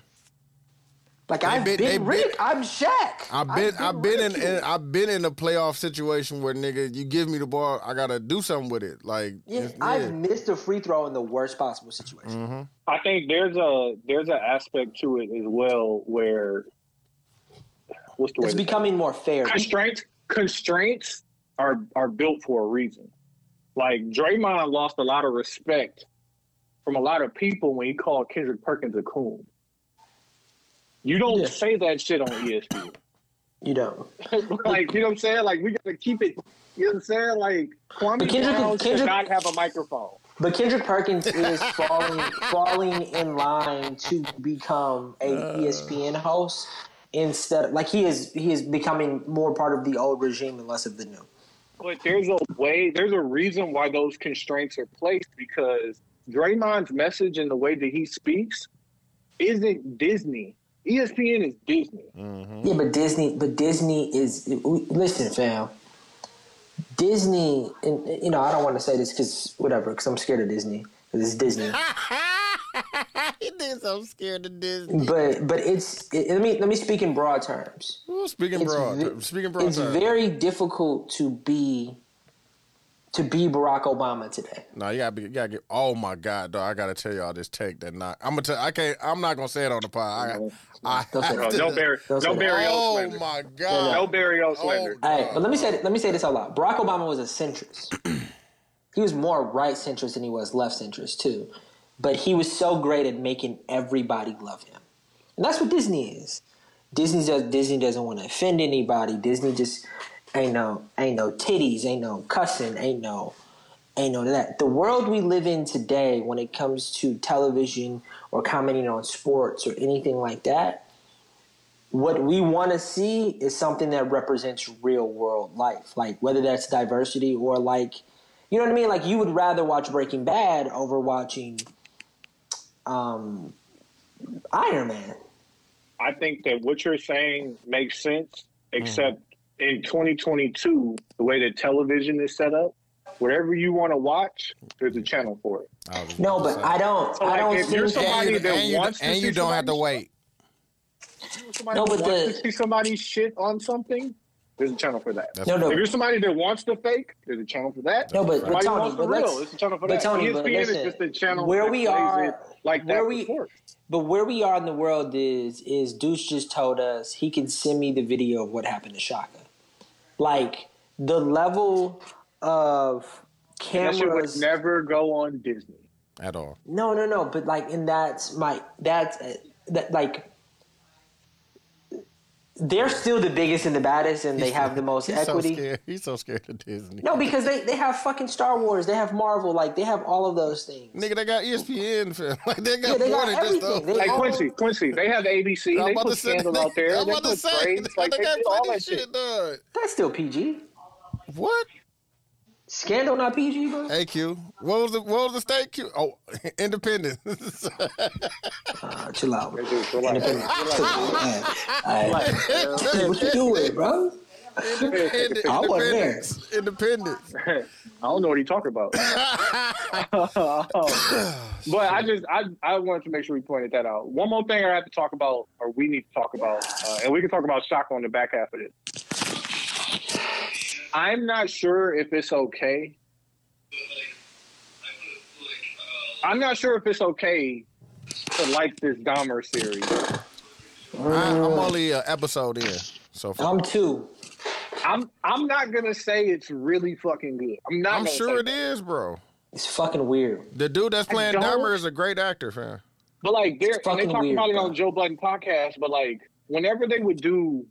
Speaker 2: Like I've
Speaker 1: been-
Speaker 2: been,
Speaker 1: they been-
Speaker 2: Rick. I'm Shaq.
Speaker 1: I've been I've been in, in I've been in a playoff situation where nigga, you give me the ball, I gotta do something with it. Like
Speaker 2: Yeah,
Speaker 1: it's-
Speaker 2: I've missed a free throw in the worst possible situation.
Speaker 3: I think there's a there's an aspect to it as well where what's
Speaker 1: Mm-hmm.
Speaker 3: the way
Speaker 2: It's
Speaker 3: to-
Speaker 2: becoming more fair.
Speaker 3: constraints constraints are are built for a reason. Like Draymond lost a lot of respect from a lot of people when he called Kendrick Perkins a coon. You don't
Speaker 2: Yeah.
Speaker 3: say that shit on E ESPN.
Speaker 2: You know,
Speaker 3: like you know what I'm saying? Like we gotta keep it. You know what I'm saying? Like Kwame
Speaker 2: But Kendrick-
Speaker 3: Brown should
Speaker 2: Kendrick-
Speaker 3: not have a microphone.
Speaker 2: but Kendrick Perkins is E
Speaker 1: Uh.
Speaker 2: falling falling in line to become a ESPN host. instead like he is he is becoming more part of the old regime and less of the new.
Speaker 3: But there's a way, there's a reason why those constraints are placed because Draymond's message and the way that he speaks isn't Disney. E ESPN is Disney.
Speaker 1: Mm-hmm.
Speaker 2: Yeah, but Disney, but Disney is listen, fam. Disney, and you know, I don't want to say this because whatever, because I'm scared of Disney. 'cause It's Disney,
Speaker 1: he thinks I'm scared of Disney.
Speaker 2: but but it's it, let me let me speak in broad terms.
Speaker 1: Ooh, speaking
Speaker 2: It's
Speaker 1: broad,
Speaker 2: ve-
Speaker 1: speaking broad.
Speaker 2: it's
Speaker 1: terms.
Speaker 2: very difficult to be to be Barack Obama today.
Speaker 1: No, you gotta be, you gotta get. Oh my god, dog! I gotta tell y'all this take that knock. I'm gonna tell. I can't. I'm not gonna say it on the pod. I, I
Speaker 2: Don't say
Speaker 1: have
Speaker 2: that.
Speaker 3: No,
Speaker 1: to-
Speaker 3: no Barry,
Speaker 2: Don't say
Speaker 3: no
Speaker 2: that.
Speaker 3: Barry
Speaker 1: Oh
Speaker 3: Oslender.
Speaker 1: my god.
Speaker 3: No Barry Oslender.
Speaker 1: Oh,
Speaker 2: All right, but let me say let me say this out loud. Barack Obama was a centrist. he was more right centrist than he was left centrist too, but he was so great at making everybody love him, and that's what Disney is. Disney does Disney doesn't want to offend anybody. Disney just ain't no ain't no titties, ain't no cussing, ain't no ain't no that. The world we live in today, when it comes to television or commenting on sports or anything like that, what we want to see is something that represents real world life like whether that's diversity or like you know what i mean like you would rather watch breaking bad over watching um iron man
Speaker 3: I think that what you're saying makes sense, except in 2022, the way that television is set up, whatever you want to watch, there's a channel for it.
Speaker 1: I was
Speaker 2: no
Speaker 1: about to say.
Speaker 2: but i don't i
Speaker 3: like,
Speaker 2: don't
Speaker 3: if you're
Speaker 2: think that-
Speaker 3: somebody that
Speaker 1: and you,
Speaker 3: wants to
Speaker 1: and
Speaker 3: see
Speaker 1: you don't have to
Speaker 3: somebody-
Speaker 1: wait.
Speaker 3: Somebody
Speaker 2: No,
Speaker 3: no,
Speaker 2: but
Speaker 3: wants
Speaker 2: the-
Speaker 3: to see somebody shit on something, there's a channel for that.
Speaker 1: That's
Speaker 2: no no
Speaker 3: If you're somebody that wants the fake, there's a channel for that.
Speaker 2: No, but- but
Speaker 3: somebody
Speaker 2: Tony,
Speaker 3: wants the
Speaker 2: but let's-
Speaker 3: real, it's a channel for
Speaker 2: but
Speaker 3: that. E
Speaker 2: Tony,
Speaker 3: ESPN
Speaker 2: but
Speaker 3: is
Speaker 2: listen,
Speaker 3: just a channel
Speaker 2: where
Speaker 3: that
Speaker 2: we
Speaker 3: plays
Speaker 2: are-
Speaker 3: it like
Speaker 2: where
Speaker 3: that
Speaker 2: we-
Speaker 3: before.
Speaker 2: but where we are in the world is is Deuce just told us he can send me the video of what happened to Shaka. Like the level of
Speaker 3: That shit would
Speaker 2: cameras.
Speaker 3: never go on Disney.
Speaker 1: at all.
Speaker 2: no, no, no. But like, and that's my that's uh, that like. They're still the biggest and the baddest, and they have the most
Speaker 1: He's So
Speaker 2: equity.
Speaker 1: scared. He's so scared of Disney.
Speaker 2: no, because they, they have fucking Star Wars, they have Marvel, like they have all of those things.
Speaker 1: Nigga, they got E ESPN. fam. Like they got
Speaker 2: Yeah, they
Speaker 1: more
Speaker 2: got
Speaker 1: than just
Speaker 2: everything.
Speaker 1: the-
Speaker 2: They
Speaker 3: Like
Speaker 2: all-
Speaker 3: Quincy, Quincy, they have ABC.
Speaker 1: I'm
Speaker 3: They
Speaker 1: about
Speaker 3: put
Speaker 1: to say.
Speaker 3: scandal out there.
Speaker 1: I'm
Speaker 3: They
Speaker 1: about to
Speaker 3: put
Speaker 1: say.
Speaker 3: grades. Like
Speaker 1: they
Speaker 3: they
Speaker 1: got
Speaker 3: do all
Speaker 1: plenty
Speaker 3: that
Speaker 1: of
Speaker 3: shit.
Speaker 1: shit done.
Speaker 2: That's still PG.
Speaker 1: What?
Speaker 2: Scandal not PG, bro.
Speaker 1: AQ. What was the what was the state Q? Oh, independence.
Speaker 2: Uh, chill out.
Speaker 3: They do, so like-
Speaker 2: Alright. what you doing, bro?
Speaker 1: Independent-
Speaker 2: I wasn't there.
Speaker 1: independence. Independence.
Speaker 3: I don't know what he talking about. but I just I, I wanted to make sure we pointed that out. One more thing I have to talk about, or we need to talk about, uh, and we can talk about Shaka on the back half of this. I'm not sure if it's okay. I'm not sure if it's okay to like this Dahmer series.
Speaker 1: I, I'm only an episode in so far.
Speaker 2: Uh-huh. I'm two.
Speaker 3: I'm I'm not gonna say it's really fucking good. I'm not.
Speaker 1: I'm
Speaker 3: gonna
Speaker 1: sure
Speaker 3: say
Speaker 1: it is, bro.
Speaker 2: It's fucking weird.
Speaker 1: The dude that's playing
Speaker 3: don't-
Speaker 1: Dahmer is a great actor, fam.
Speaker 3: But like they're and they
Speaker 2: fucking
Speaker 3: talked
Speaker 2: weird,
Speaker 3: about it
Speaker 2: bro.
Speaker 3: on Joe Budden podcast, but like whenever they would do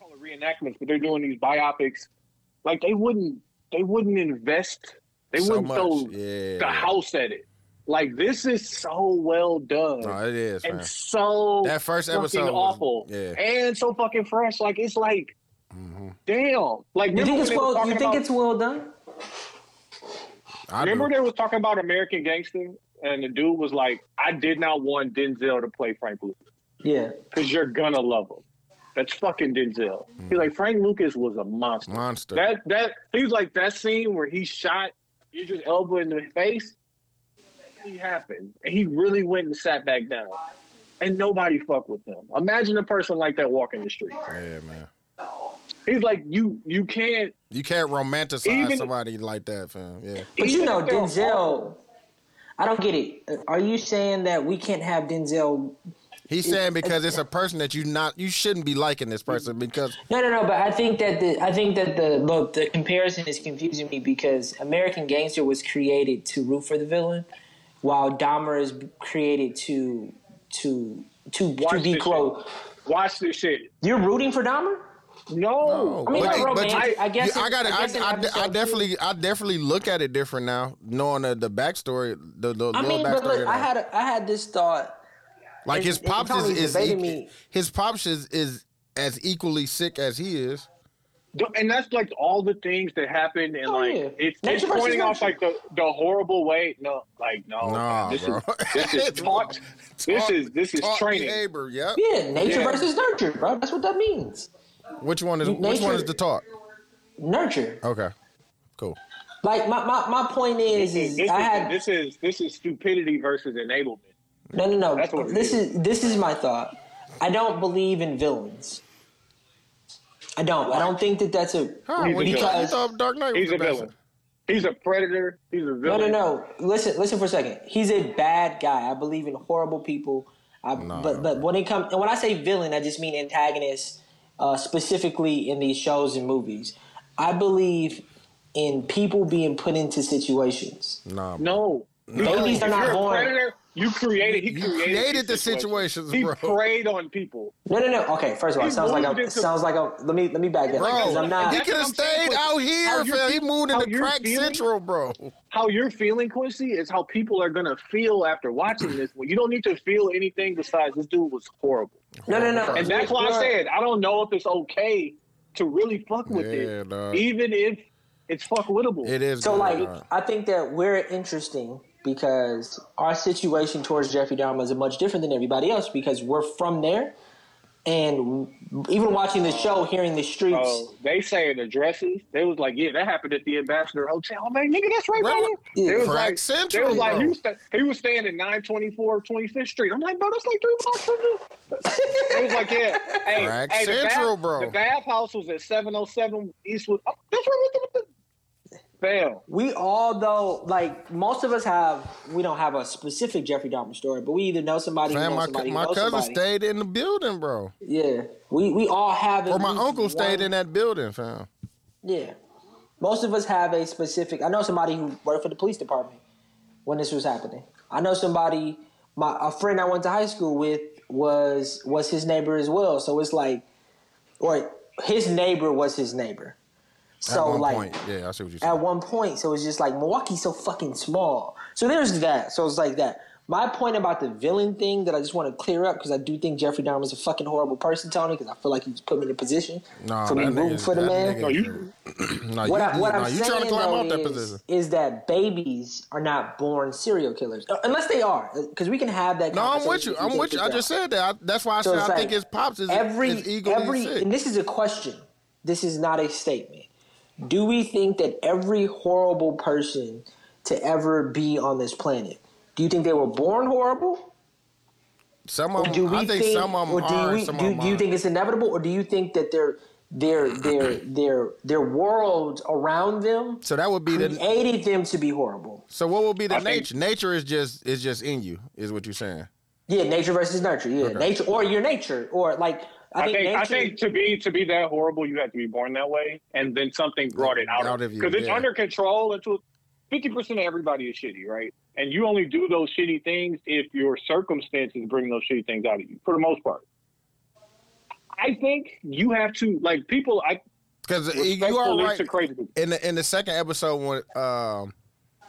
Speaker 3: I call it reenactments, but they're doing these biopics, like they wouldn't they wouldn't invest they
Speaker 1: So
Speaker 3: wouldn't
Speaker 1: much,
Speaker 3: throw
Speaker 1: yeah.
Speaker 3: the house at it. Like this is so well done.
Speaker 1: No, it is,
Speaker 3: and
Speaker 1: fam.
Speaker 3: so
Speaker 1: That first
Speaker 3: fucking
Speaker 1: episode was-
Speaker 3: awful.
Speaker 1: yeah.
Speaker 3: And so fucking fresh. Like it's like
Speaker 1: Mm-hmm.
Speaker 3: damn. Like
Speaker 2: You
Speaker 3: remember
Speaker 2: think
Speaker 3: when
Speaker 2: it's
Speaker 3: they were
Speaker 2: well? You
Speaker 3: talking
Speaker 2: think
Speaker 3: about-
Speaker 2: it's well done?
Speaker 1: I
Speaker 3: Remember
Speaker 1: do.
Speaker 3: they was talking about American Gangster, and the dude was like, "I did not want Denzel to play Frank Lucas
Speaker 2: Yeah.
Speaker 3: because you're gonna love him." That's fucking Denzel. He's like, Frank Lucas was a monster.
Speaker 1: Monster.
Speaker 3: That that he's like that scene where he shot Idris Elba in the face. Really happened, and he really went and sat back down, and nobody fucked with him. Imagine a person like that walking the street.
Speaker 1: yeah, man.
Speaker 3: He's like, you you can't.
Speaker 1: You can't romanticize
Speaker 3: Even-
Speaker 1: somebody like that, fam. Yeah.
Speaker 2: But you
Speaker 3: even
Speaker 2: know,
Speaker 3: if they're awful-
Speaker 2: Denzel. I don't get it. Are you saying that we can't have Denzel?
Speaker 1: He's saying because it's a person that you not you shouldn't be liking this person because
Speaker 2: No, no, no. But I think that the I think that the look the comparison is confusing me because American Gangster was created to root for the villain, while Dahmer is created to to to to
Speaker 3: Watch
Speaker 2: be
Speaker 3: this
Speaker 2: close.
Speaker 3: Watch this shit.
Speaker 2: You're rooting for Dahmer.
Speaker 1: No,
Speaker 3: No,
Speaker 2: I mean,
Speaker 1: Oh, but,
Speaker 2: like romance,
Speaker 1: but you-
Speaker 2: I guess
Speaker 1: you-
Speaker 2: in-
Speaker 1: I got.
Speaker 2: I guess
Speaker 1: I,
Speaker 2: in
Speaker 1: I,
Speaker 2: episode
Speaker 1: I
Speaker 2: two.
Speaker 1: definitely, I definitely look at it different now, knowing the, the backstory, the, the
Speaker 2: I
Speaker 1: little
Speaker 2: mean,
Speaker 1: backstory.
Speaker 2: but look,
Speaker 1: and
Speaker 2: I
Speaker 1: all.
Speaker 2: had a, I had this thought
Speaker 1: Like his
Speaker 2: They- they
Speaker 1: pops
Speaker 2: told
Speaker 1: is,
Speaker 2: me he's
Speaker 1: is
Speaker 2: debating
Speaker 1: e-
Speaker 2: me.
Speaker 1: his pops is, is as equally sick as he is.
Speaker 3: Don't- and that's like all the things that happened, and
Speaker 2: Oh,
Speaker 3: like
Speaker 2: yeah.
Speaker 3: it's, it's
Speaker 2: Nature versus
Speaker 3: pointing off like
Speaker 2: nurture.
Speaker 3: the, the horrible way. No, like no,
Speaker 1: Nah,
Speaker 3: this
Speaker 1: bro.
Speaker 3: is this is taught. this is this is
Speaker 1: Taught
Speaker 3: training.
Speaker 1: behavior. Yep.
Speaker 2: Yeah, nature
Speaker 3: Yeah.
Speaker 2: versus nurture, bro. That's what that means.
Speaker 1: Which one is
Speaker 2: You-
Speaker 1: which one
Speaker 2: nature-
Speaker 1: is the talk?
Speaker 2: Nurture.
Speaker 1: Okay. Cool.
Speaker 2: Like my, my, my point is,
Speaker 3: This
Speaker 2: is
Speaker 3: is,
Speaker 2: I had
Speaker 3: this is this is stupidity versus enablement.
Speaker 2: no no no.
Speaker 3: That's what it
Speaker 2: this
Speaker 3: is.
Speaker 2: is this is my thought. I don't believe in villains. I don't. I don't think that that's a
Speaker 1: Huh,
Speaker 3: He's
Speaker 1: when
Speaker 3: a
Speaker 1: you
Speaker 3: villain.
Speaker 1: thought, you thought Dark Knight was
Speaker 3: He's
Speaker 1: the
Speaker 3: a
Speaker 1: best.
Speaker 3: villain. He's a predator. He's a
Speaker 2: No, no,
Speaker 3: villain.
Speaker 2: no. Listen, listen for a second. He's a bad guy. I believe in horrible people. I, but but when it comes and when I say villain, I just mean antagonist, uh, specifically in these shows and movies. I believe in people being put into situations.
Speaker 1: Nah, bro.
Speaker 3: No. Because
Speaker 2: are
Speaker 3: if
Speaker 2: not
Speaker 3: you're a
Speaker 2: born.
Speaker 3: predator, you created. He
Speaker 1: You
Speaker 3: created,
Speaker 1: created
Speaker 3: these
Speaker 1: the
Speaker 3: situations.
Speaker 1: situations,
Speaker 3: He
Speaker 1: bro.
Speaker 3: preyed on people.
Speaker 2: No, no, no. Okay, first of all, it
Speaker 3: He
Speaker 2: sounds like
Speaker 3: moved
Speaker 2: a
Speaker 3: into-
Speaker 2: sounds like a. Let me let me back that up because
Speaker 1: Bro,
Speaker 2: I'm not.
Speaker 1: he
Speaker 3: That's
Speaker 1: could have
Speaker 3: what I'm saying,
Speaker 1: stayed
Speaker 3: but
Speaker 1: out here,
Speaker 3: how you
Speaker 1: fam. He
Speaker 3: feel-
Speaker 1: moved
Speaker 3: how
Speaker 1: into
Speaker 3: you're
Speaker 1: crack
Speaker 3: feeling-
Speaker 1: central, bro.
Speaker 3: How you're feeling, Quincy, is how people are gonna feel after watching this. Well, you don't need to feel anything besides this dude was horrible,
Speaker 2: No, no, no.
Speaker 3: and that's why I said I don't know if it's okay to really fuck with
Speaker 1: Yeah,
Speaker 3: it,
Speaker 1: dog.
Speaker 3: even if it's fuck wittable.
Speaker 1: It is
Speaker 2: So
Speaker 1: good,
Speaker 2: like,
Speaker 1: dog.
Speaker 2: I think that we're interesting because our situation towards Jeffrey Dahmer is much different than everybody else because we're from there, and even watching the show, hearing the streets.
Speaker 3: Oh, they saying addresses. They was like, yeah, that happened at the Ambassador Hotel. I'm like, nigga, that's right,
Speaker 1: Right.
Speaker 3: right. They was
Speaker 1: Crack
Speaker 3: like,
Speaker 1: Central,
Speaker 3: they was like,
Speaker 1: bro.
Speaker 3: he was, sta- he was staying at 924 25th Street. I'm like, bro, that's like three blocks from you. They was like, yeah, hey,
Speaker 1: Crack
Speaker 3: hey,
Speaker 1: Central,
Speaker 3: the bath,
Speaker 1: bro.
Speaker 3: The bathhouse was at 707 Eastwood. Oh, that's right. What the, what the? Fam,
Speaker 2: We all though, like most of us have, we don't have a specific Jeffrey Dahmer story, but we either know somebody,
Speaker 1: Fam,
Speaker 2: we know
Speaker 1: my,
Speaker 2: somebody, who
Speaker 1: my
Speaker 2: knows
Speaker 1: cousin
Speaker 2: somebody.
Speaker 1: stayed in the building, bro.
Speaker 2: Yeah, we we all have. at
Speaker 1: Or my
Speaker 2: least
Speaker 1: uncle stayed
Speaker 2: one-
Speaker 1: in that building, fam.
Speaker 2: Yeah. Most of us have a specific. I know somebody who worked for the police department when this was happening. I know somebody. My a friend I went to high school with was was his neighbor as well. So it's like, or his neighbor was his neighbor.
Speaker 1: At
Speaker 2: So
Speaker 1: one
Speaker 2: like
Speaker 1: point. Yeah, I see what you're
Speaker 2: at
Speaker 1: saying.
Speaker 2: one point, so it's just like Milwaukee's so fucking small. So there's that. So it's like that. My point about the villain thing that I just want to clear up because I do think Jeffrey Dahmer is a fucking horrible person, Tony. Because I feel like he's put me in a position
Speaker 1: Nah,
Speaker 2: for me
Speaker 1: that
Speaker 2: rooting
Speaker 1: nigga-
Speaker 2: for the
Speaker 1: that
Speaker 2: man.
Speaker 1: nigga- Nah,
Speaker 2: What,
Speaker 1: you,
Speaker 2: I, what
Speaker 1: nah,
Speaker 2: I'm
Speaker 1: you
Speaker 2: saying
Speaker 1: trying to climb
Speaker 2: though
Speaker 1: off that
Speaker 2: is,
Speaker 1: position.
Speaker 2: is that babies are not born serial killers Uh, unless they are, because we can have that.
Speaker 1: No, I'm
Speaker 2: conversation
Speaker 1: with you.
Speaker 2: if
Speaker 1: I'm
Speaker 2: think
Speaker 1: with you.
Speaker 2: that
Speaker 1: I just said that. I, that's why I
Speaker 2: So
Speaker 1: said
Speaker 2: it's
Speaker 1: I
Speaker 2: like
Speaker 1: think his pops is
Speaker 2: every
Speaker 1: is equally
Speaker 2: every,
Speaker 1: sick.
Speaker 2: and this is a question. This is not a statement. Do we think that every horrible person to ever be on this planet? Do you think they were born horrible?
Speaker 1: Some
Speaker 2: Or
Speaker 1: of
Speaker 2: do
Speaker 1: them,
Speaker 2: we
Speaker 1: I think, some of them
Speaker 2: or do
Speaker 1: are.
Speaker 2: we,
Speaker 1: some
Speaker 2: do,
Speaker 1: of them
Speaker 2: do you
Speaker 1: aren't.
Speaker 2: think it's inevitable, or do you think that their their their their their world around them
Speaker 1: so that would be the.
Speaker 2: created them to be horrible?
Speaker 1: So what would be the
Speaker 3: I think-
Speaker 1: nature? nature is just is just in you. Is what you're saying?
Speaker 2: Yeah, nature versus nurture. Yeah,
Speaker 1: Okay.
Speaker 2: nature or your nature or like I
Speaker 3: I
Speaker 2: think,
Speaker 3: think
Speaker 2: nature.
Speaker 3: I think to be to be that horrible, you have to be born that way, and then something brought it out,
Speaker 1: Out of
Speaker 3: of
Speaker 1: you,
Speaker 3: you because it's
Speaker 1: yeah.
Speaker 3: under control. Until fifty percent of everybody is shitty, right? And you only do those shitty things if your circumstances bring those shitty things out of you, for the most part. I think you have to like people. I
Speaker 1: Because you are
Speaker 3: respectfully
Speaker 1: right.
Speaker 3: to crazy. people.
Speaker 1: In the in the second episode when um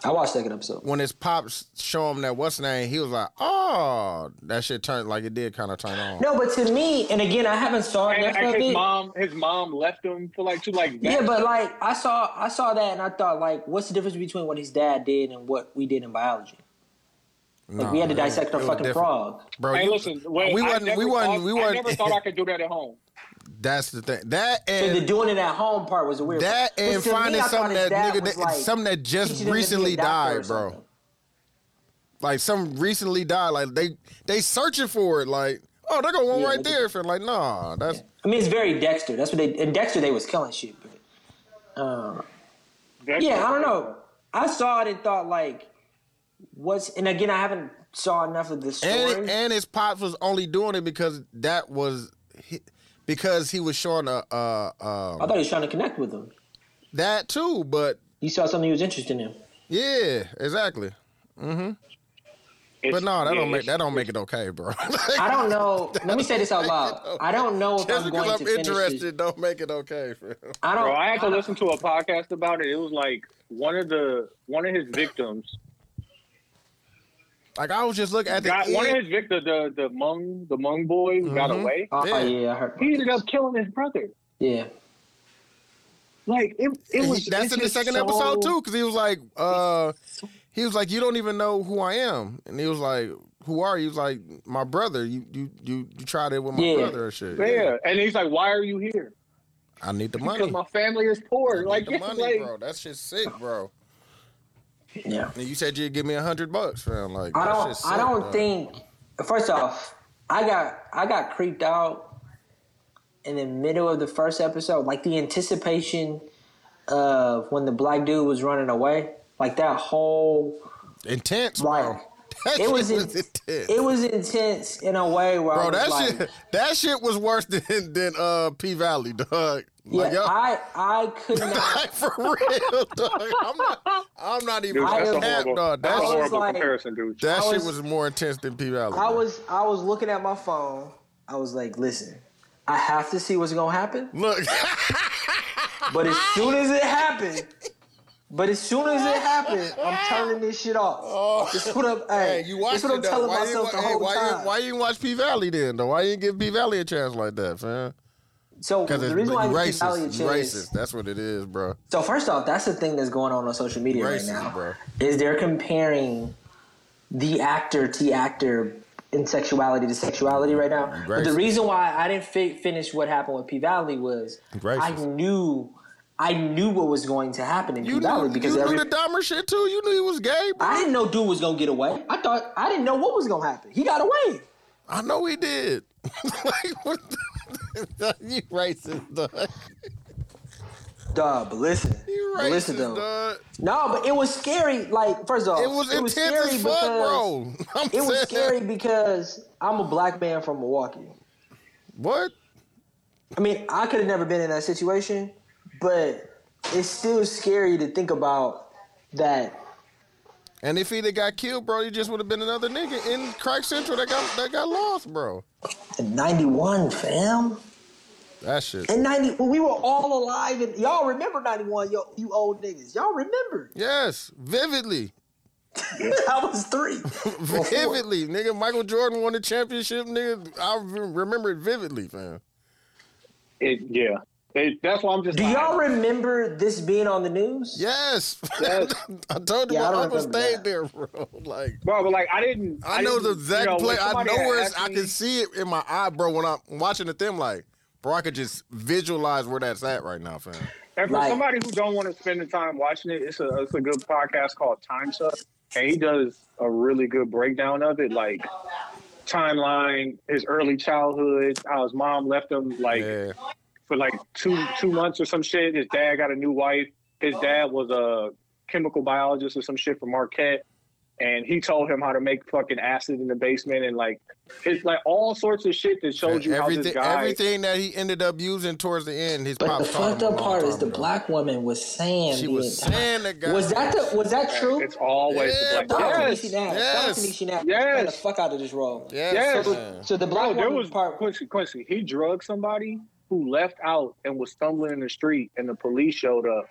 Speaker 2: I watched second episode.
Speaker 1: when his pops show him that what's name, he was like, oh, that shit turned like it did kind of turn on.
Speaker 2: No, but to me, and again, I haven't saw
Speaker 3: And,
Speaker 2: enough
Speaker 3: and
Speaker 2: of
Speaker 3: his
Speaker 2: it.
Speaker 3: mom, his mom left him for like two like that.
Speaker 2: Yeah, but like I saw, I saw that, and I thought, like, what's the difference between what his dad did and what we did in biology? Like, we had to
Speaker 1: it was-
Speaker 2: dissect
Speaker 1: it
Speaker 2: a
Speaker 1: was
Speaker 2: fucking
Speaker 1: different.
Speaker 2: frog.
Speaker 1: bro.
Speaker 3: Hey,
Speaker 1: you-
Speaker 3: listen. Wait,
Speaker 1: we
Speaker 3: I
Speaker 1: wasn't. We
Speaker 3: never
Speaker 1: wasn't.
Speaker 3: thought-
Speaker 1: we
Speaker 3: I never
Speaker 1: wasn't.
Speaker 3: thought I could do that at home.
Speaker 1: that's the thing. That
Speaker 2: And
Speaker 1: and
Speaker 2: the doing it at home part was a weird.
Speaker 1: that
Speaker 2: part. But
Speaker 1: and
Speaker 2: to me,
Speaker 1: finding
Speaker 2: I thought
Speaker 1: something that
Speaker 2: his dad
Speaker 1: nigga
Speaker 2: was,
Speaker 1: that,
Speaker 2: like,
Speaker 1: something that
Speaker 2: teaching
Speaker 1: just
Speaker 2: him to be a
Speaker 1: recently
Speaker 2: doctor or
Speaker 1: died, bro.
Speaker 2: something.
Speaker 1: Like some recently died. Like they they searching for it. Like oh, they're gonna one
Speaker 2: Yeah,
Speaker 1: right
Speaker 2: they-
Speaker 1: there. Fam. Like nah, that's
Speaker 2: I mean, it's very Dexter. That's what they in Dexter they was killing shit. But, um,
Speaker 3: That's-
Speaker 2: Yeah, I don't know. I saw it and thought like, what's and again I haven't saw enough of this story.
Speaker 1: and and his pops was only doing it because that was hi- because he was showing a uh
Speaker 2: I
Speaker 1: um
Speaker 2: thought he was trying to connect with him.
Speaker 1: that too. But
Speaker 2: You saw something he was interested in.
Speaker 1: yeah, exactly. But
Speaker 3: It's-
Speaker 1: no, that
Speaker 3: yeah,
Speaker 1: don't make
Speaker 3: it's-
Speaker 1: that don't make it okay, bro.
Speaker 2: I don't know. Let me say this out loud. I don't know if
Speaker 1: Just
Speaker 2: I'm
Speaker 1: because
Speaker 2: going
Speaker 1: I'm
Speaker 2: to finish
Speaker 1: interested,
Speaker 2: This.
Speaker 1: don't make it okay, fam.
Speaker 2: I don't.
Speaker 3: Bro, I had to
Speaker 2: I-
Speaker 3: listen to a podcast about it. It was like one of the one of his victims
Speaker 1: Like I was just looking at the
Speaker 3: Got, one of
Speaker 1: end.
Speaker 3: his victor, the the Hmong, the Hmong boy, who got
Speaker 1: Mhm.
Speaker 3: away.
Speaker 7: Oh
Speaker 1: Yeah.
Speaker 7: yeah, I heard.
Speaker 3: He ended up killing his brother.
Speaker 7: Yeah,
Speaker 3: Like it, it
Speaker 1: He-
Speaker 3: was.
Speaker 1: that's
Speaker 3: it's
Speaker 1: in the
Speaker 3: just
Speaker 1: second
Speaker 3: so-
Speaker 1: episode too, because he was like, uh, he was like, you don't even know who I am, and he was like, who are you? He was like, my brother. You you you, you tried it with my
Speaker 7: Yeah.
Speaker 1: brother and shit.
Speaker 3: Yeah, and he's like, "Why are you here?
Speaker 1: I need the money.
Speaker 3: Because my family is
Speaker 1: I
Speaker 3: poor."
Speaker 1: need
Speaker 3: Like,
Speaker 1: the
Speaker 3: it's
Speaker 1: money,
Speaker 3: like
Speaker 1: bro. That shit's sick, bro.
Speaker 7: yeah.
Speaker 1: And you said you'd give me a hundred bucks, fam. Like
Speaker 2: I
Speaker 1: that
Speaker 2: don't.
Speaker 1: shit's
Speaker 2: I
Speaker 1: sick,
Speaker 2: don't
Speaker 1: bro.
Speaker 2: think. First off, I got I got creeped out in the middle of the first episode, like the anticipation of when the black dude was running away, like that whole.
Speaker 1: intense, bro.
Speaker 2: Like,
Speaker 1: That
Speaker 2: it
Speaker 1: shit
Speaker 2: was in-
Speaker 1: intense.
Speaker 2: It was intense in a way where I
Speaker 1: Bro,
Speaker 2: was
Speaker 1: that
Speaker 2: like,
Speaker 1: shit, that shit was worse than than uh P Valley, dog.
Speaker 2: yeah,
Speaker 1: Like, y'all-
Speaker 2: I I could not.
Speaker 1: Like, for real, dog. I'm not, I'm not even
Speaker 3: Dude, that's a
Speaker 1: cap,
Speaker 3: horrible-
Speaker 1: dog.
Speaker 3: that's a
Speaker 1: That,
Speaker 2: was
Speaker 3: horrible
Speaker 2: like-
Speaker 3: comparison, dude.
Speaker 1: that
Speaker 2: I
Speaker 1: shit
Speaker 2: was-
Speaker 1: was more intense than P Valley.
Speaker 2: I was I was looking at my phone. I was like, listen, I have to see what's gonna happen.
Speaker 1: look.
Speaker 2: But as soon as it happened, but as soon as it happened, I'm turning this shit off.
Speaker 1: Oh.
Speaker 2: This what I'm, hey,
Speaker 1: Hey, you watched
Speaker 2: this what
Speaker 1: it
Speaker 2: I'm
Speaker 1: though.
Speaker 2: telling
Speaker 1: why
Speaker 2: myself
Speaker 1: you,
Speaker 2: the whole
Speaker 1: why,
Speaker 2: time.
Speaker 1: You, why you didn't watch P Valley then? Though why you didn't give P Valley a chance like that, fam?
Speaker 2: so
Speaker 1: Because
Speaker 2: the
Speaker 1: it's
Speaker 2: reason why I
Speaker 1: you
Speaker 2: give Valley a
Speaker 1: racist. You
Speaker 2: chance.
Speaker 1: racist. That's what it is, bro.
Speaker 2: So first off, that's the thing that's going on on social media
Speaker 1: Racist,
Speaker 2: right now.
Speaker 1: bro.
Speaker 2: Is they're comparing the actor to the actor in sexuality to sexuality right now. But the
Speaker 1: Racist.
Speaker 2: reason why I didn't fi- finish what happened with P Valley was
Speaker 1: Racist.
Speaker 2: I knew I knew what was going to happen in P
Speaker 1: You
Speaker 2: Valley
Speaker 1: knew,
Speaker 2: because
Speaker 1: you
Speaker 2: every
Speaker 1: knew the Dahmer shit too. You knew he was gay, bro.
Speaker 2: I didn't know dude was gonna get away. I thought I didn't know what was gonna happen. He got away.
Speaker 1: I know he did. like what? The, you racist, dog.
Speaker 2: Duh, but listen.
Speaker 1: You
Speaker 2: But listen
Speaker 1: racist,
Speaker 2: though.
Speaker 1: dog.
Speaker 2: No, but it was scary. Like, first off,
Speaker 1: It was intense
Speaker 2: scary
Speaker 1: as fuck, bro. I'm
Speaker 2: It was
Speaker 1: saying
Speaker 2: scary
Speaker 1: that.
Speaker 2: because I'm a black man from Milwaukee.
Speaker 1: What?
Speaker 2: I mean, I could have never been in that situation, but it's still scary to think about that.
Speaker 1: And if he'd have got killed, bro, he just would have been another nigga in Craig Central that got that got lost, bro.
Speaker 2: In 91, fam.
Speaker 1: That shit.
Speaker 2: In 90, when we were all alive, and y'all remember 91, yo, you old niggas. Y'all remember.
Speaker 1: Yes, vividly,
Speaker 2: I was three. Well, four.
Speaker 1: vividly, nigga. Michael Jordan won the championship, nigga. I re- remember it vividly, fam.
Speaker 3: It, yeah, it, that's why I'm just.
Speaker 2: Do
Speaker 3: like,
Speaker 2: y'all remember this being on the news?
Speaker 1: Yes,
Speaker 3: Yes.
Speaker 1: I told you
Speaker 2: Yeah,
Speaker 1: my
Speaker 2: I don't
Speaker 1: uncle
Speaker 2: remember
Speaker 1: stayed
Speaker 2: that.
Speaker 1: there, bro. Like
Speaker 3: bro? But like, I didn't.
Speaker 1: I know the
Speaker 3: didn't-
Speaker 1: exact
Speaker 3: you know, when
Speaker 1: play. I
Speaker 3: somebody
Speaker 1: know
Speaker 3: had
Speaker 1: where it's,
Speaker 3: asked
Speaker 1: I
Speaker 3: me-
Speaker 1: can see it in my eye, bro. When I'm watching the thing, like, bro, I could just visualize where that's at right now, fam.
Speaker 3: And for
Speaker 2: Like-
Speaker 3: somebody who don't want to spend the time watching it, it's a it's a good podcast called Time Suck, and he does a really good breakdown of it, like timeline, his early childhood, how his mom left him like
Speaker 1: Yeah.
Speaker 3: for like two two months or some shit. His dad got a new wife. His dad was a chemical biologist or some shit from Marquette, and he told him how to make fucking acid in the basement and like it's like all sorts of shit that showed you how this
Speaker 1: Everything,
Speaker 3: guy.
Speaker 1: everything that he ended up using towards the end, his
Speaker 2: But the
Speaker 1: pops taught him
Speaker 2: fucked
Speaker 1: a
Speaker 2: up
Speaker 1: long
Speaker 2: part is
Speaker 1: time
Speaker 2: the
Speaker 1: ago.
Speaker 2: black woman was saying
Speaker 1: She
Speaker 2: the
Speaker 1: was
Speaker 2: entire-
Speaker 1: saying that guy
Speaker 2: Was that the was that true?
Speaker 3: It's always
Speaker 1: Yeah,
Speaker 3: the
Speaker 2: That
Speaker 3: black.
Speaker 2: was
Speaker 3: Yes.
Speaker 2: Nisi Nash. That was
Speaker 1: yes,
Speaker 2: Nisi Nash.
Speaker 3: yes.
Speaker 2: Playing the fuck out of this role.
Speaker 1: Yes,
Speaker 3: Yes.
Speaker 1: man.
Speaker 2: So the
Speaker 3: Bro,
Speaker 2: black
Speaker 3: there
Speaker 2: woman
Speaker 3: was
Speaker 2: part.
Speaker 3: Quincy. Quincy, he drugged somebody who left out and was stumbling in the street, and the police showed up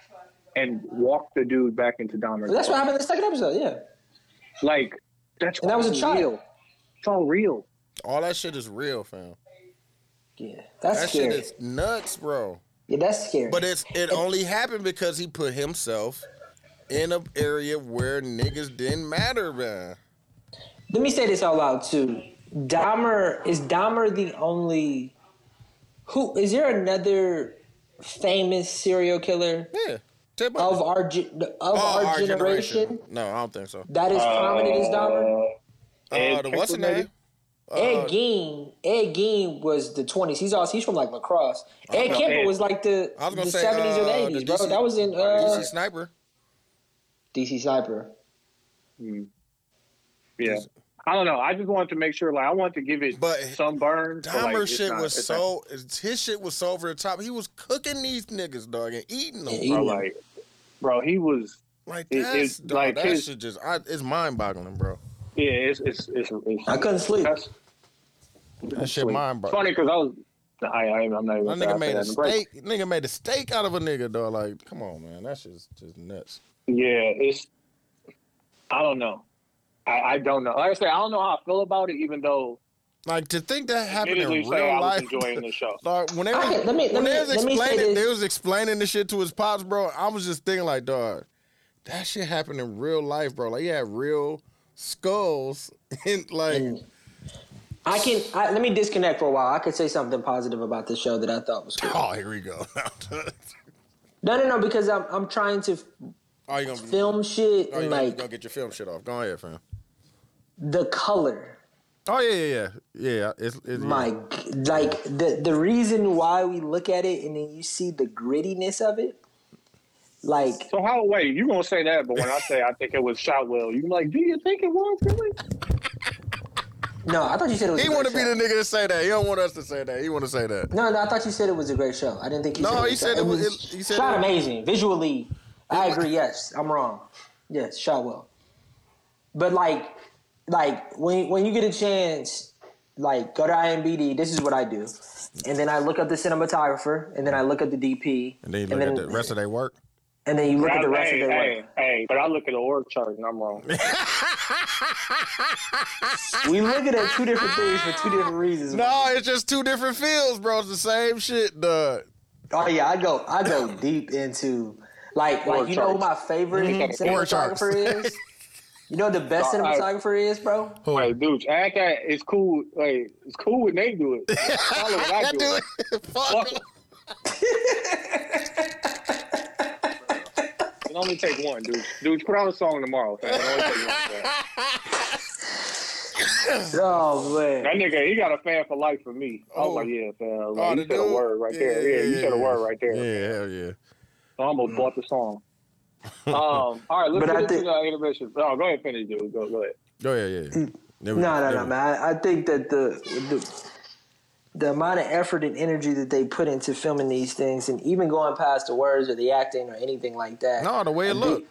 Speaker 3: and walked the dude back into Dahmer.
Speaker 2: That's what happened in the second episode. Yeah,
Speaker 3: Like that's
Speaker 2: and that was a
Speaker 3: all
Speaker 2: child.
Speaker 3: real. It's all real.
Speaker 1: all that shit is real, fam.
Speaker 2: Yeah, that's
Speaker 1: That
Speaker 2: scary.
Speaker 1: shit is nuts, bro.
Speaker 2: yeah, that's scary.
Speaker 1: But it's it only happened because he put himself in an area where niggas didn't matter, man.
Speaker 2: Let me say this out loud too. Dahmer is Dahmer the only? Who is there another famous serial killer
Speaker 1: Yeah, Ted Bundy.
Speaker 2: of our ge- of
Speaker 1: Oh,
Speaker 2: our, generation,
Speaker 1: No, I don't think so.
Speaker 2: that is prominent as Dahmer?
Speaker 1: Uh,
Speaker 3: Ed
Speaker 1: the, what's his
Speaker 3: Pinkleman?
Speaker 1: name? Uh,
Speaker 2: Ed Gein, Ed Gein was the twenties. He's also he's from like lacrosse. Ed
Speaker 3: know,
Speaker 2: Kemper
Speaker 3: Ed-
Speaker 2: was like the
Speaker 1: I was gonna
Speaker 2: the
Speaker 1: say,
Speaker 2: seventies
Speaker 1: uh,
Speaker 2: and
Speaker 1: the
Speaker 2: eighties, bro.
Speaker 1: DC
Speaker 2: That was in
Speaker 1: DC
Speaker 2: uh,
Speaker 1: Sniper.
Speaker 2: DC Sniper.
Speaker 3: Mm-hmm. Yeah. I don't know. I just wanted to make sure. Like, I wanted to give it
Speaker 1: But
Speaker 3: some burn. but, like,
Speaker 1: Dahmer
Speaker 3: it's
Speaker 1: shit
Speaker 3: not-
Speaker 1: was
Speaker 3: it's
Speaker 1: so his shit was so over the top. He was cooking these niggas, dog, and eating them.
Speaker 3: not-
Speaker 2: Eating.
Speaker 3: Bro, like, bro, he was.
Speaker 1: Like
Speaker 3: It-
Speaker 1: that's
Speaker 3: it-
Speaker 1: dog,
Speaker 3: like
Speaker 1: that
Speaker 3: his-
Speaker 1: shit just I, it's mind boggling, bro.
Speaker 3: Yeah, it's it's it's. it's
Speaker 2: I couldn't sleep.
Speaker 3: that's,
Speaker 1: That shit mind boggling.
Speaker 3: funny because I was. I, I I'm not even.
Speaker 1: That
Speaker 3: gonna say I
Speaker 1: nigga made
Speaker 3: said
Speaker 1: a
Speaker 3: that in the break.
Speaker 1: steak. Nigga made a steak out of a nigga, dog. Like, come on, man, that's just just nuts.
Speaker 3: Yeah, it's. I don't know. I, I don't know. Like I said, I don't know how I feel about it, even though
Speaker 1: Like to think that happened in
Speaker 3: admittedly,
Speaker 1: real
Speaker 3: say I was
Speaker 1: life.
Speaker 3: enjoying the show.
Speaker 1: Like, when they was,
Speaker 2: Okay, let me- let
Speaker 1: when they
Speaker 2: me-
Speaker 1: was
Speaker 2: let me say
Speaker 1: explaining,
Speaker 2: this.
Speaker 1: they was explaining this shit to his pops, bro. I was just thinking, like, dog, that shit happened in real life, bro. Like, you had real skulls, and like,
Speaker 2: Mm. I can I, let me disconnect for a while. I could say something positive about the show that I thought was cool.
Speaker 1: oh, here we go.
Speaker 2: No, no, no, because I'm I'm trying to
Speaker 1: oh, you gonna, be, oh,
Speaker 2: film shit
Speaker 1: you
Speaker 2: and
Speaker 1: gonna,
Speaker 2: like
Speaker 1: gonna get your film shit off? Go ahead, fam.
Speaker 2: the color.
Speaker 1: Oh yeah, yeah, yeah, yeah. It's, it's
Speaker 2: My g- like the the reason why we look at it and then you see the grittiness of it. Like
Speaker 3: So how? Wait, you gonna say that? But when I say I think it was shot well, you like? Do you think it was really?
Speaker 2: no, I thought you said it was.
Speaker 1: He
Speaker 2: a great
Speaker 1: want to be
Speaker 2: show.
Speaker 1: the nigga to say that. He don't want us to say that. He want to say that.
Speaker 2: No, no, I thought you said it was a great show. I didn't think you
Speaker 1: No,
Speaker 2: said it was
Speaker 1: he
Speaker 2: a
Speaker 1: said
Speaker 2: great-
Speaker 1: it was- it- he said
Speaker 2: shot
Speaker 1: it was-
Speaker 2: amazing visually. I agree. Yes, I'm wrong. Yes, shot well. But like, like when when you get a chance, like go to IMBD. This is what I do, and then I look up the cinematographer, and then I look up the DP,
Speaker 1: And then you look at the rest of their work.
Speaker 2: and then you look at the rest
Speaker 3: hey,
Speaker 2: of their
Speaker 3: hey,
Speaker 2: work.
Speaker 3: hey, but I look at the org chart and I'm wrong.
Speaker 2: We look at two different things for two different reasons.
Speaker 1: No, it's just two different fields, bro. It's the same shit, dog.
Speaker 2: Oh yeah, I go I go deep into like like you know who my favorite
Speaker 1: Org Mm-hmm. charts.
Speaker 2: cinematographer is. You know who the best
Speaker 3: Alright.
Speaker 2: cinematographer is, bro.
Speaker 3: Hey, dude, act that it's cool. Hey, it's cool when they do it. Follow what I do.
Speaker 1: do it. Fuck. Oh,
Speaker 3: Fuck 'em. It only take one, dude. Dude, put out a song tomorrow. fam. It only take one, fam.
Speaker 2: Oh man.
Speaker 3: that nigga, he got a fan for life for me. I was like, yeah, fam. Like,
Speaker 1: Oh,
Speaker 3: you
Speaker 1: the
Speaker 3: said a
Speaker 1: dude?
Speaker 3: word right there. Yeah, you said a word right there.
Speaker 1: Yeah, hell yeah.
Speaker 3: So I
Speaker 1: Mm.
Speaker 3: almost bought the song. Um, all right, let's
Speaker 2: But I
Speaker 3: get into
Speaker 2: think-
Speaker 3: the intermission. Oh, go ahead, finish, dude. Go, go ahead.
Speaker 1: Oh yeah, yeah.
Speaker 3: Hmm.
Speaker 1: yeah. There we go,
Speaker 2: No, no,
Speaker 1: there
Speaker 2: no,
Speaker 1: we go.
Speaker 2: man. I, I think that the, the the amount of effort and energy that they put into filming these things, and even going past the words or the acting or anything like that,
Speaker 1: No, the way it looked.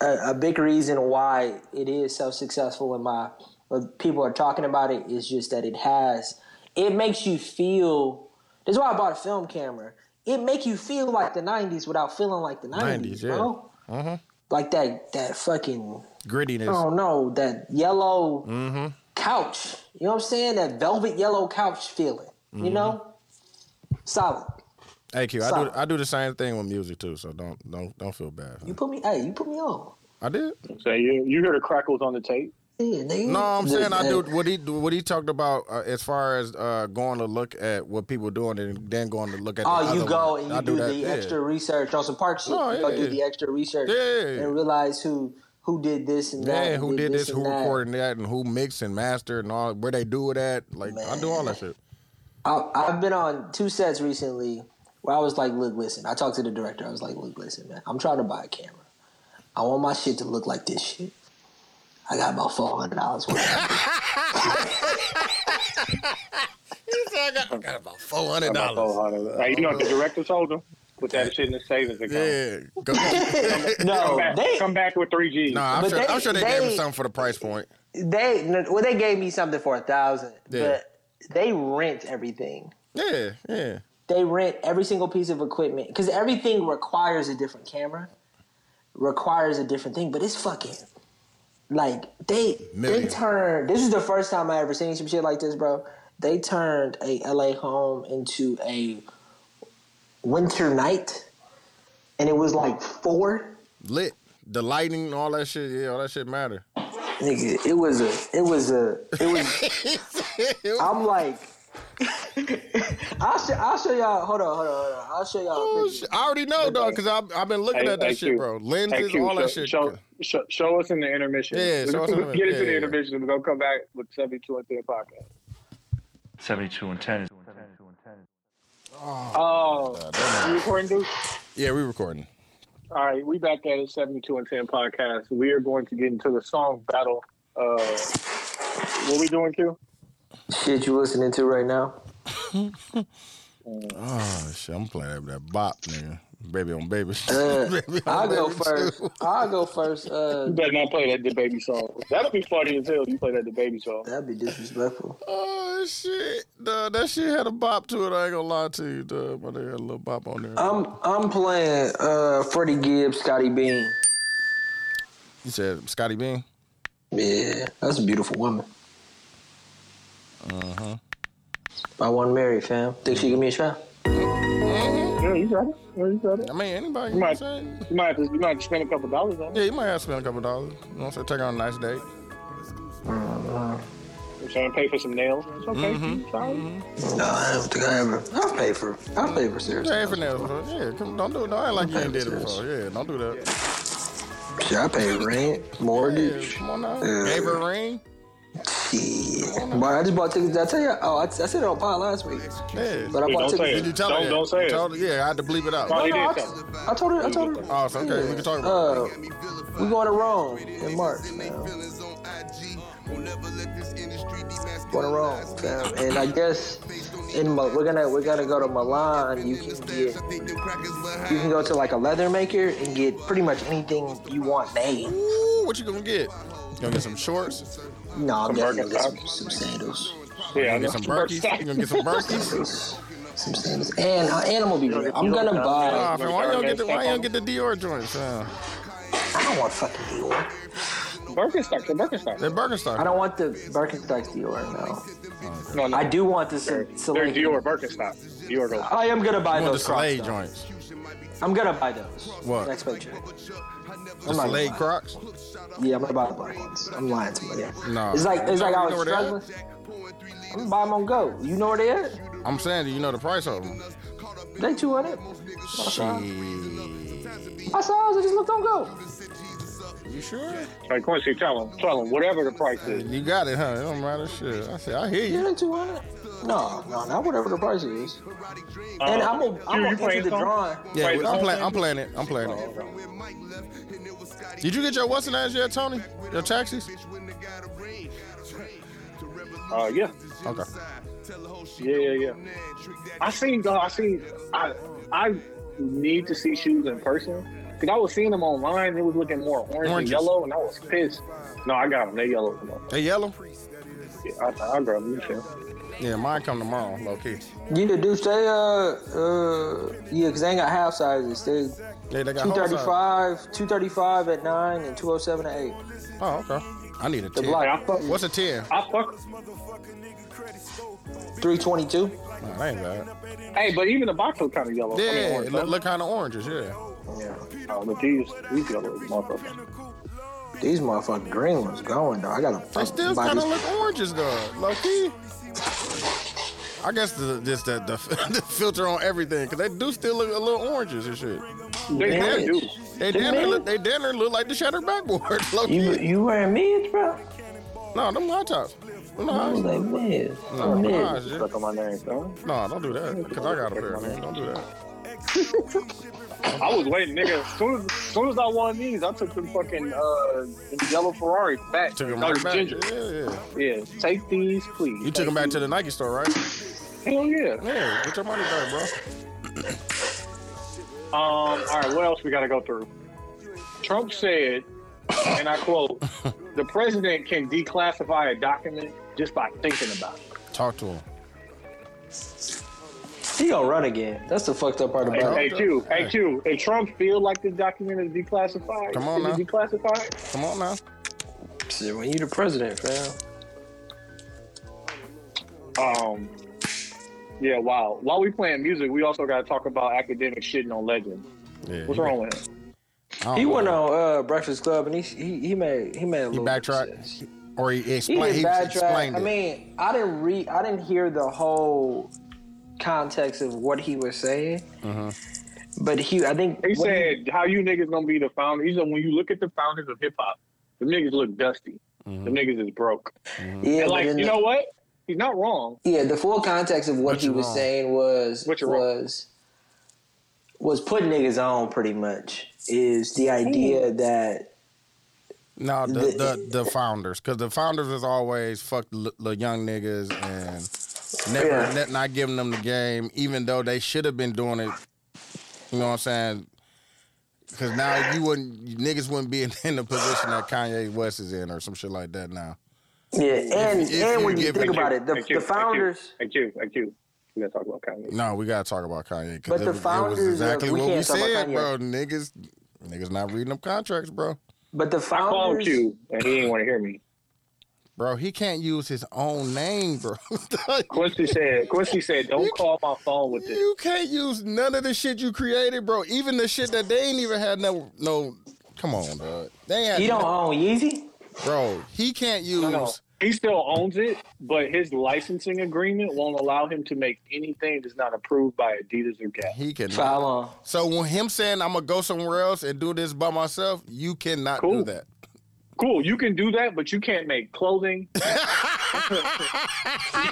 Speaker 2: a, a big reason why it is so successful and my what people are talking about it is just that it has it makes you feel that's why I bought a film camera. It make you feel like the nineties without feeling like the
Speaker 1: 90s,
Speaker 2: nineties,
Speaker 1: yeah. Mm-hmm.
Speaker 2: bro. Like that that fucking
Speaker 1: Grittiness.
Speaker 2: I
Speaker 3: Oh,
Speaker 2: don't know, that yellow
Speaker 1: Mm-hmm.
Speaker 2: couch. You know what I'm saying? That velvet yellow couch feeling.
Speaker 1: Mm-hmm.
Speaker 2: You know? Solid.
Speaker 1: Hey Q, I do
Speaker 2: Solid.
Speaker 1: I do the same thing with music too, so don't don't don't feel bad.
Speaker 2: You put me hey, you put me on.
Speaker 1: I did.
Speaker 3: So you, you hear the crackles on the tape?
Speaker 2: Yeah, nigga.
Speaker 1: No, I'm saying I
Speaker 2: Hey.
Speaker 1: do what he what he talked about uh, as far as uh, going to look at what people doing and then going to look at. the
Speaker 2: Oh, you
Speaker 1: other
Speaker 2: go
Speaker 1: one.
Speaker 2: and
Speaker 1: I
Speaker 2: you do,
Speaker 1: that,
Speaker 2: the
Speaker 1: yeah.
Speaker 2: extra research on some park shit.
Speaker 1: Oh,
Speaker 2: you go
Speaker 1: yeah,
Speaker 2: do
Speaker 1: yeah.
Speaker 2: the extra research
Speaker 1: Yeah, yeah, yeah.
Speaker 2: and realize who who did this and that.
Speaker 1: Yeah,
Speaker 2: and
Speaker 1: who did this? Who
Speaker 2: and that.
Speaker 1: recorded that? And who mixed and mastered and all? Where they do it at? Like I do all that shit.
Speaker 2: I, I've been on two sets recently where I was like, look, listen. I talked to the director. I was like, look, listen, man. I'm trying to buy a camera. I want my shit to look like this shit. I got about four hundred dollars worth.
Speaker 1: I got, about four hundred
Speaker 3: Oh, honey. Hey, you know what the director told him? Put that shit in the savings account.
Speaker 1: Yeah. Go-
Speaker 3: Come,
Speaker 2: no,
Speaker 3: back,
Speaker 2: they
Speaker 3: come back with three G's.
Speaker 1: no, I'm
Speaker 2: But
Speaker 1: sure.
Speaker 2: they-
Speaker 1: I'm sure they, gave him
Speaker 2: they-
Speaker 1: something for the price point.
Speaker 2: they well they gave me something for a thousand,
Speaker 1: Yeah.
Speaker 2: but they rent everything.
Speaker 1: Yeah, yeah.
Speaker 2: they rent every single piece of equipment because everything requires a different camera, requires a different thing. But it's fucking like they
Speaker 1: Million.
Speaker 2: they turned. This is the first time I ever seen some shit like this, bro. They turned a LA home into a winter night, and it was like four.
Speaker 1: Lit. The lighting, all that shit. Yeah, all that shit matter.
Speaker 2: Nigga, it was a, it was a, it was. I'm like, I'll show, I'll show y'all. Hold on, hold on, hold on. I'll show y'all. a
Speaker 1: Oh,
Speaker 2: picture.
Speaker 1: shit. I already know, dog, because I've, I've been looking
Speaker 3: Hey,
Speaker 1: at that
Speaker 3: hey,
Speaker 1: shit,
Speaker 3: Q.
Speaker 1: bro.
Speaker 3: Hey,
Speaker 1: Lenses,
Speaker 3: Q,
Speaker 1: all that
Speaker 3: show,
Speaker 1: shit.
Speaker 3: Show, show, show us in the intermission.
Speaker 1: Yeah, show us in the-
Speaker 3: Get into
Speaker 1: yeah,
Speaker 3: the
Speaker 1: yeah.
Speaker 3: intermission and go come back with 72 and 10 podcast.
Speaker 8: 72 and 10.
Speaker 3: Oh, you recording, dude?
Speaker 1: yeah, we recording.
Speaker 3: All right, we back at it, 72 and 10 podcast. We are going to get into the song battle. Uh, what we doing, Q?
Speaker 2: Shit, you listening to right now?
Speaker 1: Oh shit, I'm playing that, that bop, nigga. Baby on baby. baby on
Speaker 2: I'll Uh, go
Speaker 1: baby
Speaker 2: first.
Speaker 1: too.
Speaker 2: I'll go first. Uh,
Speaker 3: You better not play that the baby song. That'll be funny as hell if you play that the baby song.
Speaker 2: that'd be disrespectful.
Speaker 1: Oh shit, dog, that shit had a bop to it. I ain't gonna lie to you, dog. But they had a little bop on there.
Speaker 2: I'm I'm playing uh Freddie Gibbs, Scotty Bean.
Speaker 1: You said Scotty Bean.
Speaker 2: Yeah, that's a beautiful woman. Mm-hmm. I want to marry, fam. Think she give me a shot?
Speaker 3: Yeah, you got it. Yeah, you got it.
Speaker 1: I mean, anybody.
Speaker 3: You
Speaker 1: You know what I'm
Speaker 3: might,
Speaker 1: saying?
Speaker 3: you might, have to, you might have to spend a couple dollars on it.
Speaker 1: Yeah, you might have to spend a couple dollars. You know, what I'm saying? take her on a nice date.
Speaker 3: You're trying to pay for some nails. It's okay.
Speaker 1: Mm-hmm.
Speaker 3: you Sorry.
Speaker 2: No, I don't think I ever. I'll pay for. I'll pay for serious.
Speaker 1: Yeah, for nails, bro. Yeah, come, don't do it. Don't act like you ain't did it before. Yeah, don't do that.
Speaker 2: Shit, I pay rent,
Speaker 1: Yeah,
Speaker 2: mortgage.
Speaker 1: come on now.
Speaker 2: Yeah.
Speaker 1: Gave her a ring.
Speaker 2: Yeah. But I just bought tickets. Did I tell you? Oh, I, I said it on pod last week.
Speaker 1: Yeah.
Speaker 2: But I
Speaker 3: Hey,
Speaker 2: bought
Speaker 3: don't say
Speaker 2: tickets.
Speaker 1: Did you tell
Speaker 3: Don't-
Speaker 1: her? that?
Speaker 3: don't say
Speaker 1: You
Speaker 3: it.
Speaker 1: told her? Yeah, I had to bleep it out.
Speaker 3: Probably
Speaker 2: no,
Speaker 3: did
Speaker 2: I-
Speaker 3: something.
Speaker 2: I told her. I told her.
Speaker 1: Oh, it's okay. We can talk about it.
Speaker 2: Uh, we going to Rome in March. Fam. Going to Rome, fam. And I guess in Mil- we're gonna we're gonna go to Milan. You can get you can go to like a leather maker and get pretty much anything you want made.
Speaker 1: Ooh, what you gonna get? You gonna get some shorts?
Speaker 2: No, I'm
Speaker 3: Some
Speaker 2: definitely gonna
Speaker 3: Birkenstocks.
Speaker 2: get some, some sandals.
Speaker 1: You
Speaker 3: Yeah, I know.
Speaker 1: gonna get some Birkies? You gonna get some Birkies?
Speaker 2: Some sandals. And uh, and I'm gonna be real. I'm gonna buy.
Speaker 1: Nah, fam, why you don't get the why you don't get the Dior joints? fam?
Speaker 2: I don't want fucking Dior.
Speaker 3: Birkenstock. The Birkenstock.
Speaker 1: They're Birkenstock.
Speaker 2: I don't want the Birkenstocks Dior. No,
Speaker 3: No, no.
Speaker 2: I do want the
Speaker 3: They're,
Speaker 2: Sol-
Speaker 3: they're
Speaker 2: Soleil.
Speaker 3: Dior Birkenstock. Dior goes.
Speaker 2: I am gonna buy
Speaker 1: You want the
Speaker 2: those Crocs.
Speaker 1: Soleil
Speaker 2: though.
Speaker 1: joints?
Speaker 2: I'm gonna buy those.
Speaker 1: What?
Speaker 2: Next picture.
Speaker 1: The Soleil Crocs?
Speaker 2: Yeah, I'm gonna buy the black ones. I'm lying to you.
Speaker 1: No.
Speaker 2: It's like it's like I
Speaker 1: You know
Speaker 2: was
Speaker 1: where they
Speaker 2: struggling. I'm gonna buy them on Go. You know where they at?
Speaker 1: at? I'm saying, do you know the price of them?
Speaker 2: Uh-huh. They 200.
Speaker 1: Shit.
Speaker 2: I saw those. I just looked on Go.
Speaker 1: You sure?
Speaker 3: Hey, Quincy, tell him. Tell him whatever the price is.
Speaker 1: You got it, huh? It don't matter. Shit. I said, I hear
Speaker 2: Yeah,
Speaker 1: you.
Speaker 2: they 200. No, no, not whatever the price is.
Speaker 3: Uh,
Speaker 2: And I'm gonna I'm
Speaker 3: you-
Speaker 2: gonna
Speaker 3: you playing
Speaker 2: enter the
Speaker 3: some?
Speaker 2: drawing.
Speaker 1: Yeah,
Speaker 3: Wait,
Speaker 1: I'm
Speaker 3: so-
Speaker 1: playing. I'm playing it. I'm playing it. Did you get your what's in ass yet, Tony? Your taxis?
Speaker 3: Uh, yeah.
Speaker 1: Okay.
Speaker 3: Yeah, yeah, yeah. I seen, though, I seen, I, I need to see shoes in person. Cause I was seeing them online, it was looking more orange and
Speaker 1: Oranges.
Speaker 3: yellow, and I was pissed. No, I got them. They yellow. No,
Speaker 1: They yellow?
Speaker 3: yeah, I, I grab them. you feel?
Speaker 1: Yeah, mine come tomorrow, low key.
Speaker 2: You need to do stay uh uh yeah, 'cause they ain't got half sizes. They
Speaker 1: Yeah, they got whole size.
Speaker 2: 235, 235 at nine and 207 at eight.
Speaker 1: Oh, okay. I need a
Speaker 2: The
Speaker 1: 10.
Speaker 2: block
Speaker 3: Hey, I fuck.
Speaker 1: What's a 10?
Speaker 3: I fuck.
Speaker 2: 322.
Speaker 1: Nah, that ain't bad.
Speaker 3: Hey, but even the box look kind of yellow. I mean,
Speaker 1: Yeah,
Speaker 3: orange,
Speaker 1: look, look kind of oranges, yeah.
Speaker 3: Oh, but these, these yellow motherfuckers.
Speaker 2: These motherfucking green ones going though. I gotta
Speaker 1: They still
Speaker 2: buy
Speaker 1: kind of
Speaker 2: these-
Speaker 1: look oranges, though, low key. I guess the, just the, the, the filter on everything, because they do still look a little oranges and shit.
Speaker 3: They
Speaker 2: Yeah.
Speaker 3: damn do.
Speaker 1: They damn near look, they damn near look like the shattered backboard, low
Speaker 2: You
Speaker 1: key.
Speaker 2: you wearing mids, bro?
Speaker 1: No, them high tops. Them the
Speaker 2: I was
Speaker 1: highs.
Speaker 2: like, mids.
Speaker 1: No,
Speaker 2: I'm
Speaker 1: them
Speaker 2: mids.
Speaker 1: highs, yeah.
Speaker 3: Look at my name, though.
Speaker 1: No, don't do that, because I got a pair of them. Don't do that.
Speaker 3: I was waiting, nigga. As soon as, as soon as I won these, I took them fucking uh, them yellow Ferrari back.
Speaker 1: Took them
Speaker 3: No,
Speaker 1: right back.
Speaker 3: ginger.
Speaker 1: Yeah, yeah.
Speaker 3: Yeah, take these, please.
Speaker 1: You took them back to the Nike store, right?
Speaker 3: Hell yeah.
Speaker 1: Yeah, get your money back, bro.
Speaker 3: Um. All right. What else we got to go through? Trump said, and I quote: "The president can declassify a document just by thinking about it."
Speaker 1: Talk to him.
Speaker 2: He gonna run again. That's the fucked up part about it.
Speaker 3: Hey, hey, Q, hey, Q. If Trump feel like the document is declassified,
Speaker 1: Come on
Speaker 3: is it
Speaker 1: now.
Speaker 3: declassified?
Speaker 1: Come on now.
Speaker 2: Shit, When you the president, fam.
Speaker 3: Um. Yeah. Wow. While we playing music, we also got to talk about academic shitting on legends.
Speaker 1: Yeah,
Speaker 3: What's
Speaker 1: he-
Speaker 3: wrong with him?
Speaker 1: I don't
Speaker 2: He
Speaker 1: know.
Speaker 2: went on uh, Breakfast Club and he he, he made he made a
Speaker 1: Oh, He
Speaker 2: little
Speaker 1: backtracked, or he
Speaker 2: He
Speaker 1: explained.
Speaker 2: did
Speaker 1: He,
Speaker 2: backtrack.
Speaker 1: explained
Speaker 2: I
Speaker 1: it.
Speaker 2: mean, I didn't read I didn't hear the whole context of what he was saying. But he, I think
Speaker 3: He
Speaker 2: what
Speaker 3: said, "How you niggas gonna be the founder?" He said, "When you look at the founders of hip hop, the niggas look dusty. The niggas is broke."
Speaker 2: yeah,
Speaker 3: And
Speaker 2: but
Speaker 3: like,
Speaker 2: then
Speaker 3: you
Speaker 2: the-
Speaker 3: know what? He's not wrong.
Speaker 2: Yeah, the full context of what
Speaker 1: But
Speaker 2: he
Speaker 1: you're
Speaker 2: was
Speaker 1: wrong.
Speaker 2: saying was
Speaker 3: But you're wrong.
Speaker 2: was was putting niggas on pretty much is the idea that
Speaker 1: No, the
Speaker 2: The-
Speaker 1: the, the founders, because the founders is always fuck the, the young niggas and never
Speaker 2: Yeah.
Speaker 1: net- not giving them the game, even though they should have been doing it. You know what I'm saying? Because now you wouldn't niggas wouldn't be in, in the position that Kanye West is in or some shit like that. Now,
Speaker 2: yeah, and
Speaker 1: if
Speaker 2: and
Speaker 1: you
Speaker 2: when you
Speaker 1: give
Speaker 2: think
Speaker 1: it-
Speaker 2: about it, the, the founders.
Speaker 3: Thank you. Thank you. We gotta talk about Kanye.
Speaker 1: no, we gotta talk about Kanye. 'cause
Speaker 2: But the
Speaker 1: it was- it was
Speaker 2: founders of-
Speaker 1: exactly
Speaker 2: we
Speaker 1: what we
Speaker 2: can't talk about
Speaker 1: said,
Speaker 2: Kanye.
Speaker 1: bro. Niggas, niggas not reading them contracts, bro.
Speaker 2: But the
Speaker 3: I called
Speaker 2: founders,
Speaker 3: Q and he didn't want to hear me.
Speaker 1: Bro, he can't use his own name, bro.
Speaker 3: Quincy said, Quincy said, don't call my phone with this.
Speaker 1: you can't use none of the shit you created, bro. Even the shit that they ain't even had no no. Come on, dog. They ain't had
Speaker 2: he don't
Speaker 1: no-
Speaker 2: own Yeezy.
Speaker 1: bro. He can't use.
Speaker 3: No, he still owns it, but his licensing agreement won't allow him to make anything that's not approved by Adidas or Gap.
Speaker 1: He
Speaker 2: For
Speaker 1: can.
Speaker 2: how long?
Speaker 1: So when him saying I'm gonna go somewhere else and do this by myself, you cannot do
Speaker 3: Cool.
Speaker 1: that.
Speaker 3: Cool, you can do that, but you can't make clothing. you,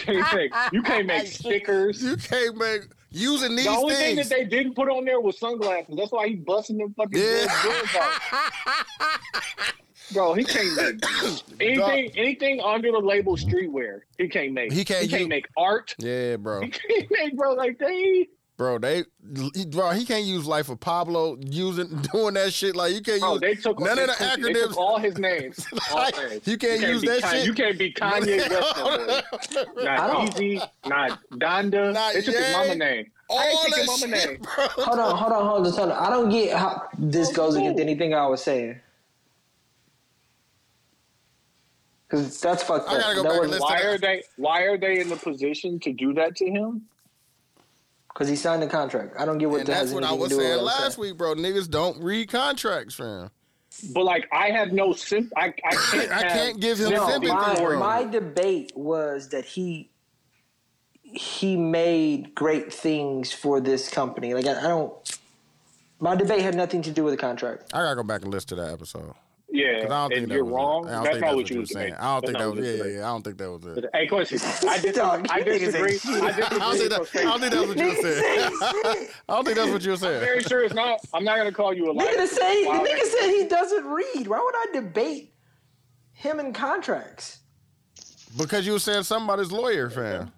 Speaker 3: can't make, you can't make stickers.
Speaker 1: You can't make using these
Speaker 3: The only thing
Speaker 1: things.
Speaker 3: that they didn't put on there was sunglasses. That's why he busting them fucking
Speaker 1: Yeah.
Speaker 3: red doors off. Bro, he can't make anything. Anything under the label streetwear, he can't make.
Speaker 1: He can't
Speaker 3: He can't
Speaker 1: use-
Speaker 3: make art.
Speaker 1: yeah, bro.
Speaker 3: He can't make, bro. Like they,
Speaker 1: Bro, they bro, he can't use life of Pablo using doing that shit. Like you can't
Speaker 3: bro,
Speaker 1: use
Speaker 3: oh, they took
Speaker 1: none of the
Speaker 3: They took
Speaker 1: acronyms.
Speaker 3: all his names. All
Speaker 1: Like,
Speaker 3: names.
Speaker 1: you can't use
Speaker 3: be
Speaker 1: that
Speaker 3: Kanye-
Speaker 1: shit.
Speaker 3: You can't be Kanye West. no more. Not Easy. Not Donda.
Speaker 1: Not
Speaker 3: they took his
Speaker 1: Ye.
Speaker 3: mama name. I
Speaker 1: all that
Speaker 3: ain't taking mama
Speaker 1: shit,
Speaker 3: name.
Speaker 1: bro.
Speaker 2: Hold on, hold on, hold on, hold on. I don't get how this goes against anything I was saying. Cause that's fucked up.
Speaker 1: I gotta go
Speaker 2: That
Speaker 1: back and
Speaker 2: was-
Speaker 1: listen.
Speaker 3: Why are they? Why are they in the position to do that to him?
Speaker 2: Cause he signed the contract. I don't get what
Speaker 1: And
Speaker 2: that
Speaker 1: that's
Speaker 2: has
Speaker 1: what I
Speaker 2: anything to
Speaker 1: was
Speaker 2: do with
Speaker 1: saying
Speaker 2: what I'm
Speaker 1: last
Speaker 2: saying.
Speaker 1: week, bro. Niggas don't read contracts, fam.
Speaker 3: But like, I have no sim. I, I can't.
Speaker 1: I
Speaker 3: have-
Speaker 1: can't give him
Speaker 3: No,
Speaker 1: sympathy,
Speaker 2: My,
Speaker 1: bro.
Speaker 2: my debate was that he he made great things for this company. Like I, I don't. My debate had nothing to do with the contract.
Speaker 1: I gotta go back and listen to that episode.
Speaker 3: Yeah,
Speaker 1: 'Cause I don't think
Speaker 3: and
Speaker 1: that
Speaker 3: you're
Speaker 1: was it.
Speaker 3: wrong.
Speaker 1: I don't
Speaker 3: That's
Speaker 1: think
Speaker 3: not
Speaker 1: that's
Speaker 3: what you
Speaker 1: were
Speaker 3: was
Speaker 1: saying.
Speaker 3: saying.
Speaker 1: I don't think that
Speaker 3: That's
Speaker 1: was.
Speaker 3: not
Speaker 1: Yeah,
Speaker 3: what you
Speaker 1: yeah, yeah. I don't think that was it.
Speaker 3: saying. Hey, Quincy, I disagree.
Speaker 2: Dog,
Speaker 3: I
Speaker 2: you niggas
Speaker 3: disagree.
Speaker 2: ain't
Speaker 3: I disagree.
Speaker 1: I don't think that. I don't think that's what you were saying. I don't think that's what you were saying.
Speaker 3: Very sure it's not. I'm not gonna call you a liar.
Speaker 2: Nigga say the
Speaker 3: Wow.
Speaker 2: nigga said he doesn't read. Why would I debate him in contracts?
Speaker 1: Because you were saying somebody's lawyer, fam.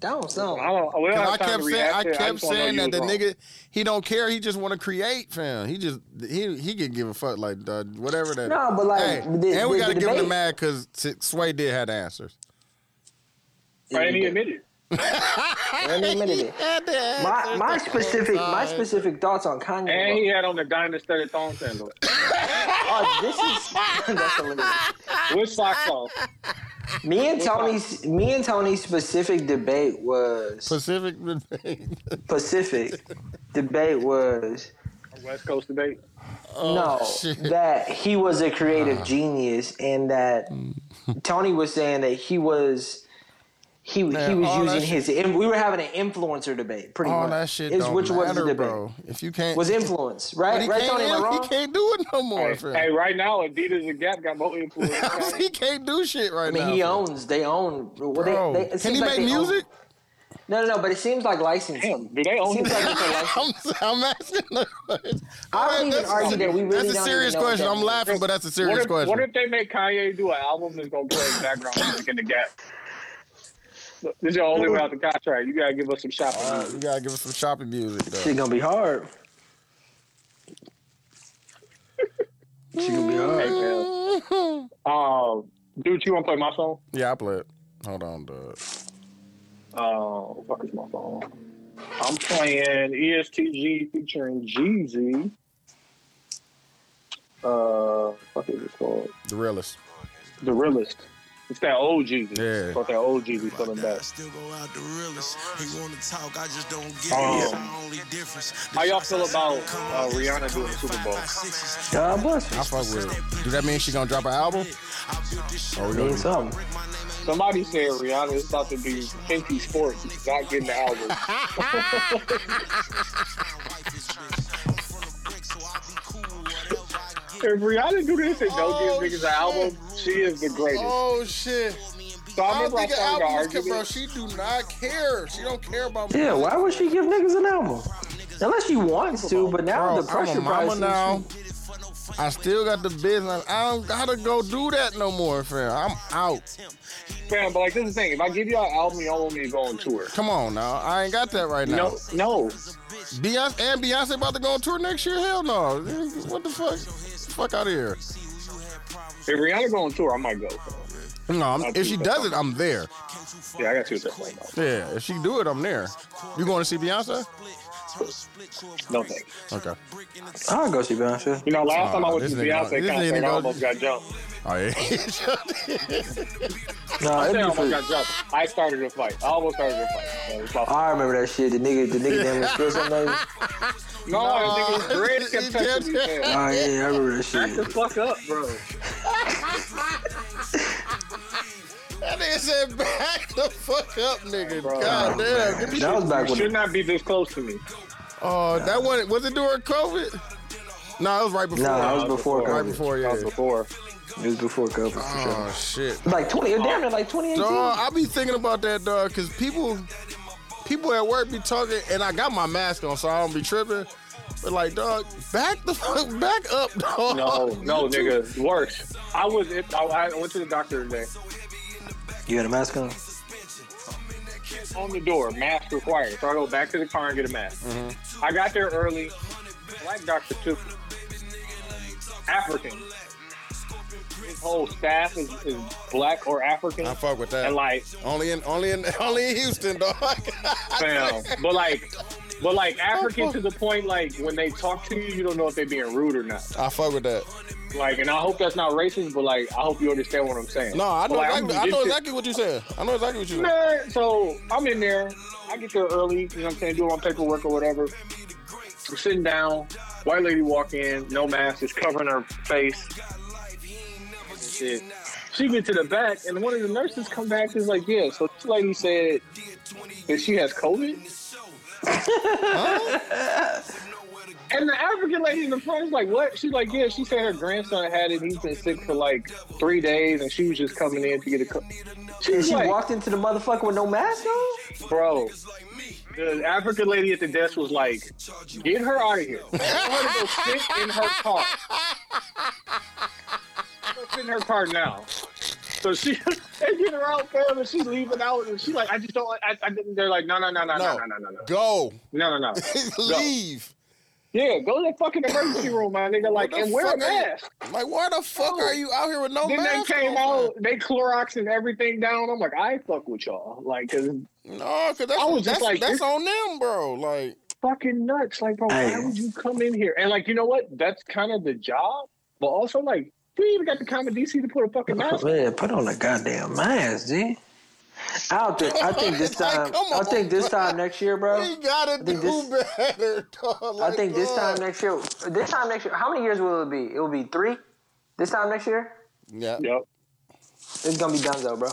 Speaker 2: That don't
Speaker 3: I
Speaker 2: sound.
Speaker 3: don't. We don't
Speaker 1: Because
Speaker 3: have
Speaker 1: I
Speaker 3: time
Speaker 1: kept
Speaker 3: to
Speaker 1: saying,
Speaker 3: react
Speaker 1: I
Speaker 3: to it.
Speaker 1: kept
Speaker 3: just wanna know
Speaker 1: saying
Speaker 3: you
Speaker 1: that the
Speaker 3: was wrong.
Speaker 1: nigga, he don't care. He just want to create, fam. He just he he can give a fuck like uh, whatever that.
Speaker 2: No, but like
Speaker 1: Hey,
Speaker 2: the,
Speaker 1: and we
Speaker 2: the-
Speaker 1: gotta
Speaker 2: the
Speaker 1: give him the
Speaker 2: debate-
Speaker 1: mad because Sway did have the answers.
Speaker 3: Right, and he admitted.
Speaker 2: And he admitted it.
Speaker 1: Had the answers.
Speaker 2: My my specific my specific thoughts on Kanye.
Speaker 3: And
Speaker 2: were-
Speaker 3: he had on the Dynasty Thong sandal
Speaker 2: Oh, this is that's hilarious.
Speaker 3: with socks off.
Speaker 2: Me and Tony's me and Tony's specific debate was
Speaker 1: Pacific.
Speaker 2: Pacific debate was
Speaker 3: West Coast debate.
Speaker 2: no
Speaker 1: Oh, shit. Uh-huh.
Speaker 2: that he was a creative genius and that
Speaker 1: Mm.
Speaker 2: Tony was saying that he was he he
Speaker 1: Man, all
Speaker 2: was
Speaker 1: that
Speaker 2: using his we were having an influencer debate pretty
Speaker 1: All
Speaker 2: much
Speaker 1: that shit
Speaker 2: It's
Speaker 1: don't
Speaker 2: which
Speaker 1: matter,
Speaker 2: was the debate
Speaker 1: bro. If you can't,
Speaker 2: was influence
Speaker 1: but
Speaker 2: right
Speaker 1: he,
Speaker 2: right
Speaker 1: can't,
Speaker 2: Tony am I
Speaker 1: he
Speaker 2: wrong
Speaker 1: can't do it no more,
Speaker 3: Hey,
Speaker 1: fam.
Speaker 3: hey, right now Adidas and Gap got more influence.
Speaker 1: he can't do shit right
Speaker 2: I mean
Speaker 1: now.
Speaker 2: he
Speaker 1: fam.
Speaker 2: owns they own well, they-
Speaker 1: Bro,
Speaker 2: they, it
Speaker 1: can
Speaker 2: seems
Speaker 1: he
Speaker 2: like
Speaker 1: make
Speaker 2: they own-
Speaker 1: music?
Speaker 2: no no no but it seems like
Speaker 3: Damn,
Speaker 2: licensing
Speaker 3: do they own
Speaker 2: seems like it's a license.
Speaker 1: I'm, I'm asking. the question.
Speaker 2: I don't even
Speaker 1: That's-
Speaker 2: argue that we really
Speaker 1: That's a
Speaker 2: don't
Speaker 1: serious
Speaker 2: even know what
Speaker 1: question.
Speaker 2: that
Speaker 1: I'm
Speaker 2: means.
Speaker 1: laughing, but that's a serious
Speaker 3: What if,
Speaker 1: question.
Speaker 3: what if they make Kanye do an album that's gonna play background music in the gap? This is the only way out the contract. You gotta give us some shopping.
Speaker 1: Uh, you gotta give us some shopping music, though.
Speaker 2: Shit gonna be hard. Shit gonna be hard.
Speaker 3: Hey, man. Um, dude, you wanna play my song?
Speaker 1: Yeah, I play it. Hold on, dude.
Speaker 3: Oh, fuck is my phone? I'm playing E ESTG featuring Jeezy. Uh, fuck is it called?
Speaker 1: The realest.
Speaker 3: The Realist. It's that old Jeezy.
Speaker 1: Yeah. Oh
Speaker 3: It's that old Jeezy feeling back.
Speaker 4: Still go out the realest. He wanna talk, I just don't get
Speaker 3: Um,
Speaker 4: it. It's our only difference.
Speaker 3: How y'all feel about uh, Rihanna doing the Super Bowl?
Speaker 2: God bless
Speaker 1: I
Speaker 2: you.
Speaker 1: fuck with it. Do that mean she gonna drop an album?
Speaker 3: Oh.
Speaker 1: Or we gonna
Speaker 2: Need something.
Speaker 3: Somebody said Rihanna is about to be Pinky Sports. She's not getting the album. if Rihanna do this and don't give niggas an album, she is the greatest.
Speaker 1: Oh shit!
Speaker 3: so I remember I
Speaker 1: an
Speaker 3: started to argue.
Speaker 1: bro. She do not care. She don't care about me.
Speaker 2: Yeah, why would she give niggas an album? Unless she wants to, but now
Speaker 1: Bro,
Speaker 2: the
Speaker 1: I'm
Speaker 2: pressure
Speaker 1: a mama
Speaker 2: prices.
Speaker 1: now. I still got the business. I don't gotta go do that no more, fam. I'm out.
Speaker 3: Fam, but like this is the thing. If I give y'all an album, y'all want me to go on tour.
Speaker 1: Come on now. I ain't got that right now.
Speaker 3: No, no.
Speaker 1: Beyonce and Beyonce about to go on tour next year? Hell no. What the fuck? Fuck out of here.
Speaker 3: If Rihanna go on tour, I might go.
Speaker 1: No, I'm,
Speaker 3: I'll
Speaker 1: if
Speaker 3: do
Speaker 1: she
Speaker 3: that.
Speaker 1: does it, I'm there.
Speaker 3: Yeah, I got to at that point.
Speaker 1: Yeah, if she do it, I'm there. You going to see Beyonce?
Speaker 3: No thanks.
Speaker 1: Okay.
Speaker 2: I'll go see Beyonce.
Speaker 3: You know, last time I went
Speaker 1: this
Speaker 3: to
Speaker 1: nigga
Speaker 3: Beyonce
Speaker 1: gonna- this
Speaker 3: concert,
Speaker 1: nigga
Speaker 3: I
Speaker 1: gonna-
Speaker 3: almost got jumped.
Speaker 1: Oh yeah.
Speaker 2: No,
Speaker 3: I
Speaker 2: it'd
Speaker 3: said I
Speaker 2: be
Speaker 3: almost
Speaker 2: free.
Speaker 3: got jumped. I started a fight. I almost started a fight. So it's my fault.
Speaker 2: I remember that shit. The nigga, the nigga damn near spilled something.
Speaker 3: No, I think it was Greg kept touching me. man.
Speaker 2: Oh yeah, I remember that
Speaker 3: Shut the
Speaker 2: shit.
Speaker 3: fuck up, bro.
Speaker 1: That nigga said, "Back the fuck up, nigga."
Speaker 3: Bro.
Speaker 1: God damn. Get me
Speaker 2: That was back
Speaker 3: You
Speaker 2: when.
Speaker 3: should not be this close to me.
Speaker 1: Oh, that one was it during COVID? No, it was right before.
Speaker 2: No, that was
Speaker 3: was
Speaker 2: before
Speaker 3: before.
Speaker 1: right
Speaker 2: COVID.
Speaker 1: before, yeah.
Speaker 3: That was before.
Speaker 2: It was before COVID for sure.
Speaker 1: Oh shit.
Speaker 2: Like twenty, or damn near like twenty eighteen.
Speaker 1: Dog, I be thinking about that, dog, because people, people at work be talking, and I got my mask on, so I don't be tripping. But like, dog, back the fuck, back up, dog.
Speaker 3: No, no,
Speaker 1: You too-
Speaker 3: nigga. Worse. I was. It, I, I went to the doctor today.
Speaker 2: You had a mask on.
Speaker 3: On the door, mask required. So I go back to the car and get a mask.
Speaker 1: Mm-hmm.
Speaker 3: I got there early. Black doctor took me. African. His whole staff is, is black or African.
Speaker 1: I fuck with that.
Speaker 3: And like,
Speaker 1: only in, only in, only in Houston, dog.
Speaker 3: fam. But like, but like African to the point like when they talk to you, you don't know if they're being rude or not.
Speaker 1: I fuck with that.
Speaker 3: Like, and I hope that's not racist, but like, I hope you understand what I'm saying.
Speaker 1: No, I know,
Speaker 3: Like, I'm
Speaker 1: exactly, I know
Speaker 3: just-
Speaker 1: exactly what you said. I know exactly what you said.
Speaker 3: Man, so I'm in there. I get there early. You know what I'm saying? Do my paperwork or whatever. I'm sitting down. White lady walk in. No mask. Is covering her face. Shit. She went to the back, and one of the nurses come back. and Is like, yeah. So this lady said that she has COVID. And the African lady in the front is like, what? She's like, yeah. She said her grandson had it. He's been sick for like three days, and she was just coming in to get a. Co-
Speaker 2: And
Speaker 3: She's
Speaker 2: she
Speaker 3: like,
Speaker 2: walked into the motherfucker with no mask on.
Speaker 3: Bro, the African lady at the desk was like, "Get her out of here! Tell her to go sit in her car. Go sit in her car now." So she they get her out, fam, and she's leaving out, and she like, "I just don't." I, I didn't. They're like, "No, no, no, no, no,
Speaker 1: No.
Speaker 3: no, no, no, no,
Speaker 1: Go,
Speaker 3: no, no, no."
Speaker 1: leave.
Speaker 3: Yeah, go to the fucking emergency room, my nigga. Like,
Speaker 1: the
Speaker 3: and wear a
Speaker 1: fuck are you-
Speaker 3: mask.
Speaker 1: Like, why the fuck
Speaker 3: No.
Speaker 1: are you out here with no
Speaker 3: Oh. Then they
Speaker 1: mask?
Speaker 3: came
Speaker 1: on,
Speaker 3: out, they Clorox and everything down. I'm like, I fuck with y'all, like, cause
Speaker 1: man? No, because
Speaker 3: I was
Speaker 1: that's
Speaker 3: just
Speaker 1: that's,
Speaker 3: like,
Speaker 1: that's
Speaker 3: this-
Speaker 1: on them, bro. Like.
Speaker 3: fucking nuts. Like, bro,
Speaker 2: Hey.
Speaker 3: why would you come in here? And like, you know what? That's kind of the job, but also like, we even got the common DC to put a fucking mask. on.
Speaker 2: Man, put on a goddamn mask, G. I don't think. I think this
Speaker 1: Like,
Speaker 2: time.
Speaker 1: come
Speaker 2: I think this
Speaker 1: on,
Speaker 2: time next year, bro.
Speaker 1: We gotta do
Speaker 2: think
Speaker 1: better, dog.
Speaker 2: I
Speaker 1: Like,
Speaker 2: think this time
Speaker 1: dog.
Speaker 2: next year. This time next year. How many years will it be? It will be three. This time next year,
Speaker 1: Yeah.
Speaker 3: Yep.
Speaker 2: it's gonna be done though, bro.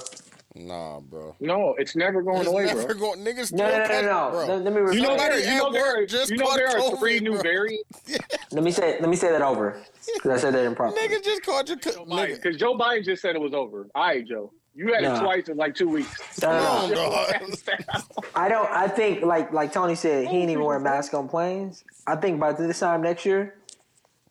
Speaker 1: Nah, bro.
Speaker 3: No, it's never going
Speaker 1: It's
Speaker 3: away,
Speaker 1: never
Speaker 3: bro.
Speaker 1: going. Niggas still
Speaker 2: No, no, no,
Speaker 1: catch-
Speaker 2: no.
Speaker 1: bro.
Speaker 2: no. Let, let me
Speaker 3: You know,
Speaker 2: rephrase.
Speaker 3: there, you know,
Speaker 1: Somebody at
Speaker 3: there,
Speaker 1: work just
Speaker 3: you know, there
Speaker 1: caught
Speaker 3: are three
Speaker 1: COVID,
Speaker 3: new
Speaker 1: bro.
Speaker 3: variants,
Speaker 2: Let me say. Let me say that over because I said that improperly.
Speaker 1: Niggas just caught your co- nigga.
Speaker 3: because Joe Biden just said it was over. All right, Joe, you had
Speaker 2: Nah.
Speaker 3: it twice in like two weeks.
Speaker 2: No, no, no.
Speaker 1: Come on, dog.
Speaker 2: I don't. I think like like Tony said, he ain't even wearing a mask on planes. I think by this time next year,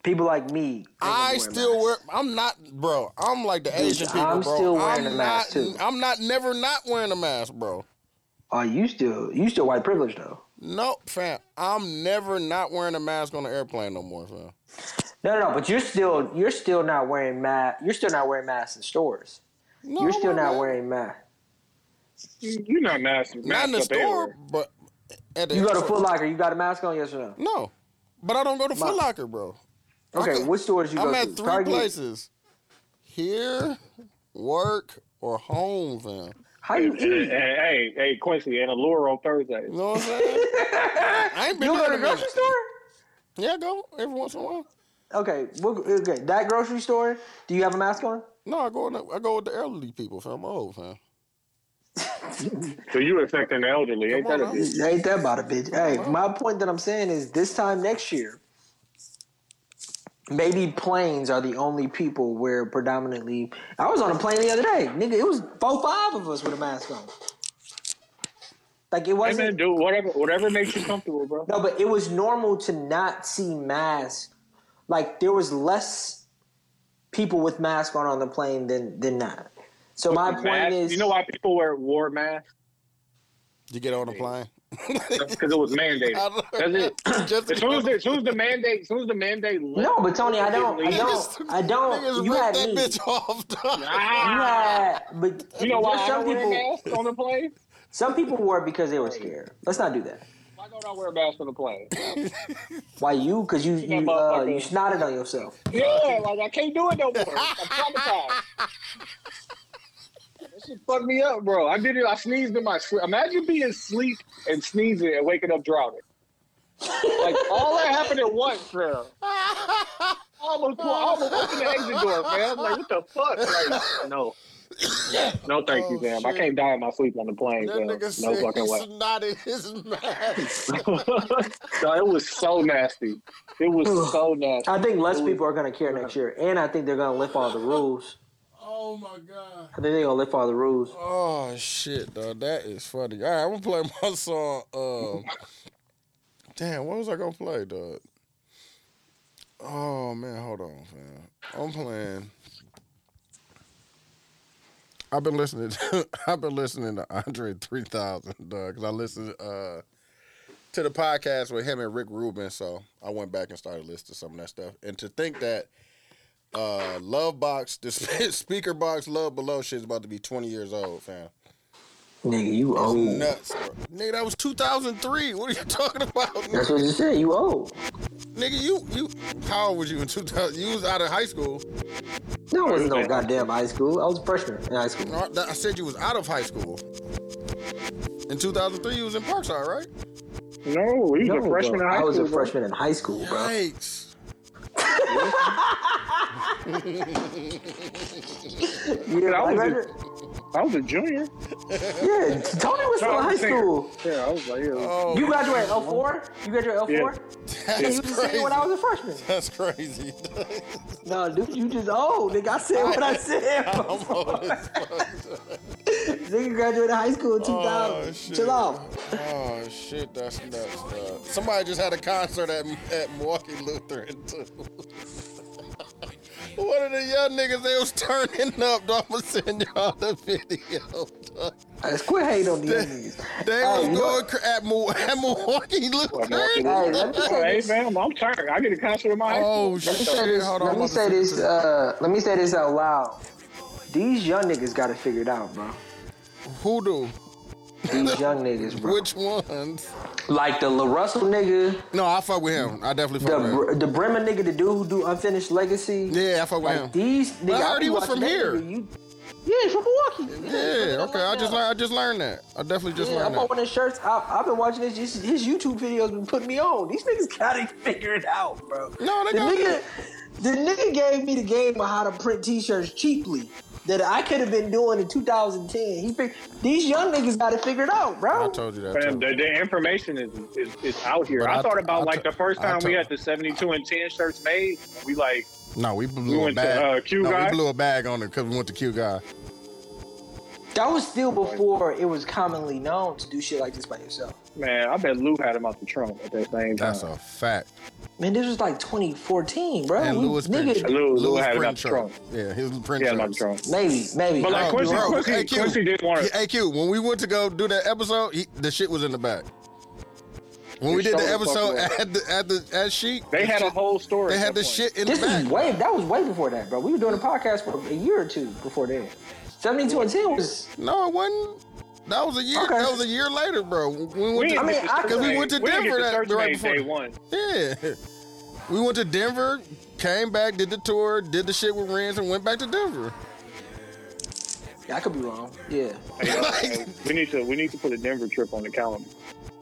Speaker 2: people like me. ain't gonna
Speaker 1: I
Speaker 2: wear
Speaker 1: still
Speaker 2: masks.
Speaker 1: wear. I'm not, bro. I'm like the
Speaker 2: Dude,
Speaker 1: Asian people,
Speaker 2: I'm
Speaker 1: bro.
Speaker 2: still wearing
Speaker 1: I'm
Speaker 2: a
Speaker 1: not,
Speaker 2: mask, too.
Speaker 1: I'm not never not wearing a mask, bro.
Speaker 2: Oh, you still you still white privilege though.
Speaker 1: Nope, fam. I'm never not wearing a mask on the airplane no more, fam.
Speaker 2: No, no, no, but you're still you're still not wearing ma- You're still not wearing masks in stores.
Speaker 1: No,
Speaker 2: you're still
Speaker 1: I'm
Speaker 2: not wearing mask.
Speaker 3: You're not masked.
Speaker 1: Not in the
Speaker 3: masked up
Speaker 1: store,
Speaker 3: everywhere.
Speaker 1: but at the
Speaker 2: You go to
Speaker 1: airport.
Speaker 2: Foot Locker. You got a mask on? Yes or no?
Speaker 1: No, but I don't go to Foot Locker, bro.
Speaker 2: Okay,
Speaker 1: Okay.
Speaker 2: which stores you
Speaker 1: I'm
Speaker 2: go
Speaker 1: at
Speaker 2: to?
Speaker 1: three
Speaker 2: Target?
Speaker 1: places: here, work, or home, fam.
Speaker 2: How you
Speaker 3: Hey,
Speaker 2: eat?
Speaker 3: hey, hey, Quincy, and a lure on Thursday.
Speaker 1: You know what I'm saying? I ain't
Speaker 2: You
Speaker 1: been
Speaker 2: don't
Speaker 1: there
Speaker 2: go to
Speaker 1: in
Speaker 2: the
Speaker 1: a
Speaker 2: grocery
Speaker 1: minute.
Speaker 2: store?
Speaker 1: Yeah, I go every once in a while.
Speaker 2: Okay, we'll, okay, that grocery store. Do you have a mask on?
Speaker 1: No, I go. In the, I go with the elderly people, fam. I'm old, fam.
Speaker 3: So you affecting the elderly? Ain't
Speaker 1: Come
Speaker 3: that a
Speaker 1: on,
Speaker 3: bitch?
Speaker 2: Ain't that about a bitch? Hey, my point that I'm saying is this time next year, maybe planes are the only people where predominantly. I was on a plane the other day, nigga. It was four, five of us with a mask on. Like it
Speaker 3: Hey man,
Speaker 2: wasn't.
Speaker 3: do whatever, whatever makes you comfortable, bro.
Speaker 2: No, but it was normal to not see masks. Like there was less people with masks on on the plane than than not. So my point
Speaker 3: Mask-
Speaker 2: is,
Speaker 3: you know why people wear wore masks?
Speaker 1: You get on the plane.
Speaker 3: because it was mandated.
Speaker 1: I don't-
Speaker 3: That's it.
Speaker 1: Just
Speaker 3: As soon as, the, as soon as the mandate, as soon as the mandate left,
Speaker 2: No, but Tony, I don't, I don't, I
Speaker 1: Niggas
Speaker 2: don't. You
Speaker 1: ripped
Speaker 2: had
Speaker 1: that
Speaker 2: me.
Speaker 1: bitch off. Dog.
Speaker 2: You had, but
Speaker 3: Ah! you know why
Speaker 2: there's
Speaker 3: I
Speaker 2: some
Speaker 3: don't wear
Speaker 2: people,
Speaker 3: masks on the plane?
Speaker 2: some people wore it because they were scared. Let's not do that.
Speaker 3: I know don't wear masks on the plane.
Speaker 2: Why you? Because you you uh, you snotted on yourself.
Speaker 3: Yeah, like I can't do it no more. I'm traumatized. That shit fucked me up, bro. I did it. I sneezed in my sleep. Imagine being asleep and sneezing and waking up drowning. Like all that happened at once, bro. Almost, I almost opened the exit door, man. Like what the fuck? Like, no, no, thank you,
Speaker 1: Oh,
Speaker 3: fam. I
Speaker 1: shit.
Speaker 3: can't die in my sleep on the plane,
Speaker 1: That
Speaker 3: fam.
Speaker 1: nigga
Speaker 3: No
Speaker 1: said
Speaker 3: fucking
Speaker 1: he
Speaker 3: way.
Speaker 1: snotted his mask.
Speaker 3: no, it was so nasty. It was so nasty.
Speaker 2: I think less people are gonna care
Speaker 3: Uh-huh.
Speaker 2: next year, and I think they're gonna lift all the rules.
Speaker 1: Oh my god.
Speaker 2: I think they're gonna lift all the rules.
Speaker 1: Oh shit, though. That is funny. All right, I'm gonna play my song. Um, damn, what was I gonna play, dog? Oh man, hold on, man. I'm playing. I've been listening. To, I've been listening to Andre 3000, dog, because I listened uh, to the podcast with him and Rick Rubin. So I went back and started listening to some of that stuff. And to think that uh, Love Box, the speaker box, Love Below shit is about to be 20 years old, fam.
Speaker 2: Nigga, you old.
Speaker 1: Nuts, bro. Nigga, that was 2003. What are you talking about?
Speaker 2: That's what you said. You old.
Speaker 1: Nigga, you you how old was you in 2000? You was out of high school.
Speaker 2: No, I wasn't no goddamn high school. I was a freshman in high school.
Speaker 1: No, I I said you was out of high school. In 2003, you was in Parkside, right?
Speaker 3: No, he was
Speaker 2: No,
Speaker 3: a freshman
Speaker 2: bro.
Speaker 3: in high
Speaker 2: I was
Speaker 3: school.
Speaker 2: a freshman in high school, bro.
Speaker 1: Yikes.
Speaker 2: Yeah,
Speaker 3: I
Speaker 2: I
Speaker 3: was a-
Speaker 2: graduated-
Speaker 3: bro. I was a junior.
Speaker 2: yeah, Tony was still in high school.
Speaker 3: Yeah, I was like, yeah.
Speaker 1: Oh,
Speaker 2: You graduated in 04? You graduated in 04? Yeah,
Speaker 1: that's
Speaker 2: you just said
Speaker 1: crazy.
Speaker 2: when I was a freshman.
Speaker 1: That's crazy.
Speaker 2: No, dude, you just old. Nigga, I said what I said.
Speaker 1: I'm old as fuck.
Speaker 2: Nigga graduated high school in 2000.
Speaker 1: Oh, shit.
Speaker 2: Chill out.
Speaker 1: Oh shit, that's nuts. Dog. Somebody just had a concert at, at Milwaukee Lutheran too. One of the young niggas they was turning up. Dog, I'ma send y'all the video. Dog.
Speaker 2: Let's quit hating on these niggas.
Speaker 1: They
Speaker 2: Hey,
Speaker 1: was
Speaker 2: you
Speaker 1: going
Speaker 2: know Oh, what?
Speaker 1: cra- at, Mu- at Milwaukee Lutheran.
Speaker 2: Hey, let me
Speaker 3: Oh,
Speaker 2: say
Speaker 3: hey,
Speaker 2: this.
Speaker 3: fam, I'm tired. I did a concert in my high school.
Speaker 1: Oh
Speaker 2: Let me say
Speaker 1: shit!
Speaker 2: this.
Speaker 1: Hold on.
Speaker 2: Let me
Speaker 1: I'm
Speaker 2: say
Speaker 1: about to-
Speaker 2: this. Uh, let me say this out loud. These young niggas got it figured out, bro.
Speaker 1: Who do?
Speaker 2: These young niggas, bro.
Speaker 1: Which ones?
Speaker 2: like the LaRussell nigga,
Speaker 1: No, I fuck with him. I definitely
Speaker 2: the
Speaker 1: fuck with him.
Speaker 2: Br- the Bremer nigga, the dude who do Unfinished Legacy.
Speaker 1: Yeah, I fuck with
Speaker 2: Like
Speaker 1: him.
Speaker 2: these niggas.
Speaker 1: I heard
Speaker 2: be
Speaker 1: he was
Speaker 2: watching
Speaker 1: from
Speaker 2: that
Speaker 1: here.
Speaker 2: nigga, you- yeah, he's from Milwaukee.
Speaker 1: Yeah. Okay. I just learned. I just learned that. I definitely just
Speaker 2: Yeah,
Speaker 1: learned
Speaker 2: I'm
Speaker 1: that.
Speaker 2: on his shirts. I, I've been watching his, his his YouTube videos been putting me on. These niggas got it figured out, bro.
Speaker 1: No, they
Speaker 2: the
Speaker 1: got
Speaker 2: nigga,
Speaker 1: it.
Speaker 2: the nigga gave me the game of how to print T-shirts cheaply that I could have been doing in 2010. He fig- these young niggas got it figured out,
Speaker 1: I
Speaker 2: bro.
Speaker 1: told you that.
Speaker 3: Fam,
Speaker 1: Too.
Speaker 3: the, the information is, is, is out here.
Speaker 1: But
Speaker 3: I,
Speaker 1: I-
Speaker 3: thought
Speaker 1: I
Speaker 3: about like
Speaker 1: t-
Speaker 3: the first
Speaker 1: I
Speaker 3: time we
Speaker 1: t-
Speaker 3: had the 72 and 10 shirts made. We like,
Speaker 1: No, we
Speaker 3: We
Speaker 1: blew a
Speaker 3: went to,
Speaker 1: bag.
Speaker 3: uh, Q
Speaker 1: no,
Speaker 3: guy?
Speaker 1: we blew a bag on it because we went to Q guy.
Speaker 2: That was still before it was commonly known to do shit like this by yourself.
Speaker 3: man, I bet Lou had him out the trunk at that same time.
Speaker 1: That's a fact.
Speaker 2: Man, this was like 2014, bro.
Speaker 1: And
Speaker 2: Oh, We-
Speaker 1: Lewis
Speaker 2: nigga,
Speaker 1: Pinch.
Speaker 3: Lou, Lou had him out
Speaker 1: print
Speaker 3: the
Speaker 1: truck.
Speaker 3: trunk.
Speaker 1: Yeah, his print
Speaker 3: He had him out the
Speaker 1: truck.
Speaker 3: trunk.
Speaker 2: maybe, maybe.
Speaker 3: But like
Speaker 1: Oh,
Speaker 3: Quincy,
Speaker 1: bro,
Speaker 3: Quincy,
Speaker 1: AQ.
Speaker 3: Quincy didn't want to.
Speaker 1: Hey Q, when we went to go do that episode, he, the shit was in the back. When we
Speaker 3: They
Speaker 1: did the
Speaker 3: showed the fuck
Speaker 1: episode
Speaker 3: up.
Speaker 1: at the at the at sheet,
Speaker 3: They had a whole story.
Speaker 1: they
Speaker 3: at
Speaker 1: had
Speaker 3: that
Speaker 1: the
Speaker 3: point.
Speaker 1: shit in the
Speaker 2: This is
Speaker 1: back.
Speaker 2: way that was way before that, bro. We were doing a podcast for a year or two before then. Seventy two and ten was
Speaker 1: No, it wasn't. That was a year.
Speaker 2: Okay.
Speaker 1: That was a year later, bro. We
Speaker 3: We
Speaker 1: went to,
Speaker 3: didn't
Speaker 2: I mean,
Speaker 3: get the
Speaker 2: I-
Speaker 3: shirts
Speaker 2: 'cause
Speaker 1: we
Speaker 3: made.
Speaker 1: went to
Speaker 3: didn't get
Speaker 1: Denver
Speaker 3: the
Speaker 1: that-
Speaker 3: shirts
Speaker 1: right
Speaker 3: made
Speaker 1: before.
Speaker 3: Day one.
Speaker 1: yeah. We went to Denver, came back, did the tour, did the shit with Renz, and went back to Denver.
Speaker 2: I could be wrong. Yeah.
Speaker 3: Hey, uh, hey, we need to we need to put a Denver trip on the calendar.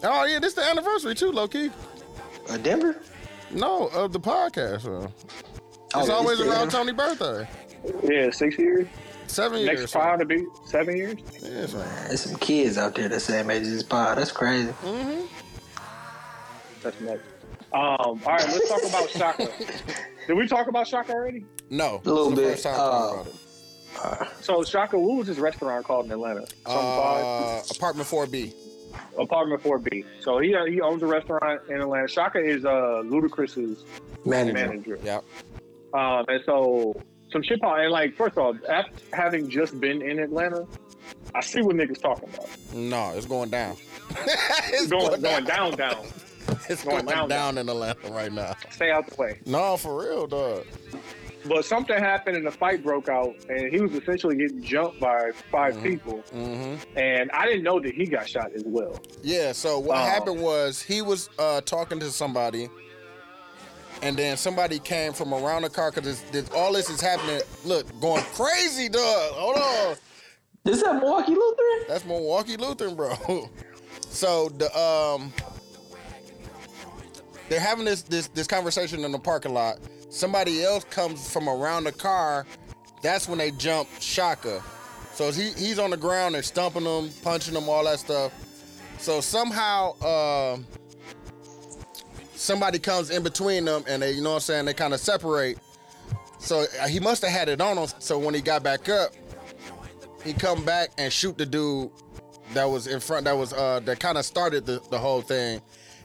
Speaker 1: Oh yeah, this the anniversary too, low key.
Speaker 2: Uh, Denver?
Speaker 1: No, of the podcast. Though. It's
Speaker 2: Oh, yeah,
Speaker 1: always
Speaker 2: it's
Speaker 1: around
Speaker 2: there.
Speaker 1: Tony's birthday.
Speaker 3: Yeah, six years.
Speaker 1: Seven
Speaker 3: Next
Speaker 1: years.
Speaker 3: five to be seven years.
Speaker 1: Yeah, it's like-
Speaker 2: There's some kids out there the same age as Pod. That's crazy.
Speaker 3: That's next. Um, all right, let's talk about Shaka. Did we talk about Shaka already?
Speaker 1: No, a
Speaker 2: little bit, uh,
Speaker 1: About it.
Speaker 3: So Shaka, what was this restaurant called in Atlanta? Some pod-
Speaker 1: Uh, apartment 4B.
Speaker 3: apartment four B. So he he owns a restaurant in Atlanta. Shaka is uh, Ludacris's
Speaker 2: Manager.
Speaker 3: manager.
Speaker 1: Yep.
Speaker 3: Um, and so some shit pop. And like, first off, after having just been in Atlanta, I see what niggas talking about.
Speaker 1: No, it's going down. it's
Speaker 3: Going going down down.
Speaker 1: It's
Speaker 3: going
Speaker 1: going,
Speaker 3: down.
Speaker 1: down, in Atlanta right now.
Speaker 3: Stay out the way.
Speaker 1: No, for real, dog.
Speaker 3: But something happened and the fight broke out, and he was essentially getting jumped by 5
Speaker 1: Mm-hmm.
Speaker 3: people. And I didn't know that he got shot as well.
Speaker 1: Yeah, so what
Speaker 3: Oh.
Speaker 1: happened was he was uh, talking to somebody, and then somebody came from around the car because all this is happening. Look, going crazy, dog. Hold on.
Speaker 2: Is that Milwaukee Lutheran?
Speaker 1: That's Milwaukee Lutheran, bro. So the um they're having this this this conversation in the parking lot. Somebody else comes from around the car. That's when they jump Shaka. So he he's on the ground. They're stumping him, punching him, all that stuff. So somehow um somebody comes in between them, and they you know what I'm saying. They kind of separate. So uh, he must have had it on him. So when he got back up, he come back and shoot the dude that was in front that was uh that kind of started the, the whole thing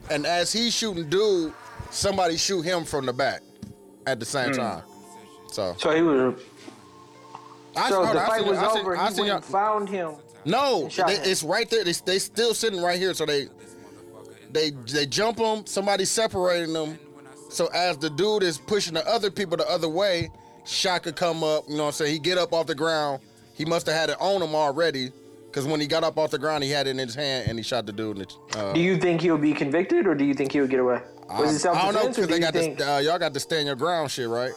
Speaker 1: and as he's shooting dude somebody shoot him from the back at the same time so
Speaker 2: So he was.
Speaker 1: I,
Speaker 2: So
Speaker 1: hold on,
Speaker 2: the
Speaker 1: I
Speaker 2: fight
Speaker 1: seen-
Speaker 2: was
Speaker 1: I seen-
Speaker 2: over.
Speaker 1: I
Speaker 2: he
Speaker 1: seen
Speaker 2: went
Speaker 1: y'all-
Speaker 2: and found him.
Speaker 1: no
Speaker 2: shot
Speaker 1: they-
Speaker 2: him.
Speaker 1: it's right there they, they still sitting right here so they they they jump him somebody separating them so as the dude is pushing the other people the other way shaka come up you know what i'm saying he get up off the ground he must have had it on him already because when he got up off the ground he had it in his hand and he shot the dude in the uh,
Speaker 2: Do you think he'll be convicted, or do you think he'll get away? Was it
Speaker 1: I I don't know
Speaker 2: self-defense,
Speaker 1: because
Speaker 2: or do
Speaker 1: they
Speaker 2: you
Speaker 1: got
Speaker 2: think
Speaker 1: the, uh, y'all got to stand your ground shit, right?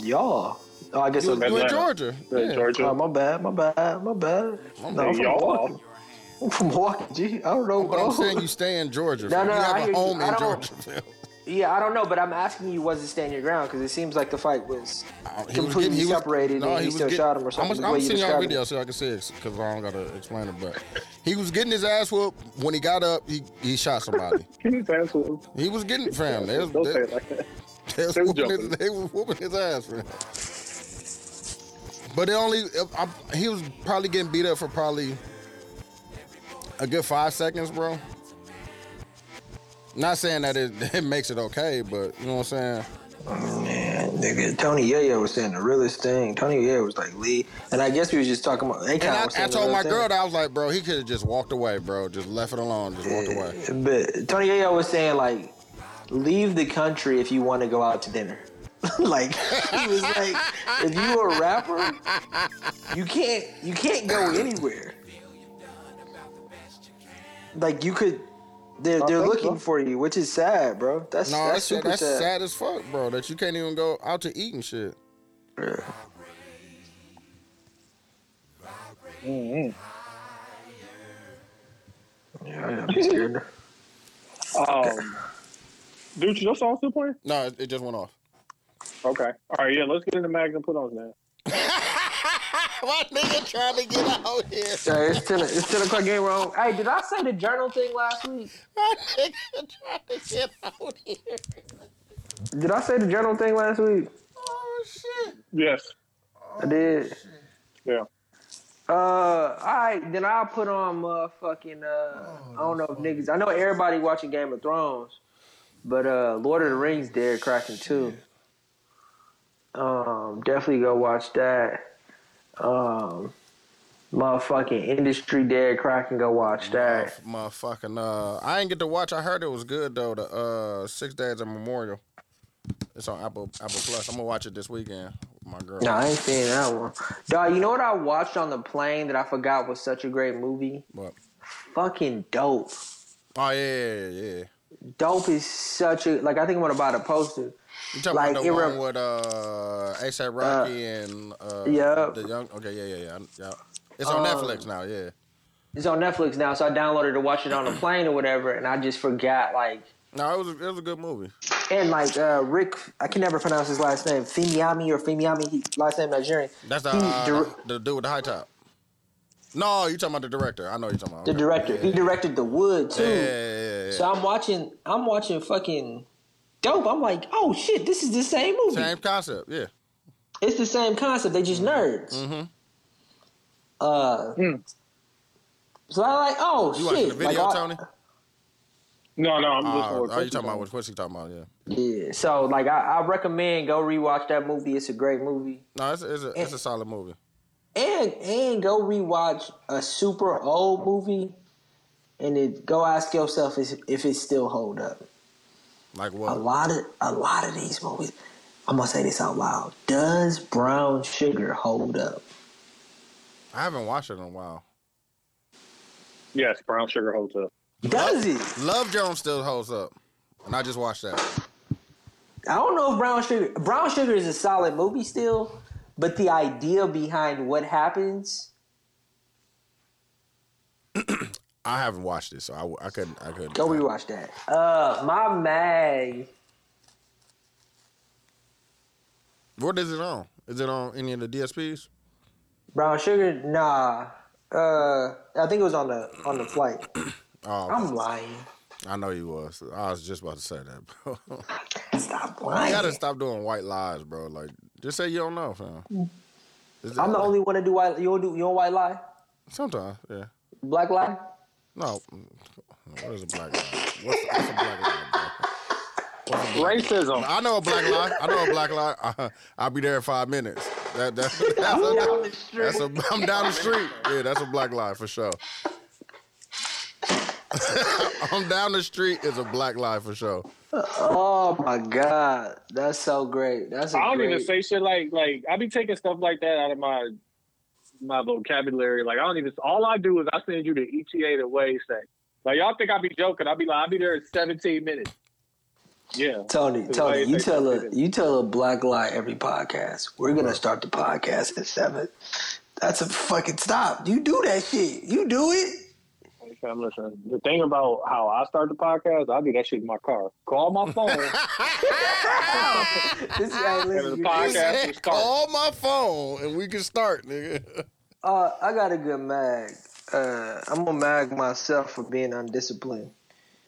Speaker 2: y'all? Oh, I guess it
Speaker 1: You,
Speaker 2: was.
Speaker 1: you in
Speaker 5: Atlanta.
Speaker 1: Georgia?
Speaker 5: Hey,
Speaker 1: Yeah.
Speaker 5: Georgia.
Speaker 2: Oh, my bad, my bad, my bad. No, I'm from
Speaker 5: Hey,
Speaker 2: Milwaukee.
Speaker 5: y'all.
Speaker 2: I'm from Milwaukee. Gee, I don't know,
Speaker 1: But
Speaker 2: bro.
Speaker 1: I'm saying you stay in Georgia.
Speaker 2: Oh. No, no,
Speaker 1: you
Speaker 2: I
Speaker 1: have
Speaker 2: hear
Speaker 1: a
Speaker 2: you.
Speaker 1: home
Speaker 2: I
Speaker 1: in
Speaker 2: don't-
Speaker 1: Georgia.
Speaker 2: yeah, I don't know, but I'm asking you, was it stand your ground? Because it seems like the fight was
Speaker 1: Uh, Oh, He was
Speaker 2: completely
Speaker 1: getting- he was-
Speaker 2: separated, and
Speaker 1: was
Speaker 2: he, still
Speaker 1: getting-
Speaker 2: shot him or something.
Speaker 1: I'm,
Speaker 2: the
Speaker 1: gonna-
Speaker 2: way
Speaker 1: I'm
Speaker 2: you
Speaker 1: sending y'all a
Speaker 2: described it.
Speaker 1: video so I can see it because I don't gotta explain it. But he was getting his ass whooped when he got up. He he shot somebody.
Speaker 3: Can you pass one?
Speaker 1: he was getting fam. They was,
Speaker 3: Don't say
Speaker 1: they,
Speaker 3: it like that.
Speaker 1: they was
Speaker 3: They was
Speaker 1: whooping his,
Speaker 3: jumping.
Speaker 1: they was whooping his ass, fam. But it only I, I- he was probably getting beat up for probably a good five seconds, bro. Not saying that it, it makes it okay, but you know what I'm saying.
Speaker 2: Man, nigga, Tony Yayo was saying the realest thing. Tony Yayo was like Lee, and I guess we was just talking about. They
Speaker 1: And
Speaker 2: kind of
Speaker 1: I, I told my girl that I was like, bro, he could have just walked away, bro. Just left it alone. Just walked away.
Speaker 2: But Tony Yayo was saying like, leave the country if you want to go out to dinner. like he was like, if you a rapper, you can't you can't go anywhere. Like you could, they're they're looking for you, which is sad, bro. That's
Speaker 1: No,
Speaker 2: that's
Speaker 1: that's
Speaker 2: super
Speaker 1: that's
Speaker 2: sad.
Speaker 1: sad as fuck, bro. That you can't even go out to eat and shit.
Speaker 2: Yeah, I'm scared.
Speaker 3: Um, dude, your song still playing?
Speaker 1: No, it, it just went off.
Speaker 3: Okay. All right, yeah, let's get in the mag and put on that.
Speaker 1: my nigga trying to get out here.
Speaker 2: Yeah, it's ten. It's ten o'clock. Game wrong. Hey, did I say the journal thing last week?
Speaker 1: My nigga trying to get out here.
Speaker 2: Did I say the journal thing last week?
Speaker 1: Oh shit.
Speaker 3: Yes.
Speaker 2: I did.
Speaker 3: Yeah.
Speaker 2: Uh, all right, then I'll put on motherfucking. Uh, I don't know if niggas. I know everybody watching Game of Thrones, but uh, Lord of the Rings, Derek cracking too. Um, definitely go watch that. Um, motherfucking industry, Derek Kraken, go watch that.
Speaker 1: Motherfucking uh I didn't get to watch. I heard it was good though, the uh Six Days of Memorial. It's on Apple Apple Plus. I'm gonna watch it this weekend with my girl.
Speaker 2: No, I ain't seen that one. Dog, you know what I watched on the plane that I forgot was such a great movie?
Speaker 1: But
Speaker 2: Fucking dope.
Speaker 1: oh yeah, yeah, yeah.
Speaker 2: Dope is such a like. I think I'm gonna buy the poster.
Speaker 1: You talking
Speaker 2: Like,
Speaker 1: about the
Speaker 2: it
Speaker 1: one
Speaker 2: rem-
Speaker 1: with uh ASAP Rocky and uh
Speaker 2: yeah.
Speaker 1: the young okay, yeah, yeah, yeah. I'm- yeah. It's
Speaker 2: Um,
Speaker 1: on Netflix now, yeah.
Speaker 2: It's on Netflix now, so I downloaded to watch it on the plane or whatever, and I just forgot like.
Speaker 1: No, it was it was a good movie.
Speaker 2: And like uh, Rick, I can never pronounce his last name. Femiami or Femiami, he, last name Nigerian.
Speaker 1: That's the
Speaker 2: He
Speaker 1: uh,
Speaker 2: dir-
Speaker 1: the dude with the high top. No, you talking about the director. I know you talking about
Speaker 2: the
Speaker 1: okay.
Speaker 2: director. He directed The Wood too.
Speaker 1: Yeah, yeah, yeah, yeah, yeah.
Speaker 2: So I'm watching. I'm watching fucking dope. I'm like, oh shit, this is the same movie.
Speaker 1: Same concept, yeah.
Speaker 2: It's the same concept. They just nerds.
Speaker 1: Mm-hmm.
Speaker 2: Uh, So I like, oh
Speaker 1: You
Speaker 2: shit!
Speaker 1: watching the video,
Speaker 2: like, I-
Speaker 1: Tony?
Speaker 3: No, no, I'm
Speaker 1: Uh,
Speaker 3: listening.
Speaker 1: are you talking about what Quincy talking about? Yeah.
Speaker 2: Yeah. So like, I, I recommend go rewatch that movie. It's a great movie,
Speaker 1: No, it's it's a, it's
Speaker 2: Eh.
Speaker 1: a solid movie.
Speaker 2: and and go rewatch a super old movie, and it, go ask yourself if, if it still hold up.
Speaker 1: Like
Speaker 2: A
Speaker 1: what?
Speaker 2: lot of a lot of these movies, I'm gonna say this out loud. Does brown sugar hold up?
Speaker 1: I haven't watched it in a while.
Speaker 3: Yes, brown sugar holds up.
Speaker 2: Does it?
Speaker 1: Love Jones still holds up, and I just watched that.
Speaker 2: I don't know if Brown Sugar Brown Sugar is a solid movie still, but the idea behind what happens
Speaker 1: I haven't watched it, so I, w- I couldn't. I couldn't.
Speaker 2: go rewatch that. Uh my mag.
Speaker 1: What is it on? Is it on any of the DSPs?
Speaker 2: Brown Sugar, nah. Uh I think it was on the on the flight.
Speaker 1: Oh,
Speaker 2: I'm lying.
Speaker 1: I know you was. I was just about to say that, bro. you
Speaker 2: Stop lying.
Speaker 1: gotta stop doing white lies, bro. Like, just say you don't know, fam. Is that-
Speaker 2: I'm the only one to do white you don't do you don't white lie?
Speaker 1: Sometimes, yeah.
Speaker 2: Black lie?
Speaker 1: No, what is a black lie? What's, what's a black lie, bro?
Speaker 3: Racism.
Speaker 1: I know a black lie. I know a black lie. I, I'll be there in five minutes. That, that, that's, a, that's a. I'm down the street. Yeah, that's a black lie for sure. I'm down the street is a black lie for sure.
Speaker 2: Oh my god. That's so great. That's a
Speaker 3: I don't
Speaker 2: great
Speaker 3: even say shit like like I be taking stuff like that out of my my vocabulary. Like I don't even. All I do is I send you the E ETA the way say. Like y'all think I be joking? I be like I be there in seventeen minutes. Yeah.
Speaker 2: Tony,
Speaker 3: Why
Speaker 2: Tony,
Speaker 3: you
Speaker 2: you
Speaker 3: think
Speaker 2: tell
Speaker 3: that
Speaker 2: a
Speaker 3: didn't-
Speaker 2: you tell a black lie every podcast. We're gonna start the podcast at seven. That's a fucking stop. You do that shit. You do it.
Speaker 3: Okay, I'm listening. The thing about how I start the podcast, I do that shit in my car. Call my phone.
Speaker 2: This hey,
Speaker 3: the
Speaker 2: listen, you-
Speaker 3: podcast will start.
Speaker 1: Call my phone and we can start, nigga.
Speaker 2: uh, I got a good mag. Uh, I'm gonna mag myself for being undisciplined.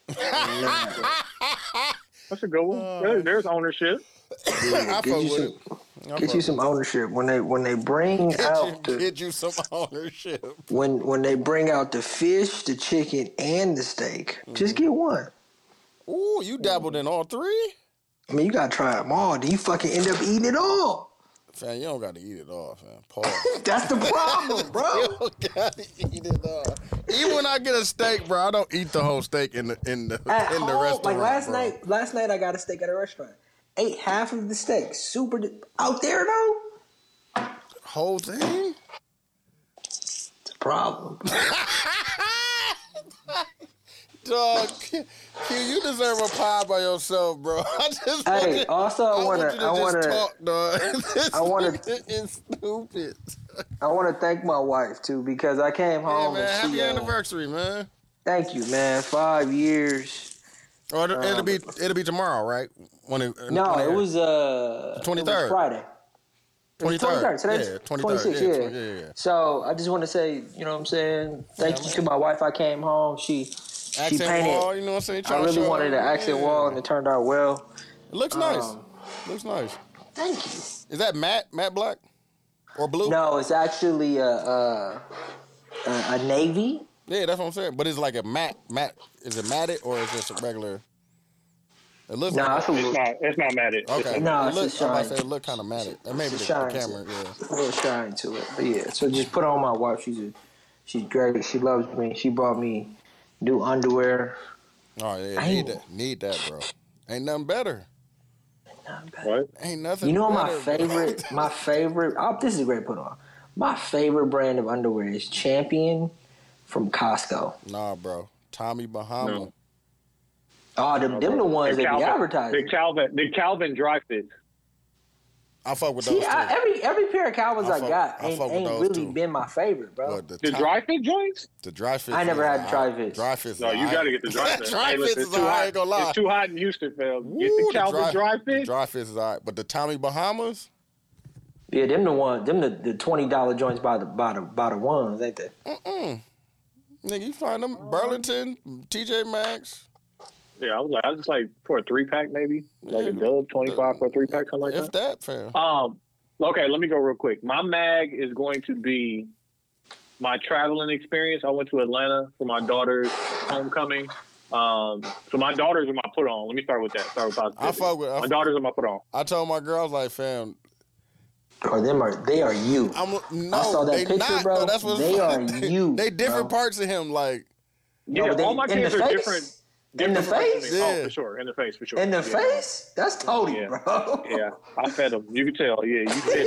Speaker 3: That's a good one.
Speaker 1: Uh,
Speaker 3: There- there's ownership.
Speaker 1: I fuck
Speaker 2: Get you
Speaker 1: with
Speaker 2: some,
Speaker 1: it. I
Speaker 2: get
Speaker 1: fuck
Speaker 2: you
Speaker 1: with
Speaker 2: some ownership when they when they bring
Speaker 1: it.
Speaker 2: out
Speaker 1: Get you,
Speaker 2: the,
Speaker 1: get you some ownership.
Speaker 2: when when they bring out the fish, the chicken, and the steak. Just
Speaker 1: Mm-hmm.
Speaker 2: get one.
Speaker 1: Ooh, you dabbled in all three?
Speaker 2: I mean, you gotta try them all. Then you fucking end up eating it all.
Speaker 1: Fam, you don't got to eat it all, fam. Pause.
Speaker 2: That's the problem, bro.
Speaker 1: You don't gotta eat it all. Even when I get a steak, bro, I don't eat the whole steak in the in the
Speaker 2: At
Speaker 1: in the
Speaker 2: home,
Speaker 1: restaurant.
Speaker 2: Like last
Speaker 1: bro.
Speaker 2: night, last night I got a steak at a restaurant. Ate half of the steak. Super di- out there though.
Speaker 1: whole thing.
Speaker 2: It's a problem.
Speaker 1: Dog, Q, Q, you deserve a pie by yourself, bro. I just
Speaker 2: hey,
Speaker 1: want
Speaker 2: also
Speaker 1: you,
Speaker 2: I
Speaker 1: want
Speaker 2: wanna,
Speaker 1: you to
Speaker 2: I
Speaker 1: just
Speaker 2: wanna,
Speaker 1: talk, dog. This
Speaker 2: I wanna-
Speaker 1: nigga is stupid.
Speaker 2: I wanna thank my wife too because I came
Speaker 1: Hey
Speaker 2: home
Speaker 1: man,
Speaker 2: and
Speaker 1: happy
Speaker 2: she, uh,
Speaker 1: anniversary, man.
Speaker 2: thank you, man. Five years.
Speaker 1: Or it'll, it'll be it'll be tomorrow, right? When it,
Speaker 2: Uh, No, it was uh it was
Speaker 1: 23rd.
Speaker 2: Friday.
Speaker 1: twenty third.
Speaker 2: Today's
Speaker 1: Yeah, twenty
Speaker 2: 26,
Speaker 1: third.
Speaker 2: yeah.
Speaker 1: Yeah, yeah, yeah.
Speaker 2: So I just want to say, you know what I'm saying? Thank you to my wife. I came home. She, she
Speaker 1: Accent
Speaker 2: painted.
Speaker 1: wall, you know what I'm saying?
Speaker 2: I
Speaker 1: Tryna
Speaker 2: really
Speaker 1: show-
Speaker 2: wanted an accent
Speaker 1: yeah.
Speaker 2: wall, and it turned out well.
Speaker 1: It looks nice. looks nice.
Speaker 2: Thank you.
Speaker 1: Is that Matt? Matt Black? Or Blue?
Speaker 2: No, it's actually a a, a, a navy.
Speaker 1: Yeah, that's what I'm saying. But it's like a matte, matte. Is it matted or is it just a regular? It looks
Speaker 2: No,
Speaker 1: like
Speaker 2: it's a
Speaker 3: It's
Speaker 2: little,
Speaker 3: not. It's not mad at.
Speaker 1: okay.
Speaker 2: No,
Speaker 1: it
Speaker 2: it's a
Speaker 1: looks, I'm about to say
Speaker 2: shine.
Speaker 1: it look kind of matted. That may be the,
Speaker 2: It's a
Speaker 1: the
Speaker 2: shine.
Speaker 1: camera. Yeah.
Speaker 2: little shine to it. But yeah, so just put on my wife. She's a, she's great. She loves me. She bought me new underwear.
Speaker 1: Oh yeah,
Speaker 2: I
Speaker 1: need
Speaker 2: ain't-
Speaker 1: that, need that, bro. Ain't nothing better.
Speaker 3: What?
Speaker 1: Ain't nothing.
Speaker 2: You know what my
Speaker 1: better, bro.
Speaker 2: favorite, my favorite. Oh, this is a great put on. My favorite brand of underwear is Champion from Costco.
Speaker 1: Nah, bro. Tommy Bahama.
Speaker 3: No.
Speaker 2: Oh, them, them the ones that
Speaker 3: The
Speaker 2: be
Speaker 3: Calvin,
Speaker 2: advertising.
Speaker 3: the Calvin, the Calvin dry fit.
Speaker 1: I fuck with those
Speaker 2: See,
Speaker 1: two.
Speaker 2: I, every every pair of Calvins
Speaker 1: I
Speaker 2: I,
Speaker 1: fuck-
Speaker 2: got
Speaker 1: I
Speaker 2: ain't,
Speaker 1: fuck with
Speaker 2: ain't
Speaker 1: those
Speaker 2: really
Speaker 1: two.
Speaker 2: been my favorite, bro.
Speaker 1: But the,
Speaker 3: The
Speaker 1: Tom-
Speaker 3: dry fit joints.
Speaker 1: the dry fit.
Speaker 2: I never
Speaker 1: is
Speaker 2: had dry
Speaker 1: alright.
Speaker 2: fits.
Speaker 1: Dry fit.
Speaker 3: No, you got to get the dry fit.
Speaker 1: dry
Speaker 3: Hey,
Speaker 1: fit
Speaker 3: listen,
Speaker 1: is
Speaker 3: it's too
Speaker 1: alright,
Speaker 3: hot.
Speaker 1: I ain't gonna lie.
Speaker 3: It's too hot in Houston, fam. Get
Speaker 1: Ooh,
Speaker 3: the Calvin dry,
Speaker 1: The
Speaker 3: fit.
Speaker 1: dry fit is alright, but the Tommy Bahamas.
Speaker 2: Yeah, them the one, them the, the twenty dollar joints by the by the by the ones, ain't they?
Speaker 1: Nigga, you find
Speaker 2: Uh-huh.
Speaker 1: them Burlington, TJ Maxx.
Speaker 3: Yeah, I was like, I was just like for a three pack maybe, like
Speaker 1: Mm-hmm.
Speaker 3: a dub twenty five for a three pack, something like
Speaker 1: If
Speaker 3: that.
Speaker 1: that, fam.
Speaker 3: Um, okay, let me go real quick. My mag is going to be my traveling experience. I went to Atlanta for my daughter's homecoming. Um, so my daughters are my put on. Let me start with that. Start with positive.
Speaker 1: I fuck with- I
Speaker 3: my
Speaker 1: fuck-
Speaker 3: daughters are my put on.
Speaker 1: I told my girl, I was like, fam,
Speaker 2: Or them are they are you?
Speaker 1: I'm no,
Speaker 2: I saw that
Speaker 1: they
Speaker 2: picture,
Speaker 1: not.
Speaker 2: bro.
Speaker 1: though. that's what
Speaker 2: They are
Speaker 1: they,
Speaker 2: you,
Speaker 1: They different
Speaker 2: bro.
Speaker 1: parts of him. Like
Speaker 3: Yeah,
Speaker 2: No, they-
Speaker 3: all my
Speaker 2: in
Speaker 3: kids
Speaker 2: the
Speaker 3: are
Speaker 2: face.
Speaker 3: different.
Speaker 2: In the face?
Speaker 1: Yeah.
Speaker 3: Oh, for sure. In the face, for sure.
Speaker 2: In the
Speaker 3: Yeah.
Speaker 2: face? That's Cody,
Speaker 3: Yeah.
Speaker 2: bro.
Speaker 3: Yeah, I fed him. You can tell. Yeah, you fed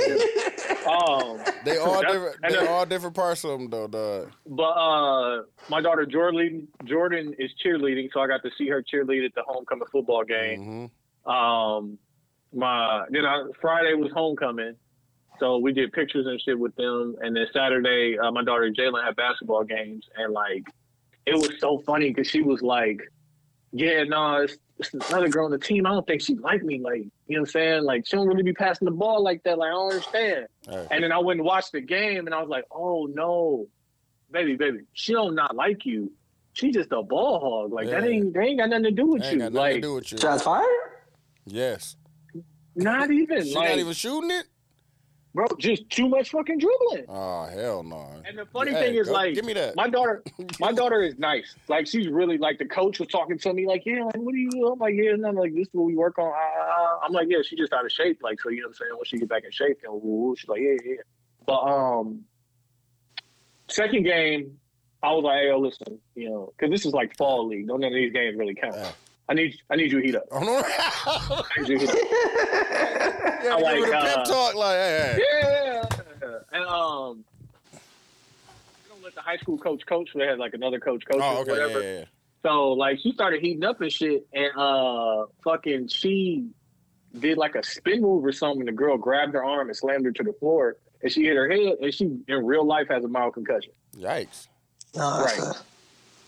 Speaker 3: him. um,
Speaker 1: They all
Speaker 3: That's-
Speaker 1: different.
Speaker 3: I
Speaker 1: They
Speaker 3: know.
Speaker 1: all different parts of them though. Dog.
Speaker 3: but uh, my daughter Jordan Jordan is cheerleading, so I got to see her cheerlead at the homecoming football game.
Speaker 1: hmm
Speaker 3: Um, my then I, Friday was homecoming, so we did pictures and shit with them. And then Saturday, uh, my daughter Jalen had basketball games, and like it was so funny because she was like, "Yeah, no, it's, it's another girl on the team. I don't think she like me. Like, you know what I'm saying? Like, she don't really be passing the ball like that. Like, I don't understand."
Speaker 1: Right.
Speaker 3: And then I went and watched the game, and I was like, "Oh no, baby, baby, she don't not like you. She just a ball hog. Like that
Speaker 1: Yeah.
Speaker 3: ain't they ain't got nothing to do with
Speaker 1: Ain't
Speaker 3: you.
Speaker 1: got nothing
Speaker 3: like,
Speaker 1: to do with you.
Speaker 2: Shots fired?
Speaker 1: Yes.
Speaker 3: not even
Speaker 1: She
Speaker 3: like,
Speaker 1: not even shooting it.
Speaker 3: bro, just too much fucking dribbling."
Speaker 1: Oh hell no.
Speaker 3: And the funny
Speaker 1: Hey,
Speaker 3: thing is,
Speaker 1: go-
Speaker 3: like,
Speaker 1: give me that.
Speaker 3: My daughter, my daughter is nice. Like, she's really like the coach was talking to me, like, yeah, like, what do you? do?" I'm like, yeah, and I'm like, this is what we work on. Ah, ah, ah. I'm like, yeah, she's just out of shape. Like, so you know what I'm saying? When she get back in shape, then woo, she's like, yeah, yeah. yeah. But um, second game, I was like, hey, yo, listen, you know, because this is like fall league. Don't none of these games really count.
Speaker 1: Yeah.
Speaker 3: I need, I need you to heat up.
Speaker 1: Oh, no. yeah,
Speaker 3: I need you to heat up.
Speaker 1: give
Speaker 3: like,
Speaker 1: her the
Speaker 3: uh,
Speaker 1: pep talk. Like, hey, hey.
Speaker 3: Yeah. And um, they don't let the high school coach coach. They had like another coach coach
Speaker 1: Oh,
Speaker 3: or
Speaker 1: okay,
Speaker 3: whatever.
Speaker 1: yeah, yeah, yeah.
Speaker 3: So like she started heating up and shit, and uh, fucking she did like a spin move or something. And the girl grabbed her arm and slammed her to the floor, and she hit her head, and she in real life has a mild concussion.
Speaker 1: Yikes.
Speaker 2: No, that's
Speaker 3: Right.
Speaker 2: a-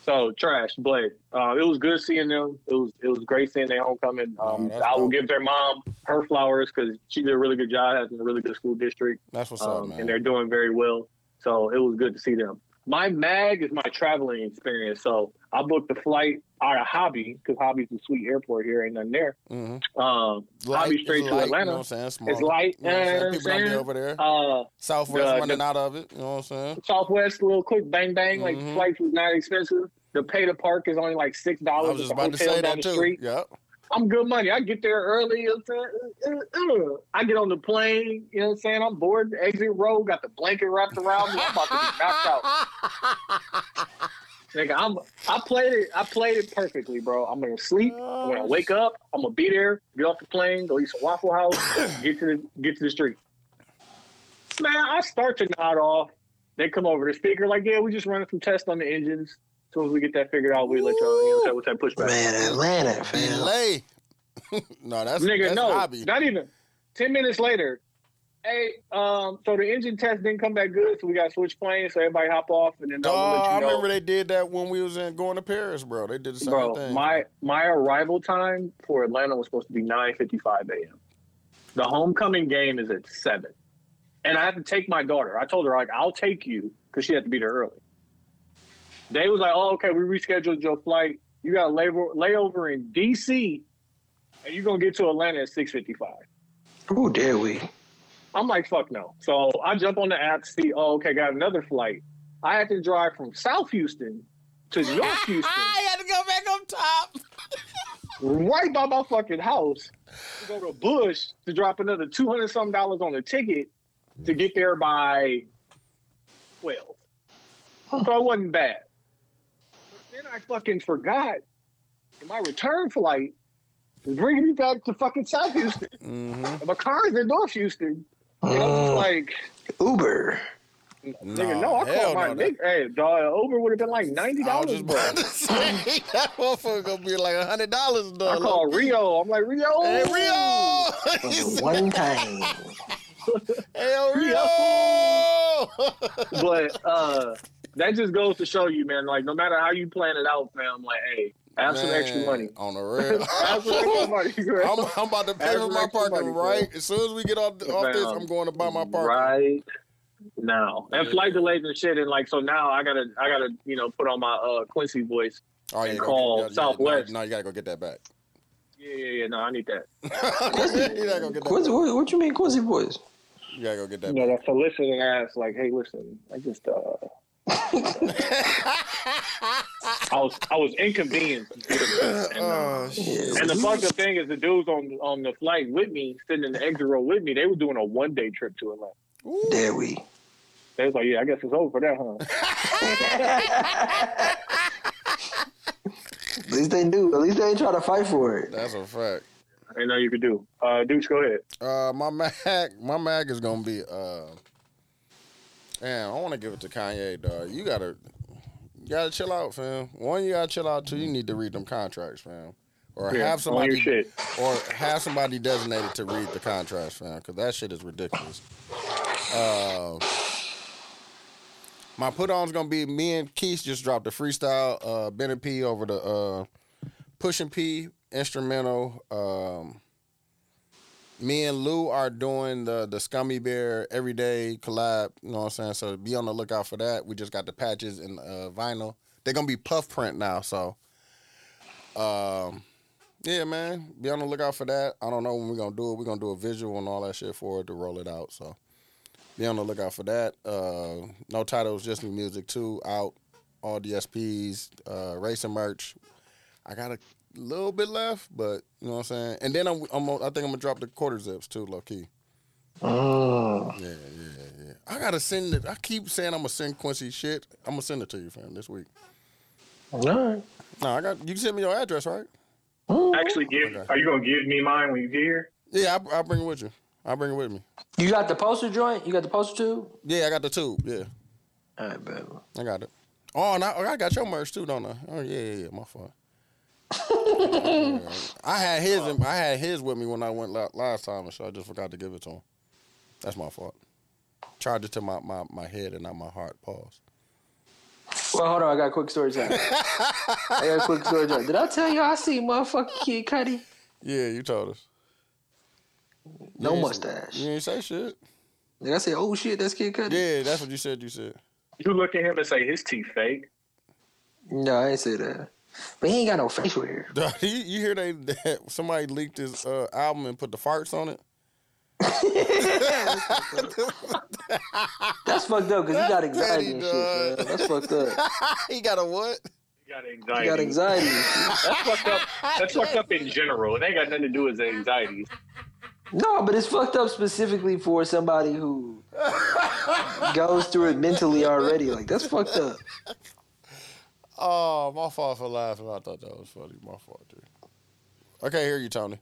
Speaker 3: So trash, but uh, it was good seeing them. It was it was great seeing their homecoming. Um,
Speaker 1: Oh, that's
Speaker 3: I will
Speaker 1: dope.
Speaker 3: give their mom her flowers because she did a really good job, has a really good school district
Speaker 1: That's what's up,
Speaker 3: um,
Speaker 1: man.
Speaker 3: and they're doing very well. So it was good to see them. My mag is my traveling experience. So I booked the flight out of Hobby because Hobby's a sweet airport here, ain't nothing there.
Speaker 1: Mhm.
Speaker 3: Um,
Speaker 1: Light
Speaker 3: Hobby
Speaker 1: is light,
Speaker 3: straight to
Speaker 1: You know
Speaker 3: Atlanta.
Speaker 1: what I'm saying? Small.
Speaker 3: It's light,
Speaker 1: You know what I'm saying?
Speaker 3: uh,
Speaker 1: People don't be
Speaker 3: saying?
Speaker 1: over there.
Speaker 3: uh,
Speaker 1: Southwest
Speaker 3: the-
Speaker 1: running
Speaker 3: the-
Speaker 1: out of it. You know what I'm saying?
Speaker 3: Southwest, little quick bang bang.
Speaker 1: Mhm.
Speaker 3: Like flights was not expensive. The pay to park is only like six
Speaker 1: I
Speaker 3: dollars.
Speaker 1: was just about to say
Speaker 3: down
Speaker 1: that
Speaker 3: the
Speaker 1: too.
Speaker 3: street.
Speaker 1: Yep.
Speaker 3: I'm good money. I get there early. You know what I'm saying? Uh, uh, uh. I get on the plane. You know what I'm saying? I'm bored. Exit row. Got the blanket wrapped around me. I'm about to be knocked out. Nigga, I'm. I played it. I played it perfectly, bro. I'm gonna sleep. I'm gonna wake up. I'm gonna be there. Get off the plane. Go eat some Waffle House. get to the, get to the street. Man, I start to nod off. They come over to the speaker like, yeah, we just running some tests on the engines. As soon as we get that figured out, we let y'all. You know what I'm saying? What's that pushback?
Speaker 2: Man, Atlanta, fam.
Speaker 1: Delay. no, that's
Speaker 3: Nigga,
Speaker 1: that's
Speaker 3: no,
Speaker 1: hobby.
Speaker 3: not even. Ten minutes later, hey, um, so the engine test didn't come back good, so we got to switch planes. So everybody hop off, and then
Speaker 1: Dawg,
Speaker 3: I'll let
Speaker 1: Oh, I
Speaker 3: you know.
Speaker 1: remember they did that when we was in going to Paris, bro. They did the same
Speaker 3: Bro,
Speaker 1: thing.
Speaker 3: my my arrival time for Atlanta was supposed to be nine fifty five a.m. The homecoming game is at seven, and I have to take my daughter. I told her like I'll take you because she had to be there early. They was like, oh okay, we rescheduled your flight. You got a labor layover in D.C. and you're gonna get to Atlanta at six fifty five.
Speaker 2: Who dare we?
Speaker 3: I'm like, fuck no. So I jump on the app, see, oh, okay, got another flight. I had to drive from South Houston to North Houston. I had to go back up top. right by my fucking house to go to Bush to drop another 200 something dollars on the ticket to get there by 12. So it wasn't bad. But then I fucking forgot that my return flight is bringing me back to fucking South Houston.
Speaker 1: Mhm.
Speaker 3: And my car's in North Houston. And I'm just like,
Speaker 2: Uber.
Speaker 3: nigga, no, I
Speaker 1: hell
Speaker 3: called my
Speaker 1: no, that-
Speaker 3: nigga. Hey, dog, Uber would have been like ninety
Speaker 1: I was
Speaker 3: dollars.
Speaker 1: just about to say that motherfucker gonna be like a hundred dollars though.
Speaker 3: I called Rio. I'm like, Rio,
Speaker 1: Hey Rio! He
Speaker 2: The
Speaker 1: said,
Speaker 2: One time.
Speaker 1: hey Rio!
Speaker 3: But uh, that just goes to show you, man. Like, no matter how you plan it out, fam. Like, hey, have some extra
Speaker 1: Man,
Speaker 3: money.
Speaker 1: On the real.
Speaker 3: Have some extra money. bro.
Speaker 1: I'm, I'm about to pay
Speaker 3: Have
Speaker 1: for
Speaker 3: some
Speaker 1: my
Speaker 3: extra
Speaker 1: parking
Speaker 3: money, bro.
Speaker 1: right as soon as we get off, off this.
Speaker 3: Fam,
Speaker 1: I'm going to buy my parking.
Speaker 3: right now. And
Speaker 1: Yeah.
Speaker 3: flight delays and shit, and like, so now I gotta, I gotta, you know, put on my uh Quincy voice.
Speaker 1: Oh yeah,
Speaker 3: And
Speaker 1: go get-
Speaker 3: call
Speaker 1: yeah, yeah, no,
Speaker 3: Southwest.
Speaker 1: No, you gotta go get that back.
Speaker 3: Yeah, yeah, yeah. No, I need that.
Speaker 1: you gotta go get that.
Speaker 2: Quincy,
Speaker 1: back.
Speaker 2: what, what you mean, Quincy Boys?
Speaker 1: You gotta go get that.
Speaker 3: You know,
Speaker 1: back.
Speaker 3: that soliciting ass, like, hey, listen, I just, uh, I was, I was inconvenienced. And, uh,
Speaker 1: Oh, shit.
Speaker 3: and the fucked up thing is, the dudes on on the flight with me, sitting in the exit row with me, they were doing a one day trip to Atlanta.
Speaker 2: Dare we?
Speaker 3: They was like, yeah, I guess it's over for that, huh?
Speaker 7: At least they do. At least they ain't trying to fight for it.
Speaker 1: That's a fact.
Speaker 3: I know you could do. Uh, Deuce, go ahead.
Speaker 1: Uh, my Mac, my Mac is gonna be. Uh, man, I want to give it to Kanye, dog. You gotta, you gotta chill out, fam. One, you gotta chill out. Two, you need to read them contracts, fam, or
Speaker 3: Here,
Speaker 1: have
Speaker 3: Mm. on your
Speaker 1: somebody,
Speaker 3: shit.
Speaker 1: or have somebody designated to read the contracts, fam, because that shit is ridiculous. Uh, my put on's gonna be me and Keith just dropped a freestyle, uh, Ben and P over the uh, Push and P instrumental. Um, me and Lou are doing the the Scummy Bear everyday collab. You know what I'm saying? So be on the lookout for that. We just got the patches and uh, vinyl. They're gonna be puff print now. So, um, yeah, man, be on the lookout for that. I don't know when we're gonna do it. We're gonna do a visual and all that shit for it to roll it out. So be on the lookout for that. Uh, no titles, just new music too. Out all DSPs, uh, racing merch. I got a little bit left, but you know what I'm saying. And then I'm, I'm I think I'm gonna drop the quarter zips too, low key. Yeah, yeah, yeah. I gotta send it. I keep saying I'm gonna send Quincy shit. I'm gonna send it to you, fam, this week. No, I got. You can send me your address, right?
Speaker 3: Actually, give. Are you gonna give me mine when you get here?
Speaker 1: Yeah, I, I'll bring it with you. I'll bring it with me.
Speaker 2: You got the poster joint? You got the poster too?
Speaker 1: Yeah, I got the tube. Yeah,
Speaker 2: All right, bet.
Speaker 1: I got it. Oh, and I, oh, I got your merch too, don't I? Oh yeah, yeah, yeah. My fault. I had his. in- I had his with me when I went la- last time, and so I just forgot to give it to him. That's my fault. Charged it to my, my, my head and not my heart. Pause.
Speaker 2: Well, hold on. I got a quick story time. I got a quick story time. Did I tell you I see motherfucking Kid Cudi?
Speaker 1: Yeah, you told us.
Speaker 2: No
Speaker 1: Yeah, it's-
Speaker 2: mustache.
Speaker 1: You ain't say shit.
Speaker 2: Did I say, oh shit, that's Kid Cudi?
Speaker 1: Yeah, that's what you said. You said.
Speaker 3: You look at him and say his teeth fake.
Speaker 2: No, I ain't say that. But he ain't got no facial hair.
Speaker 1: Dog, you, you hear they that somebody leaked his uh, album and put the farts on it?
Speaker 2: That's fucked up because he got
Speaker 1: That's petty,
Speaker 2: anxiety and shit. Man.
Speaker 1: dog.
Speaker 2: That's fucked up.
Speaker 1: he got a what?
Speaker 3: You got anxiety.
Speaker 2: He got anxiety. and shit.
Speaker 3: That's fucked up. That's fucked up in general. It ain't got nothing to do with anxiety.
Speaker 2: No, but it's fucked up specifically for somebody who goes through it mentally already. Like that's fucked up.
Speaker 1: Oh, my fault for laughing. I thought that was funny. My fault, dude. Okay, hear you, Tony.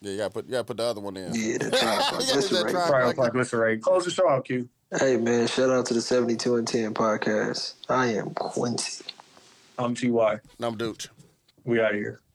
Speaker 1: Yeah, you gotta put you gotta put the other one in.
Speaker 2: Yeah, that's right.
Speaker 1: Yeah,
Speaker 2: That's
Speaker 1: that
Speaker 2: right.
Speaker 1: trial
Speaker 9: Trial
Speaker 1: fucking-
Speaker 9: glycerate. Close the show out, Q.
Speaker 2: Hey man, shout out to the 72 and 10 podcast. I am Quincy.
Speaker 9: I'm TY.
Speaker 1: And I'm Dooch.
Speaker 9: We out of here.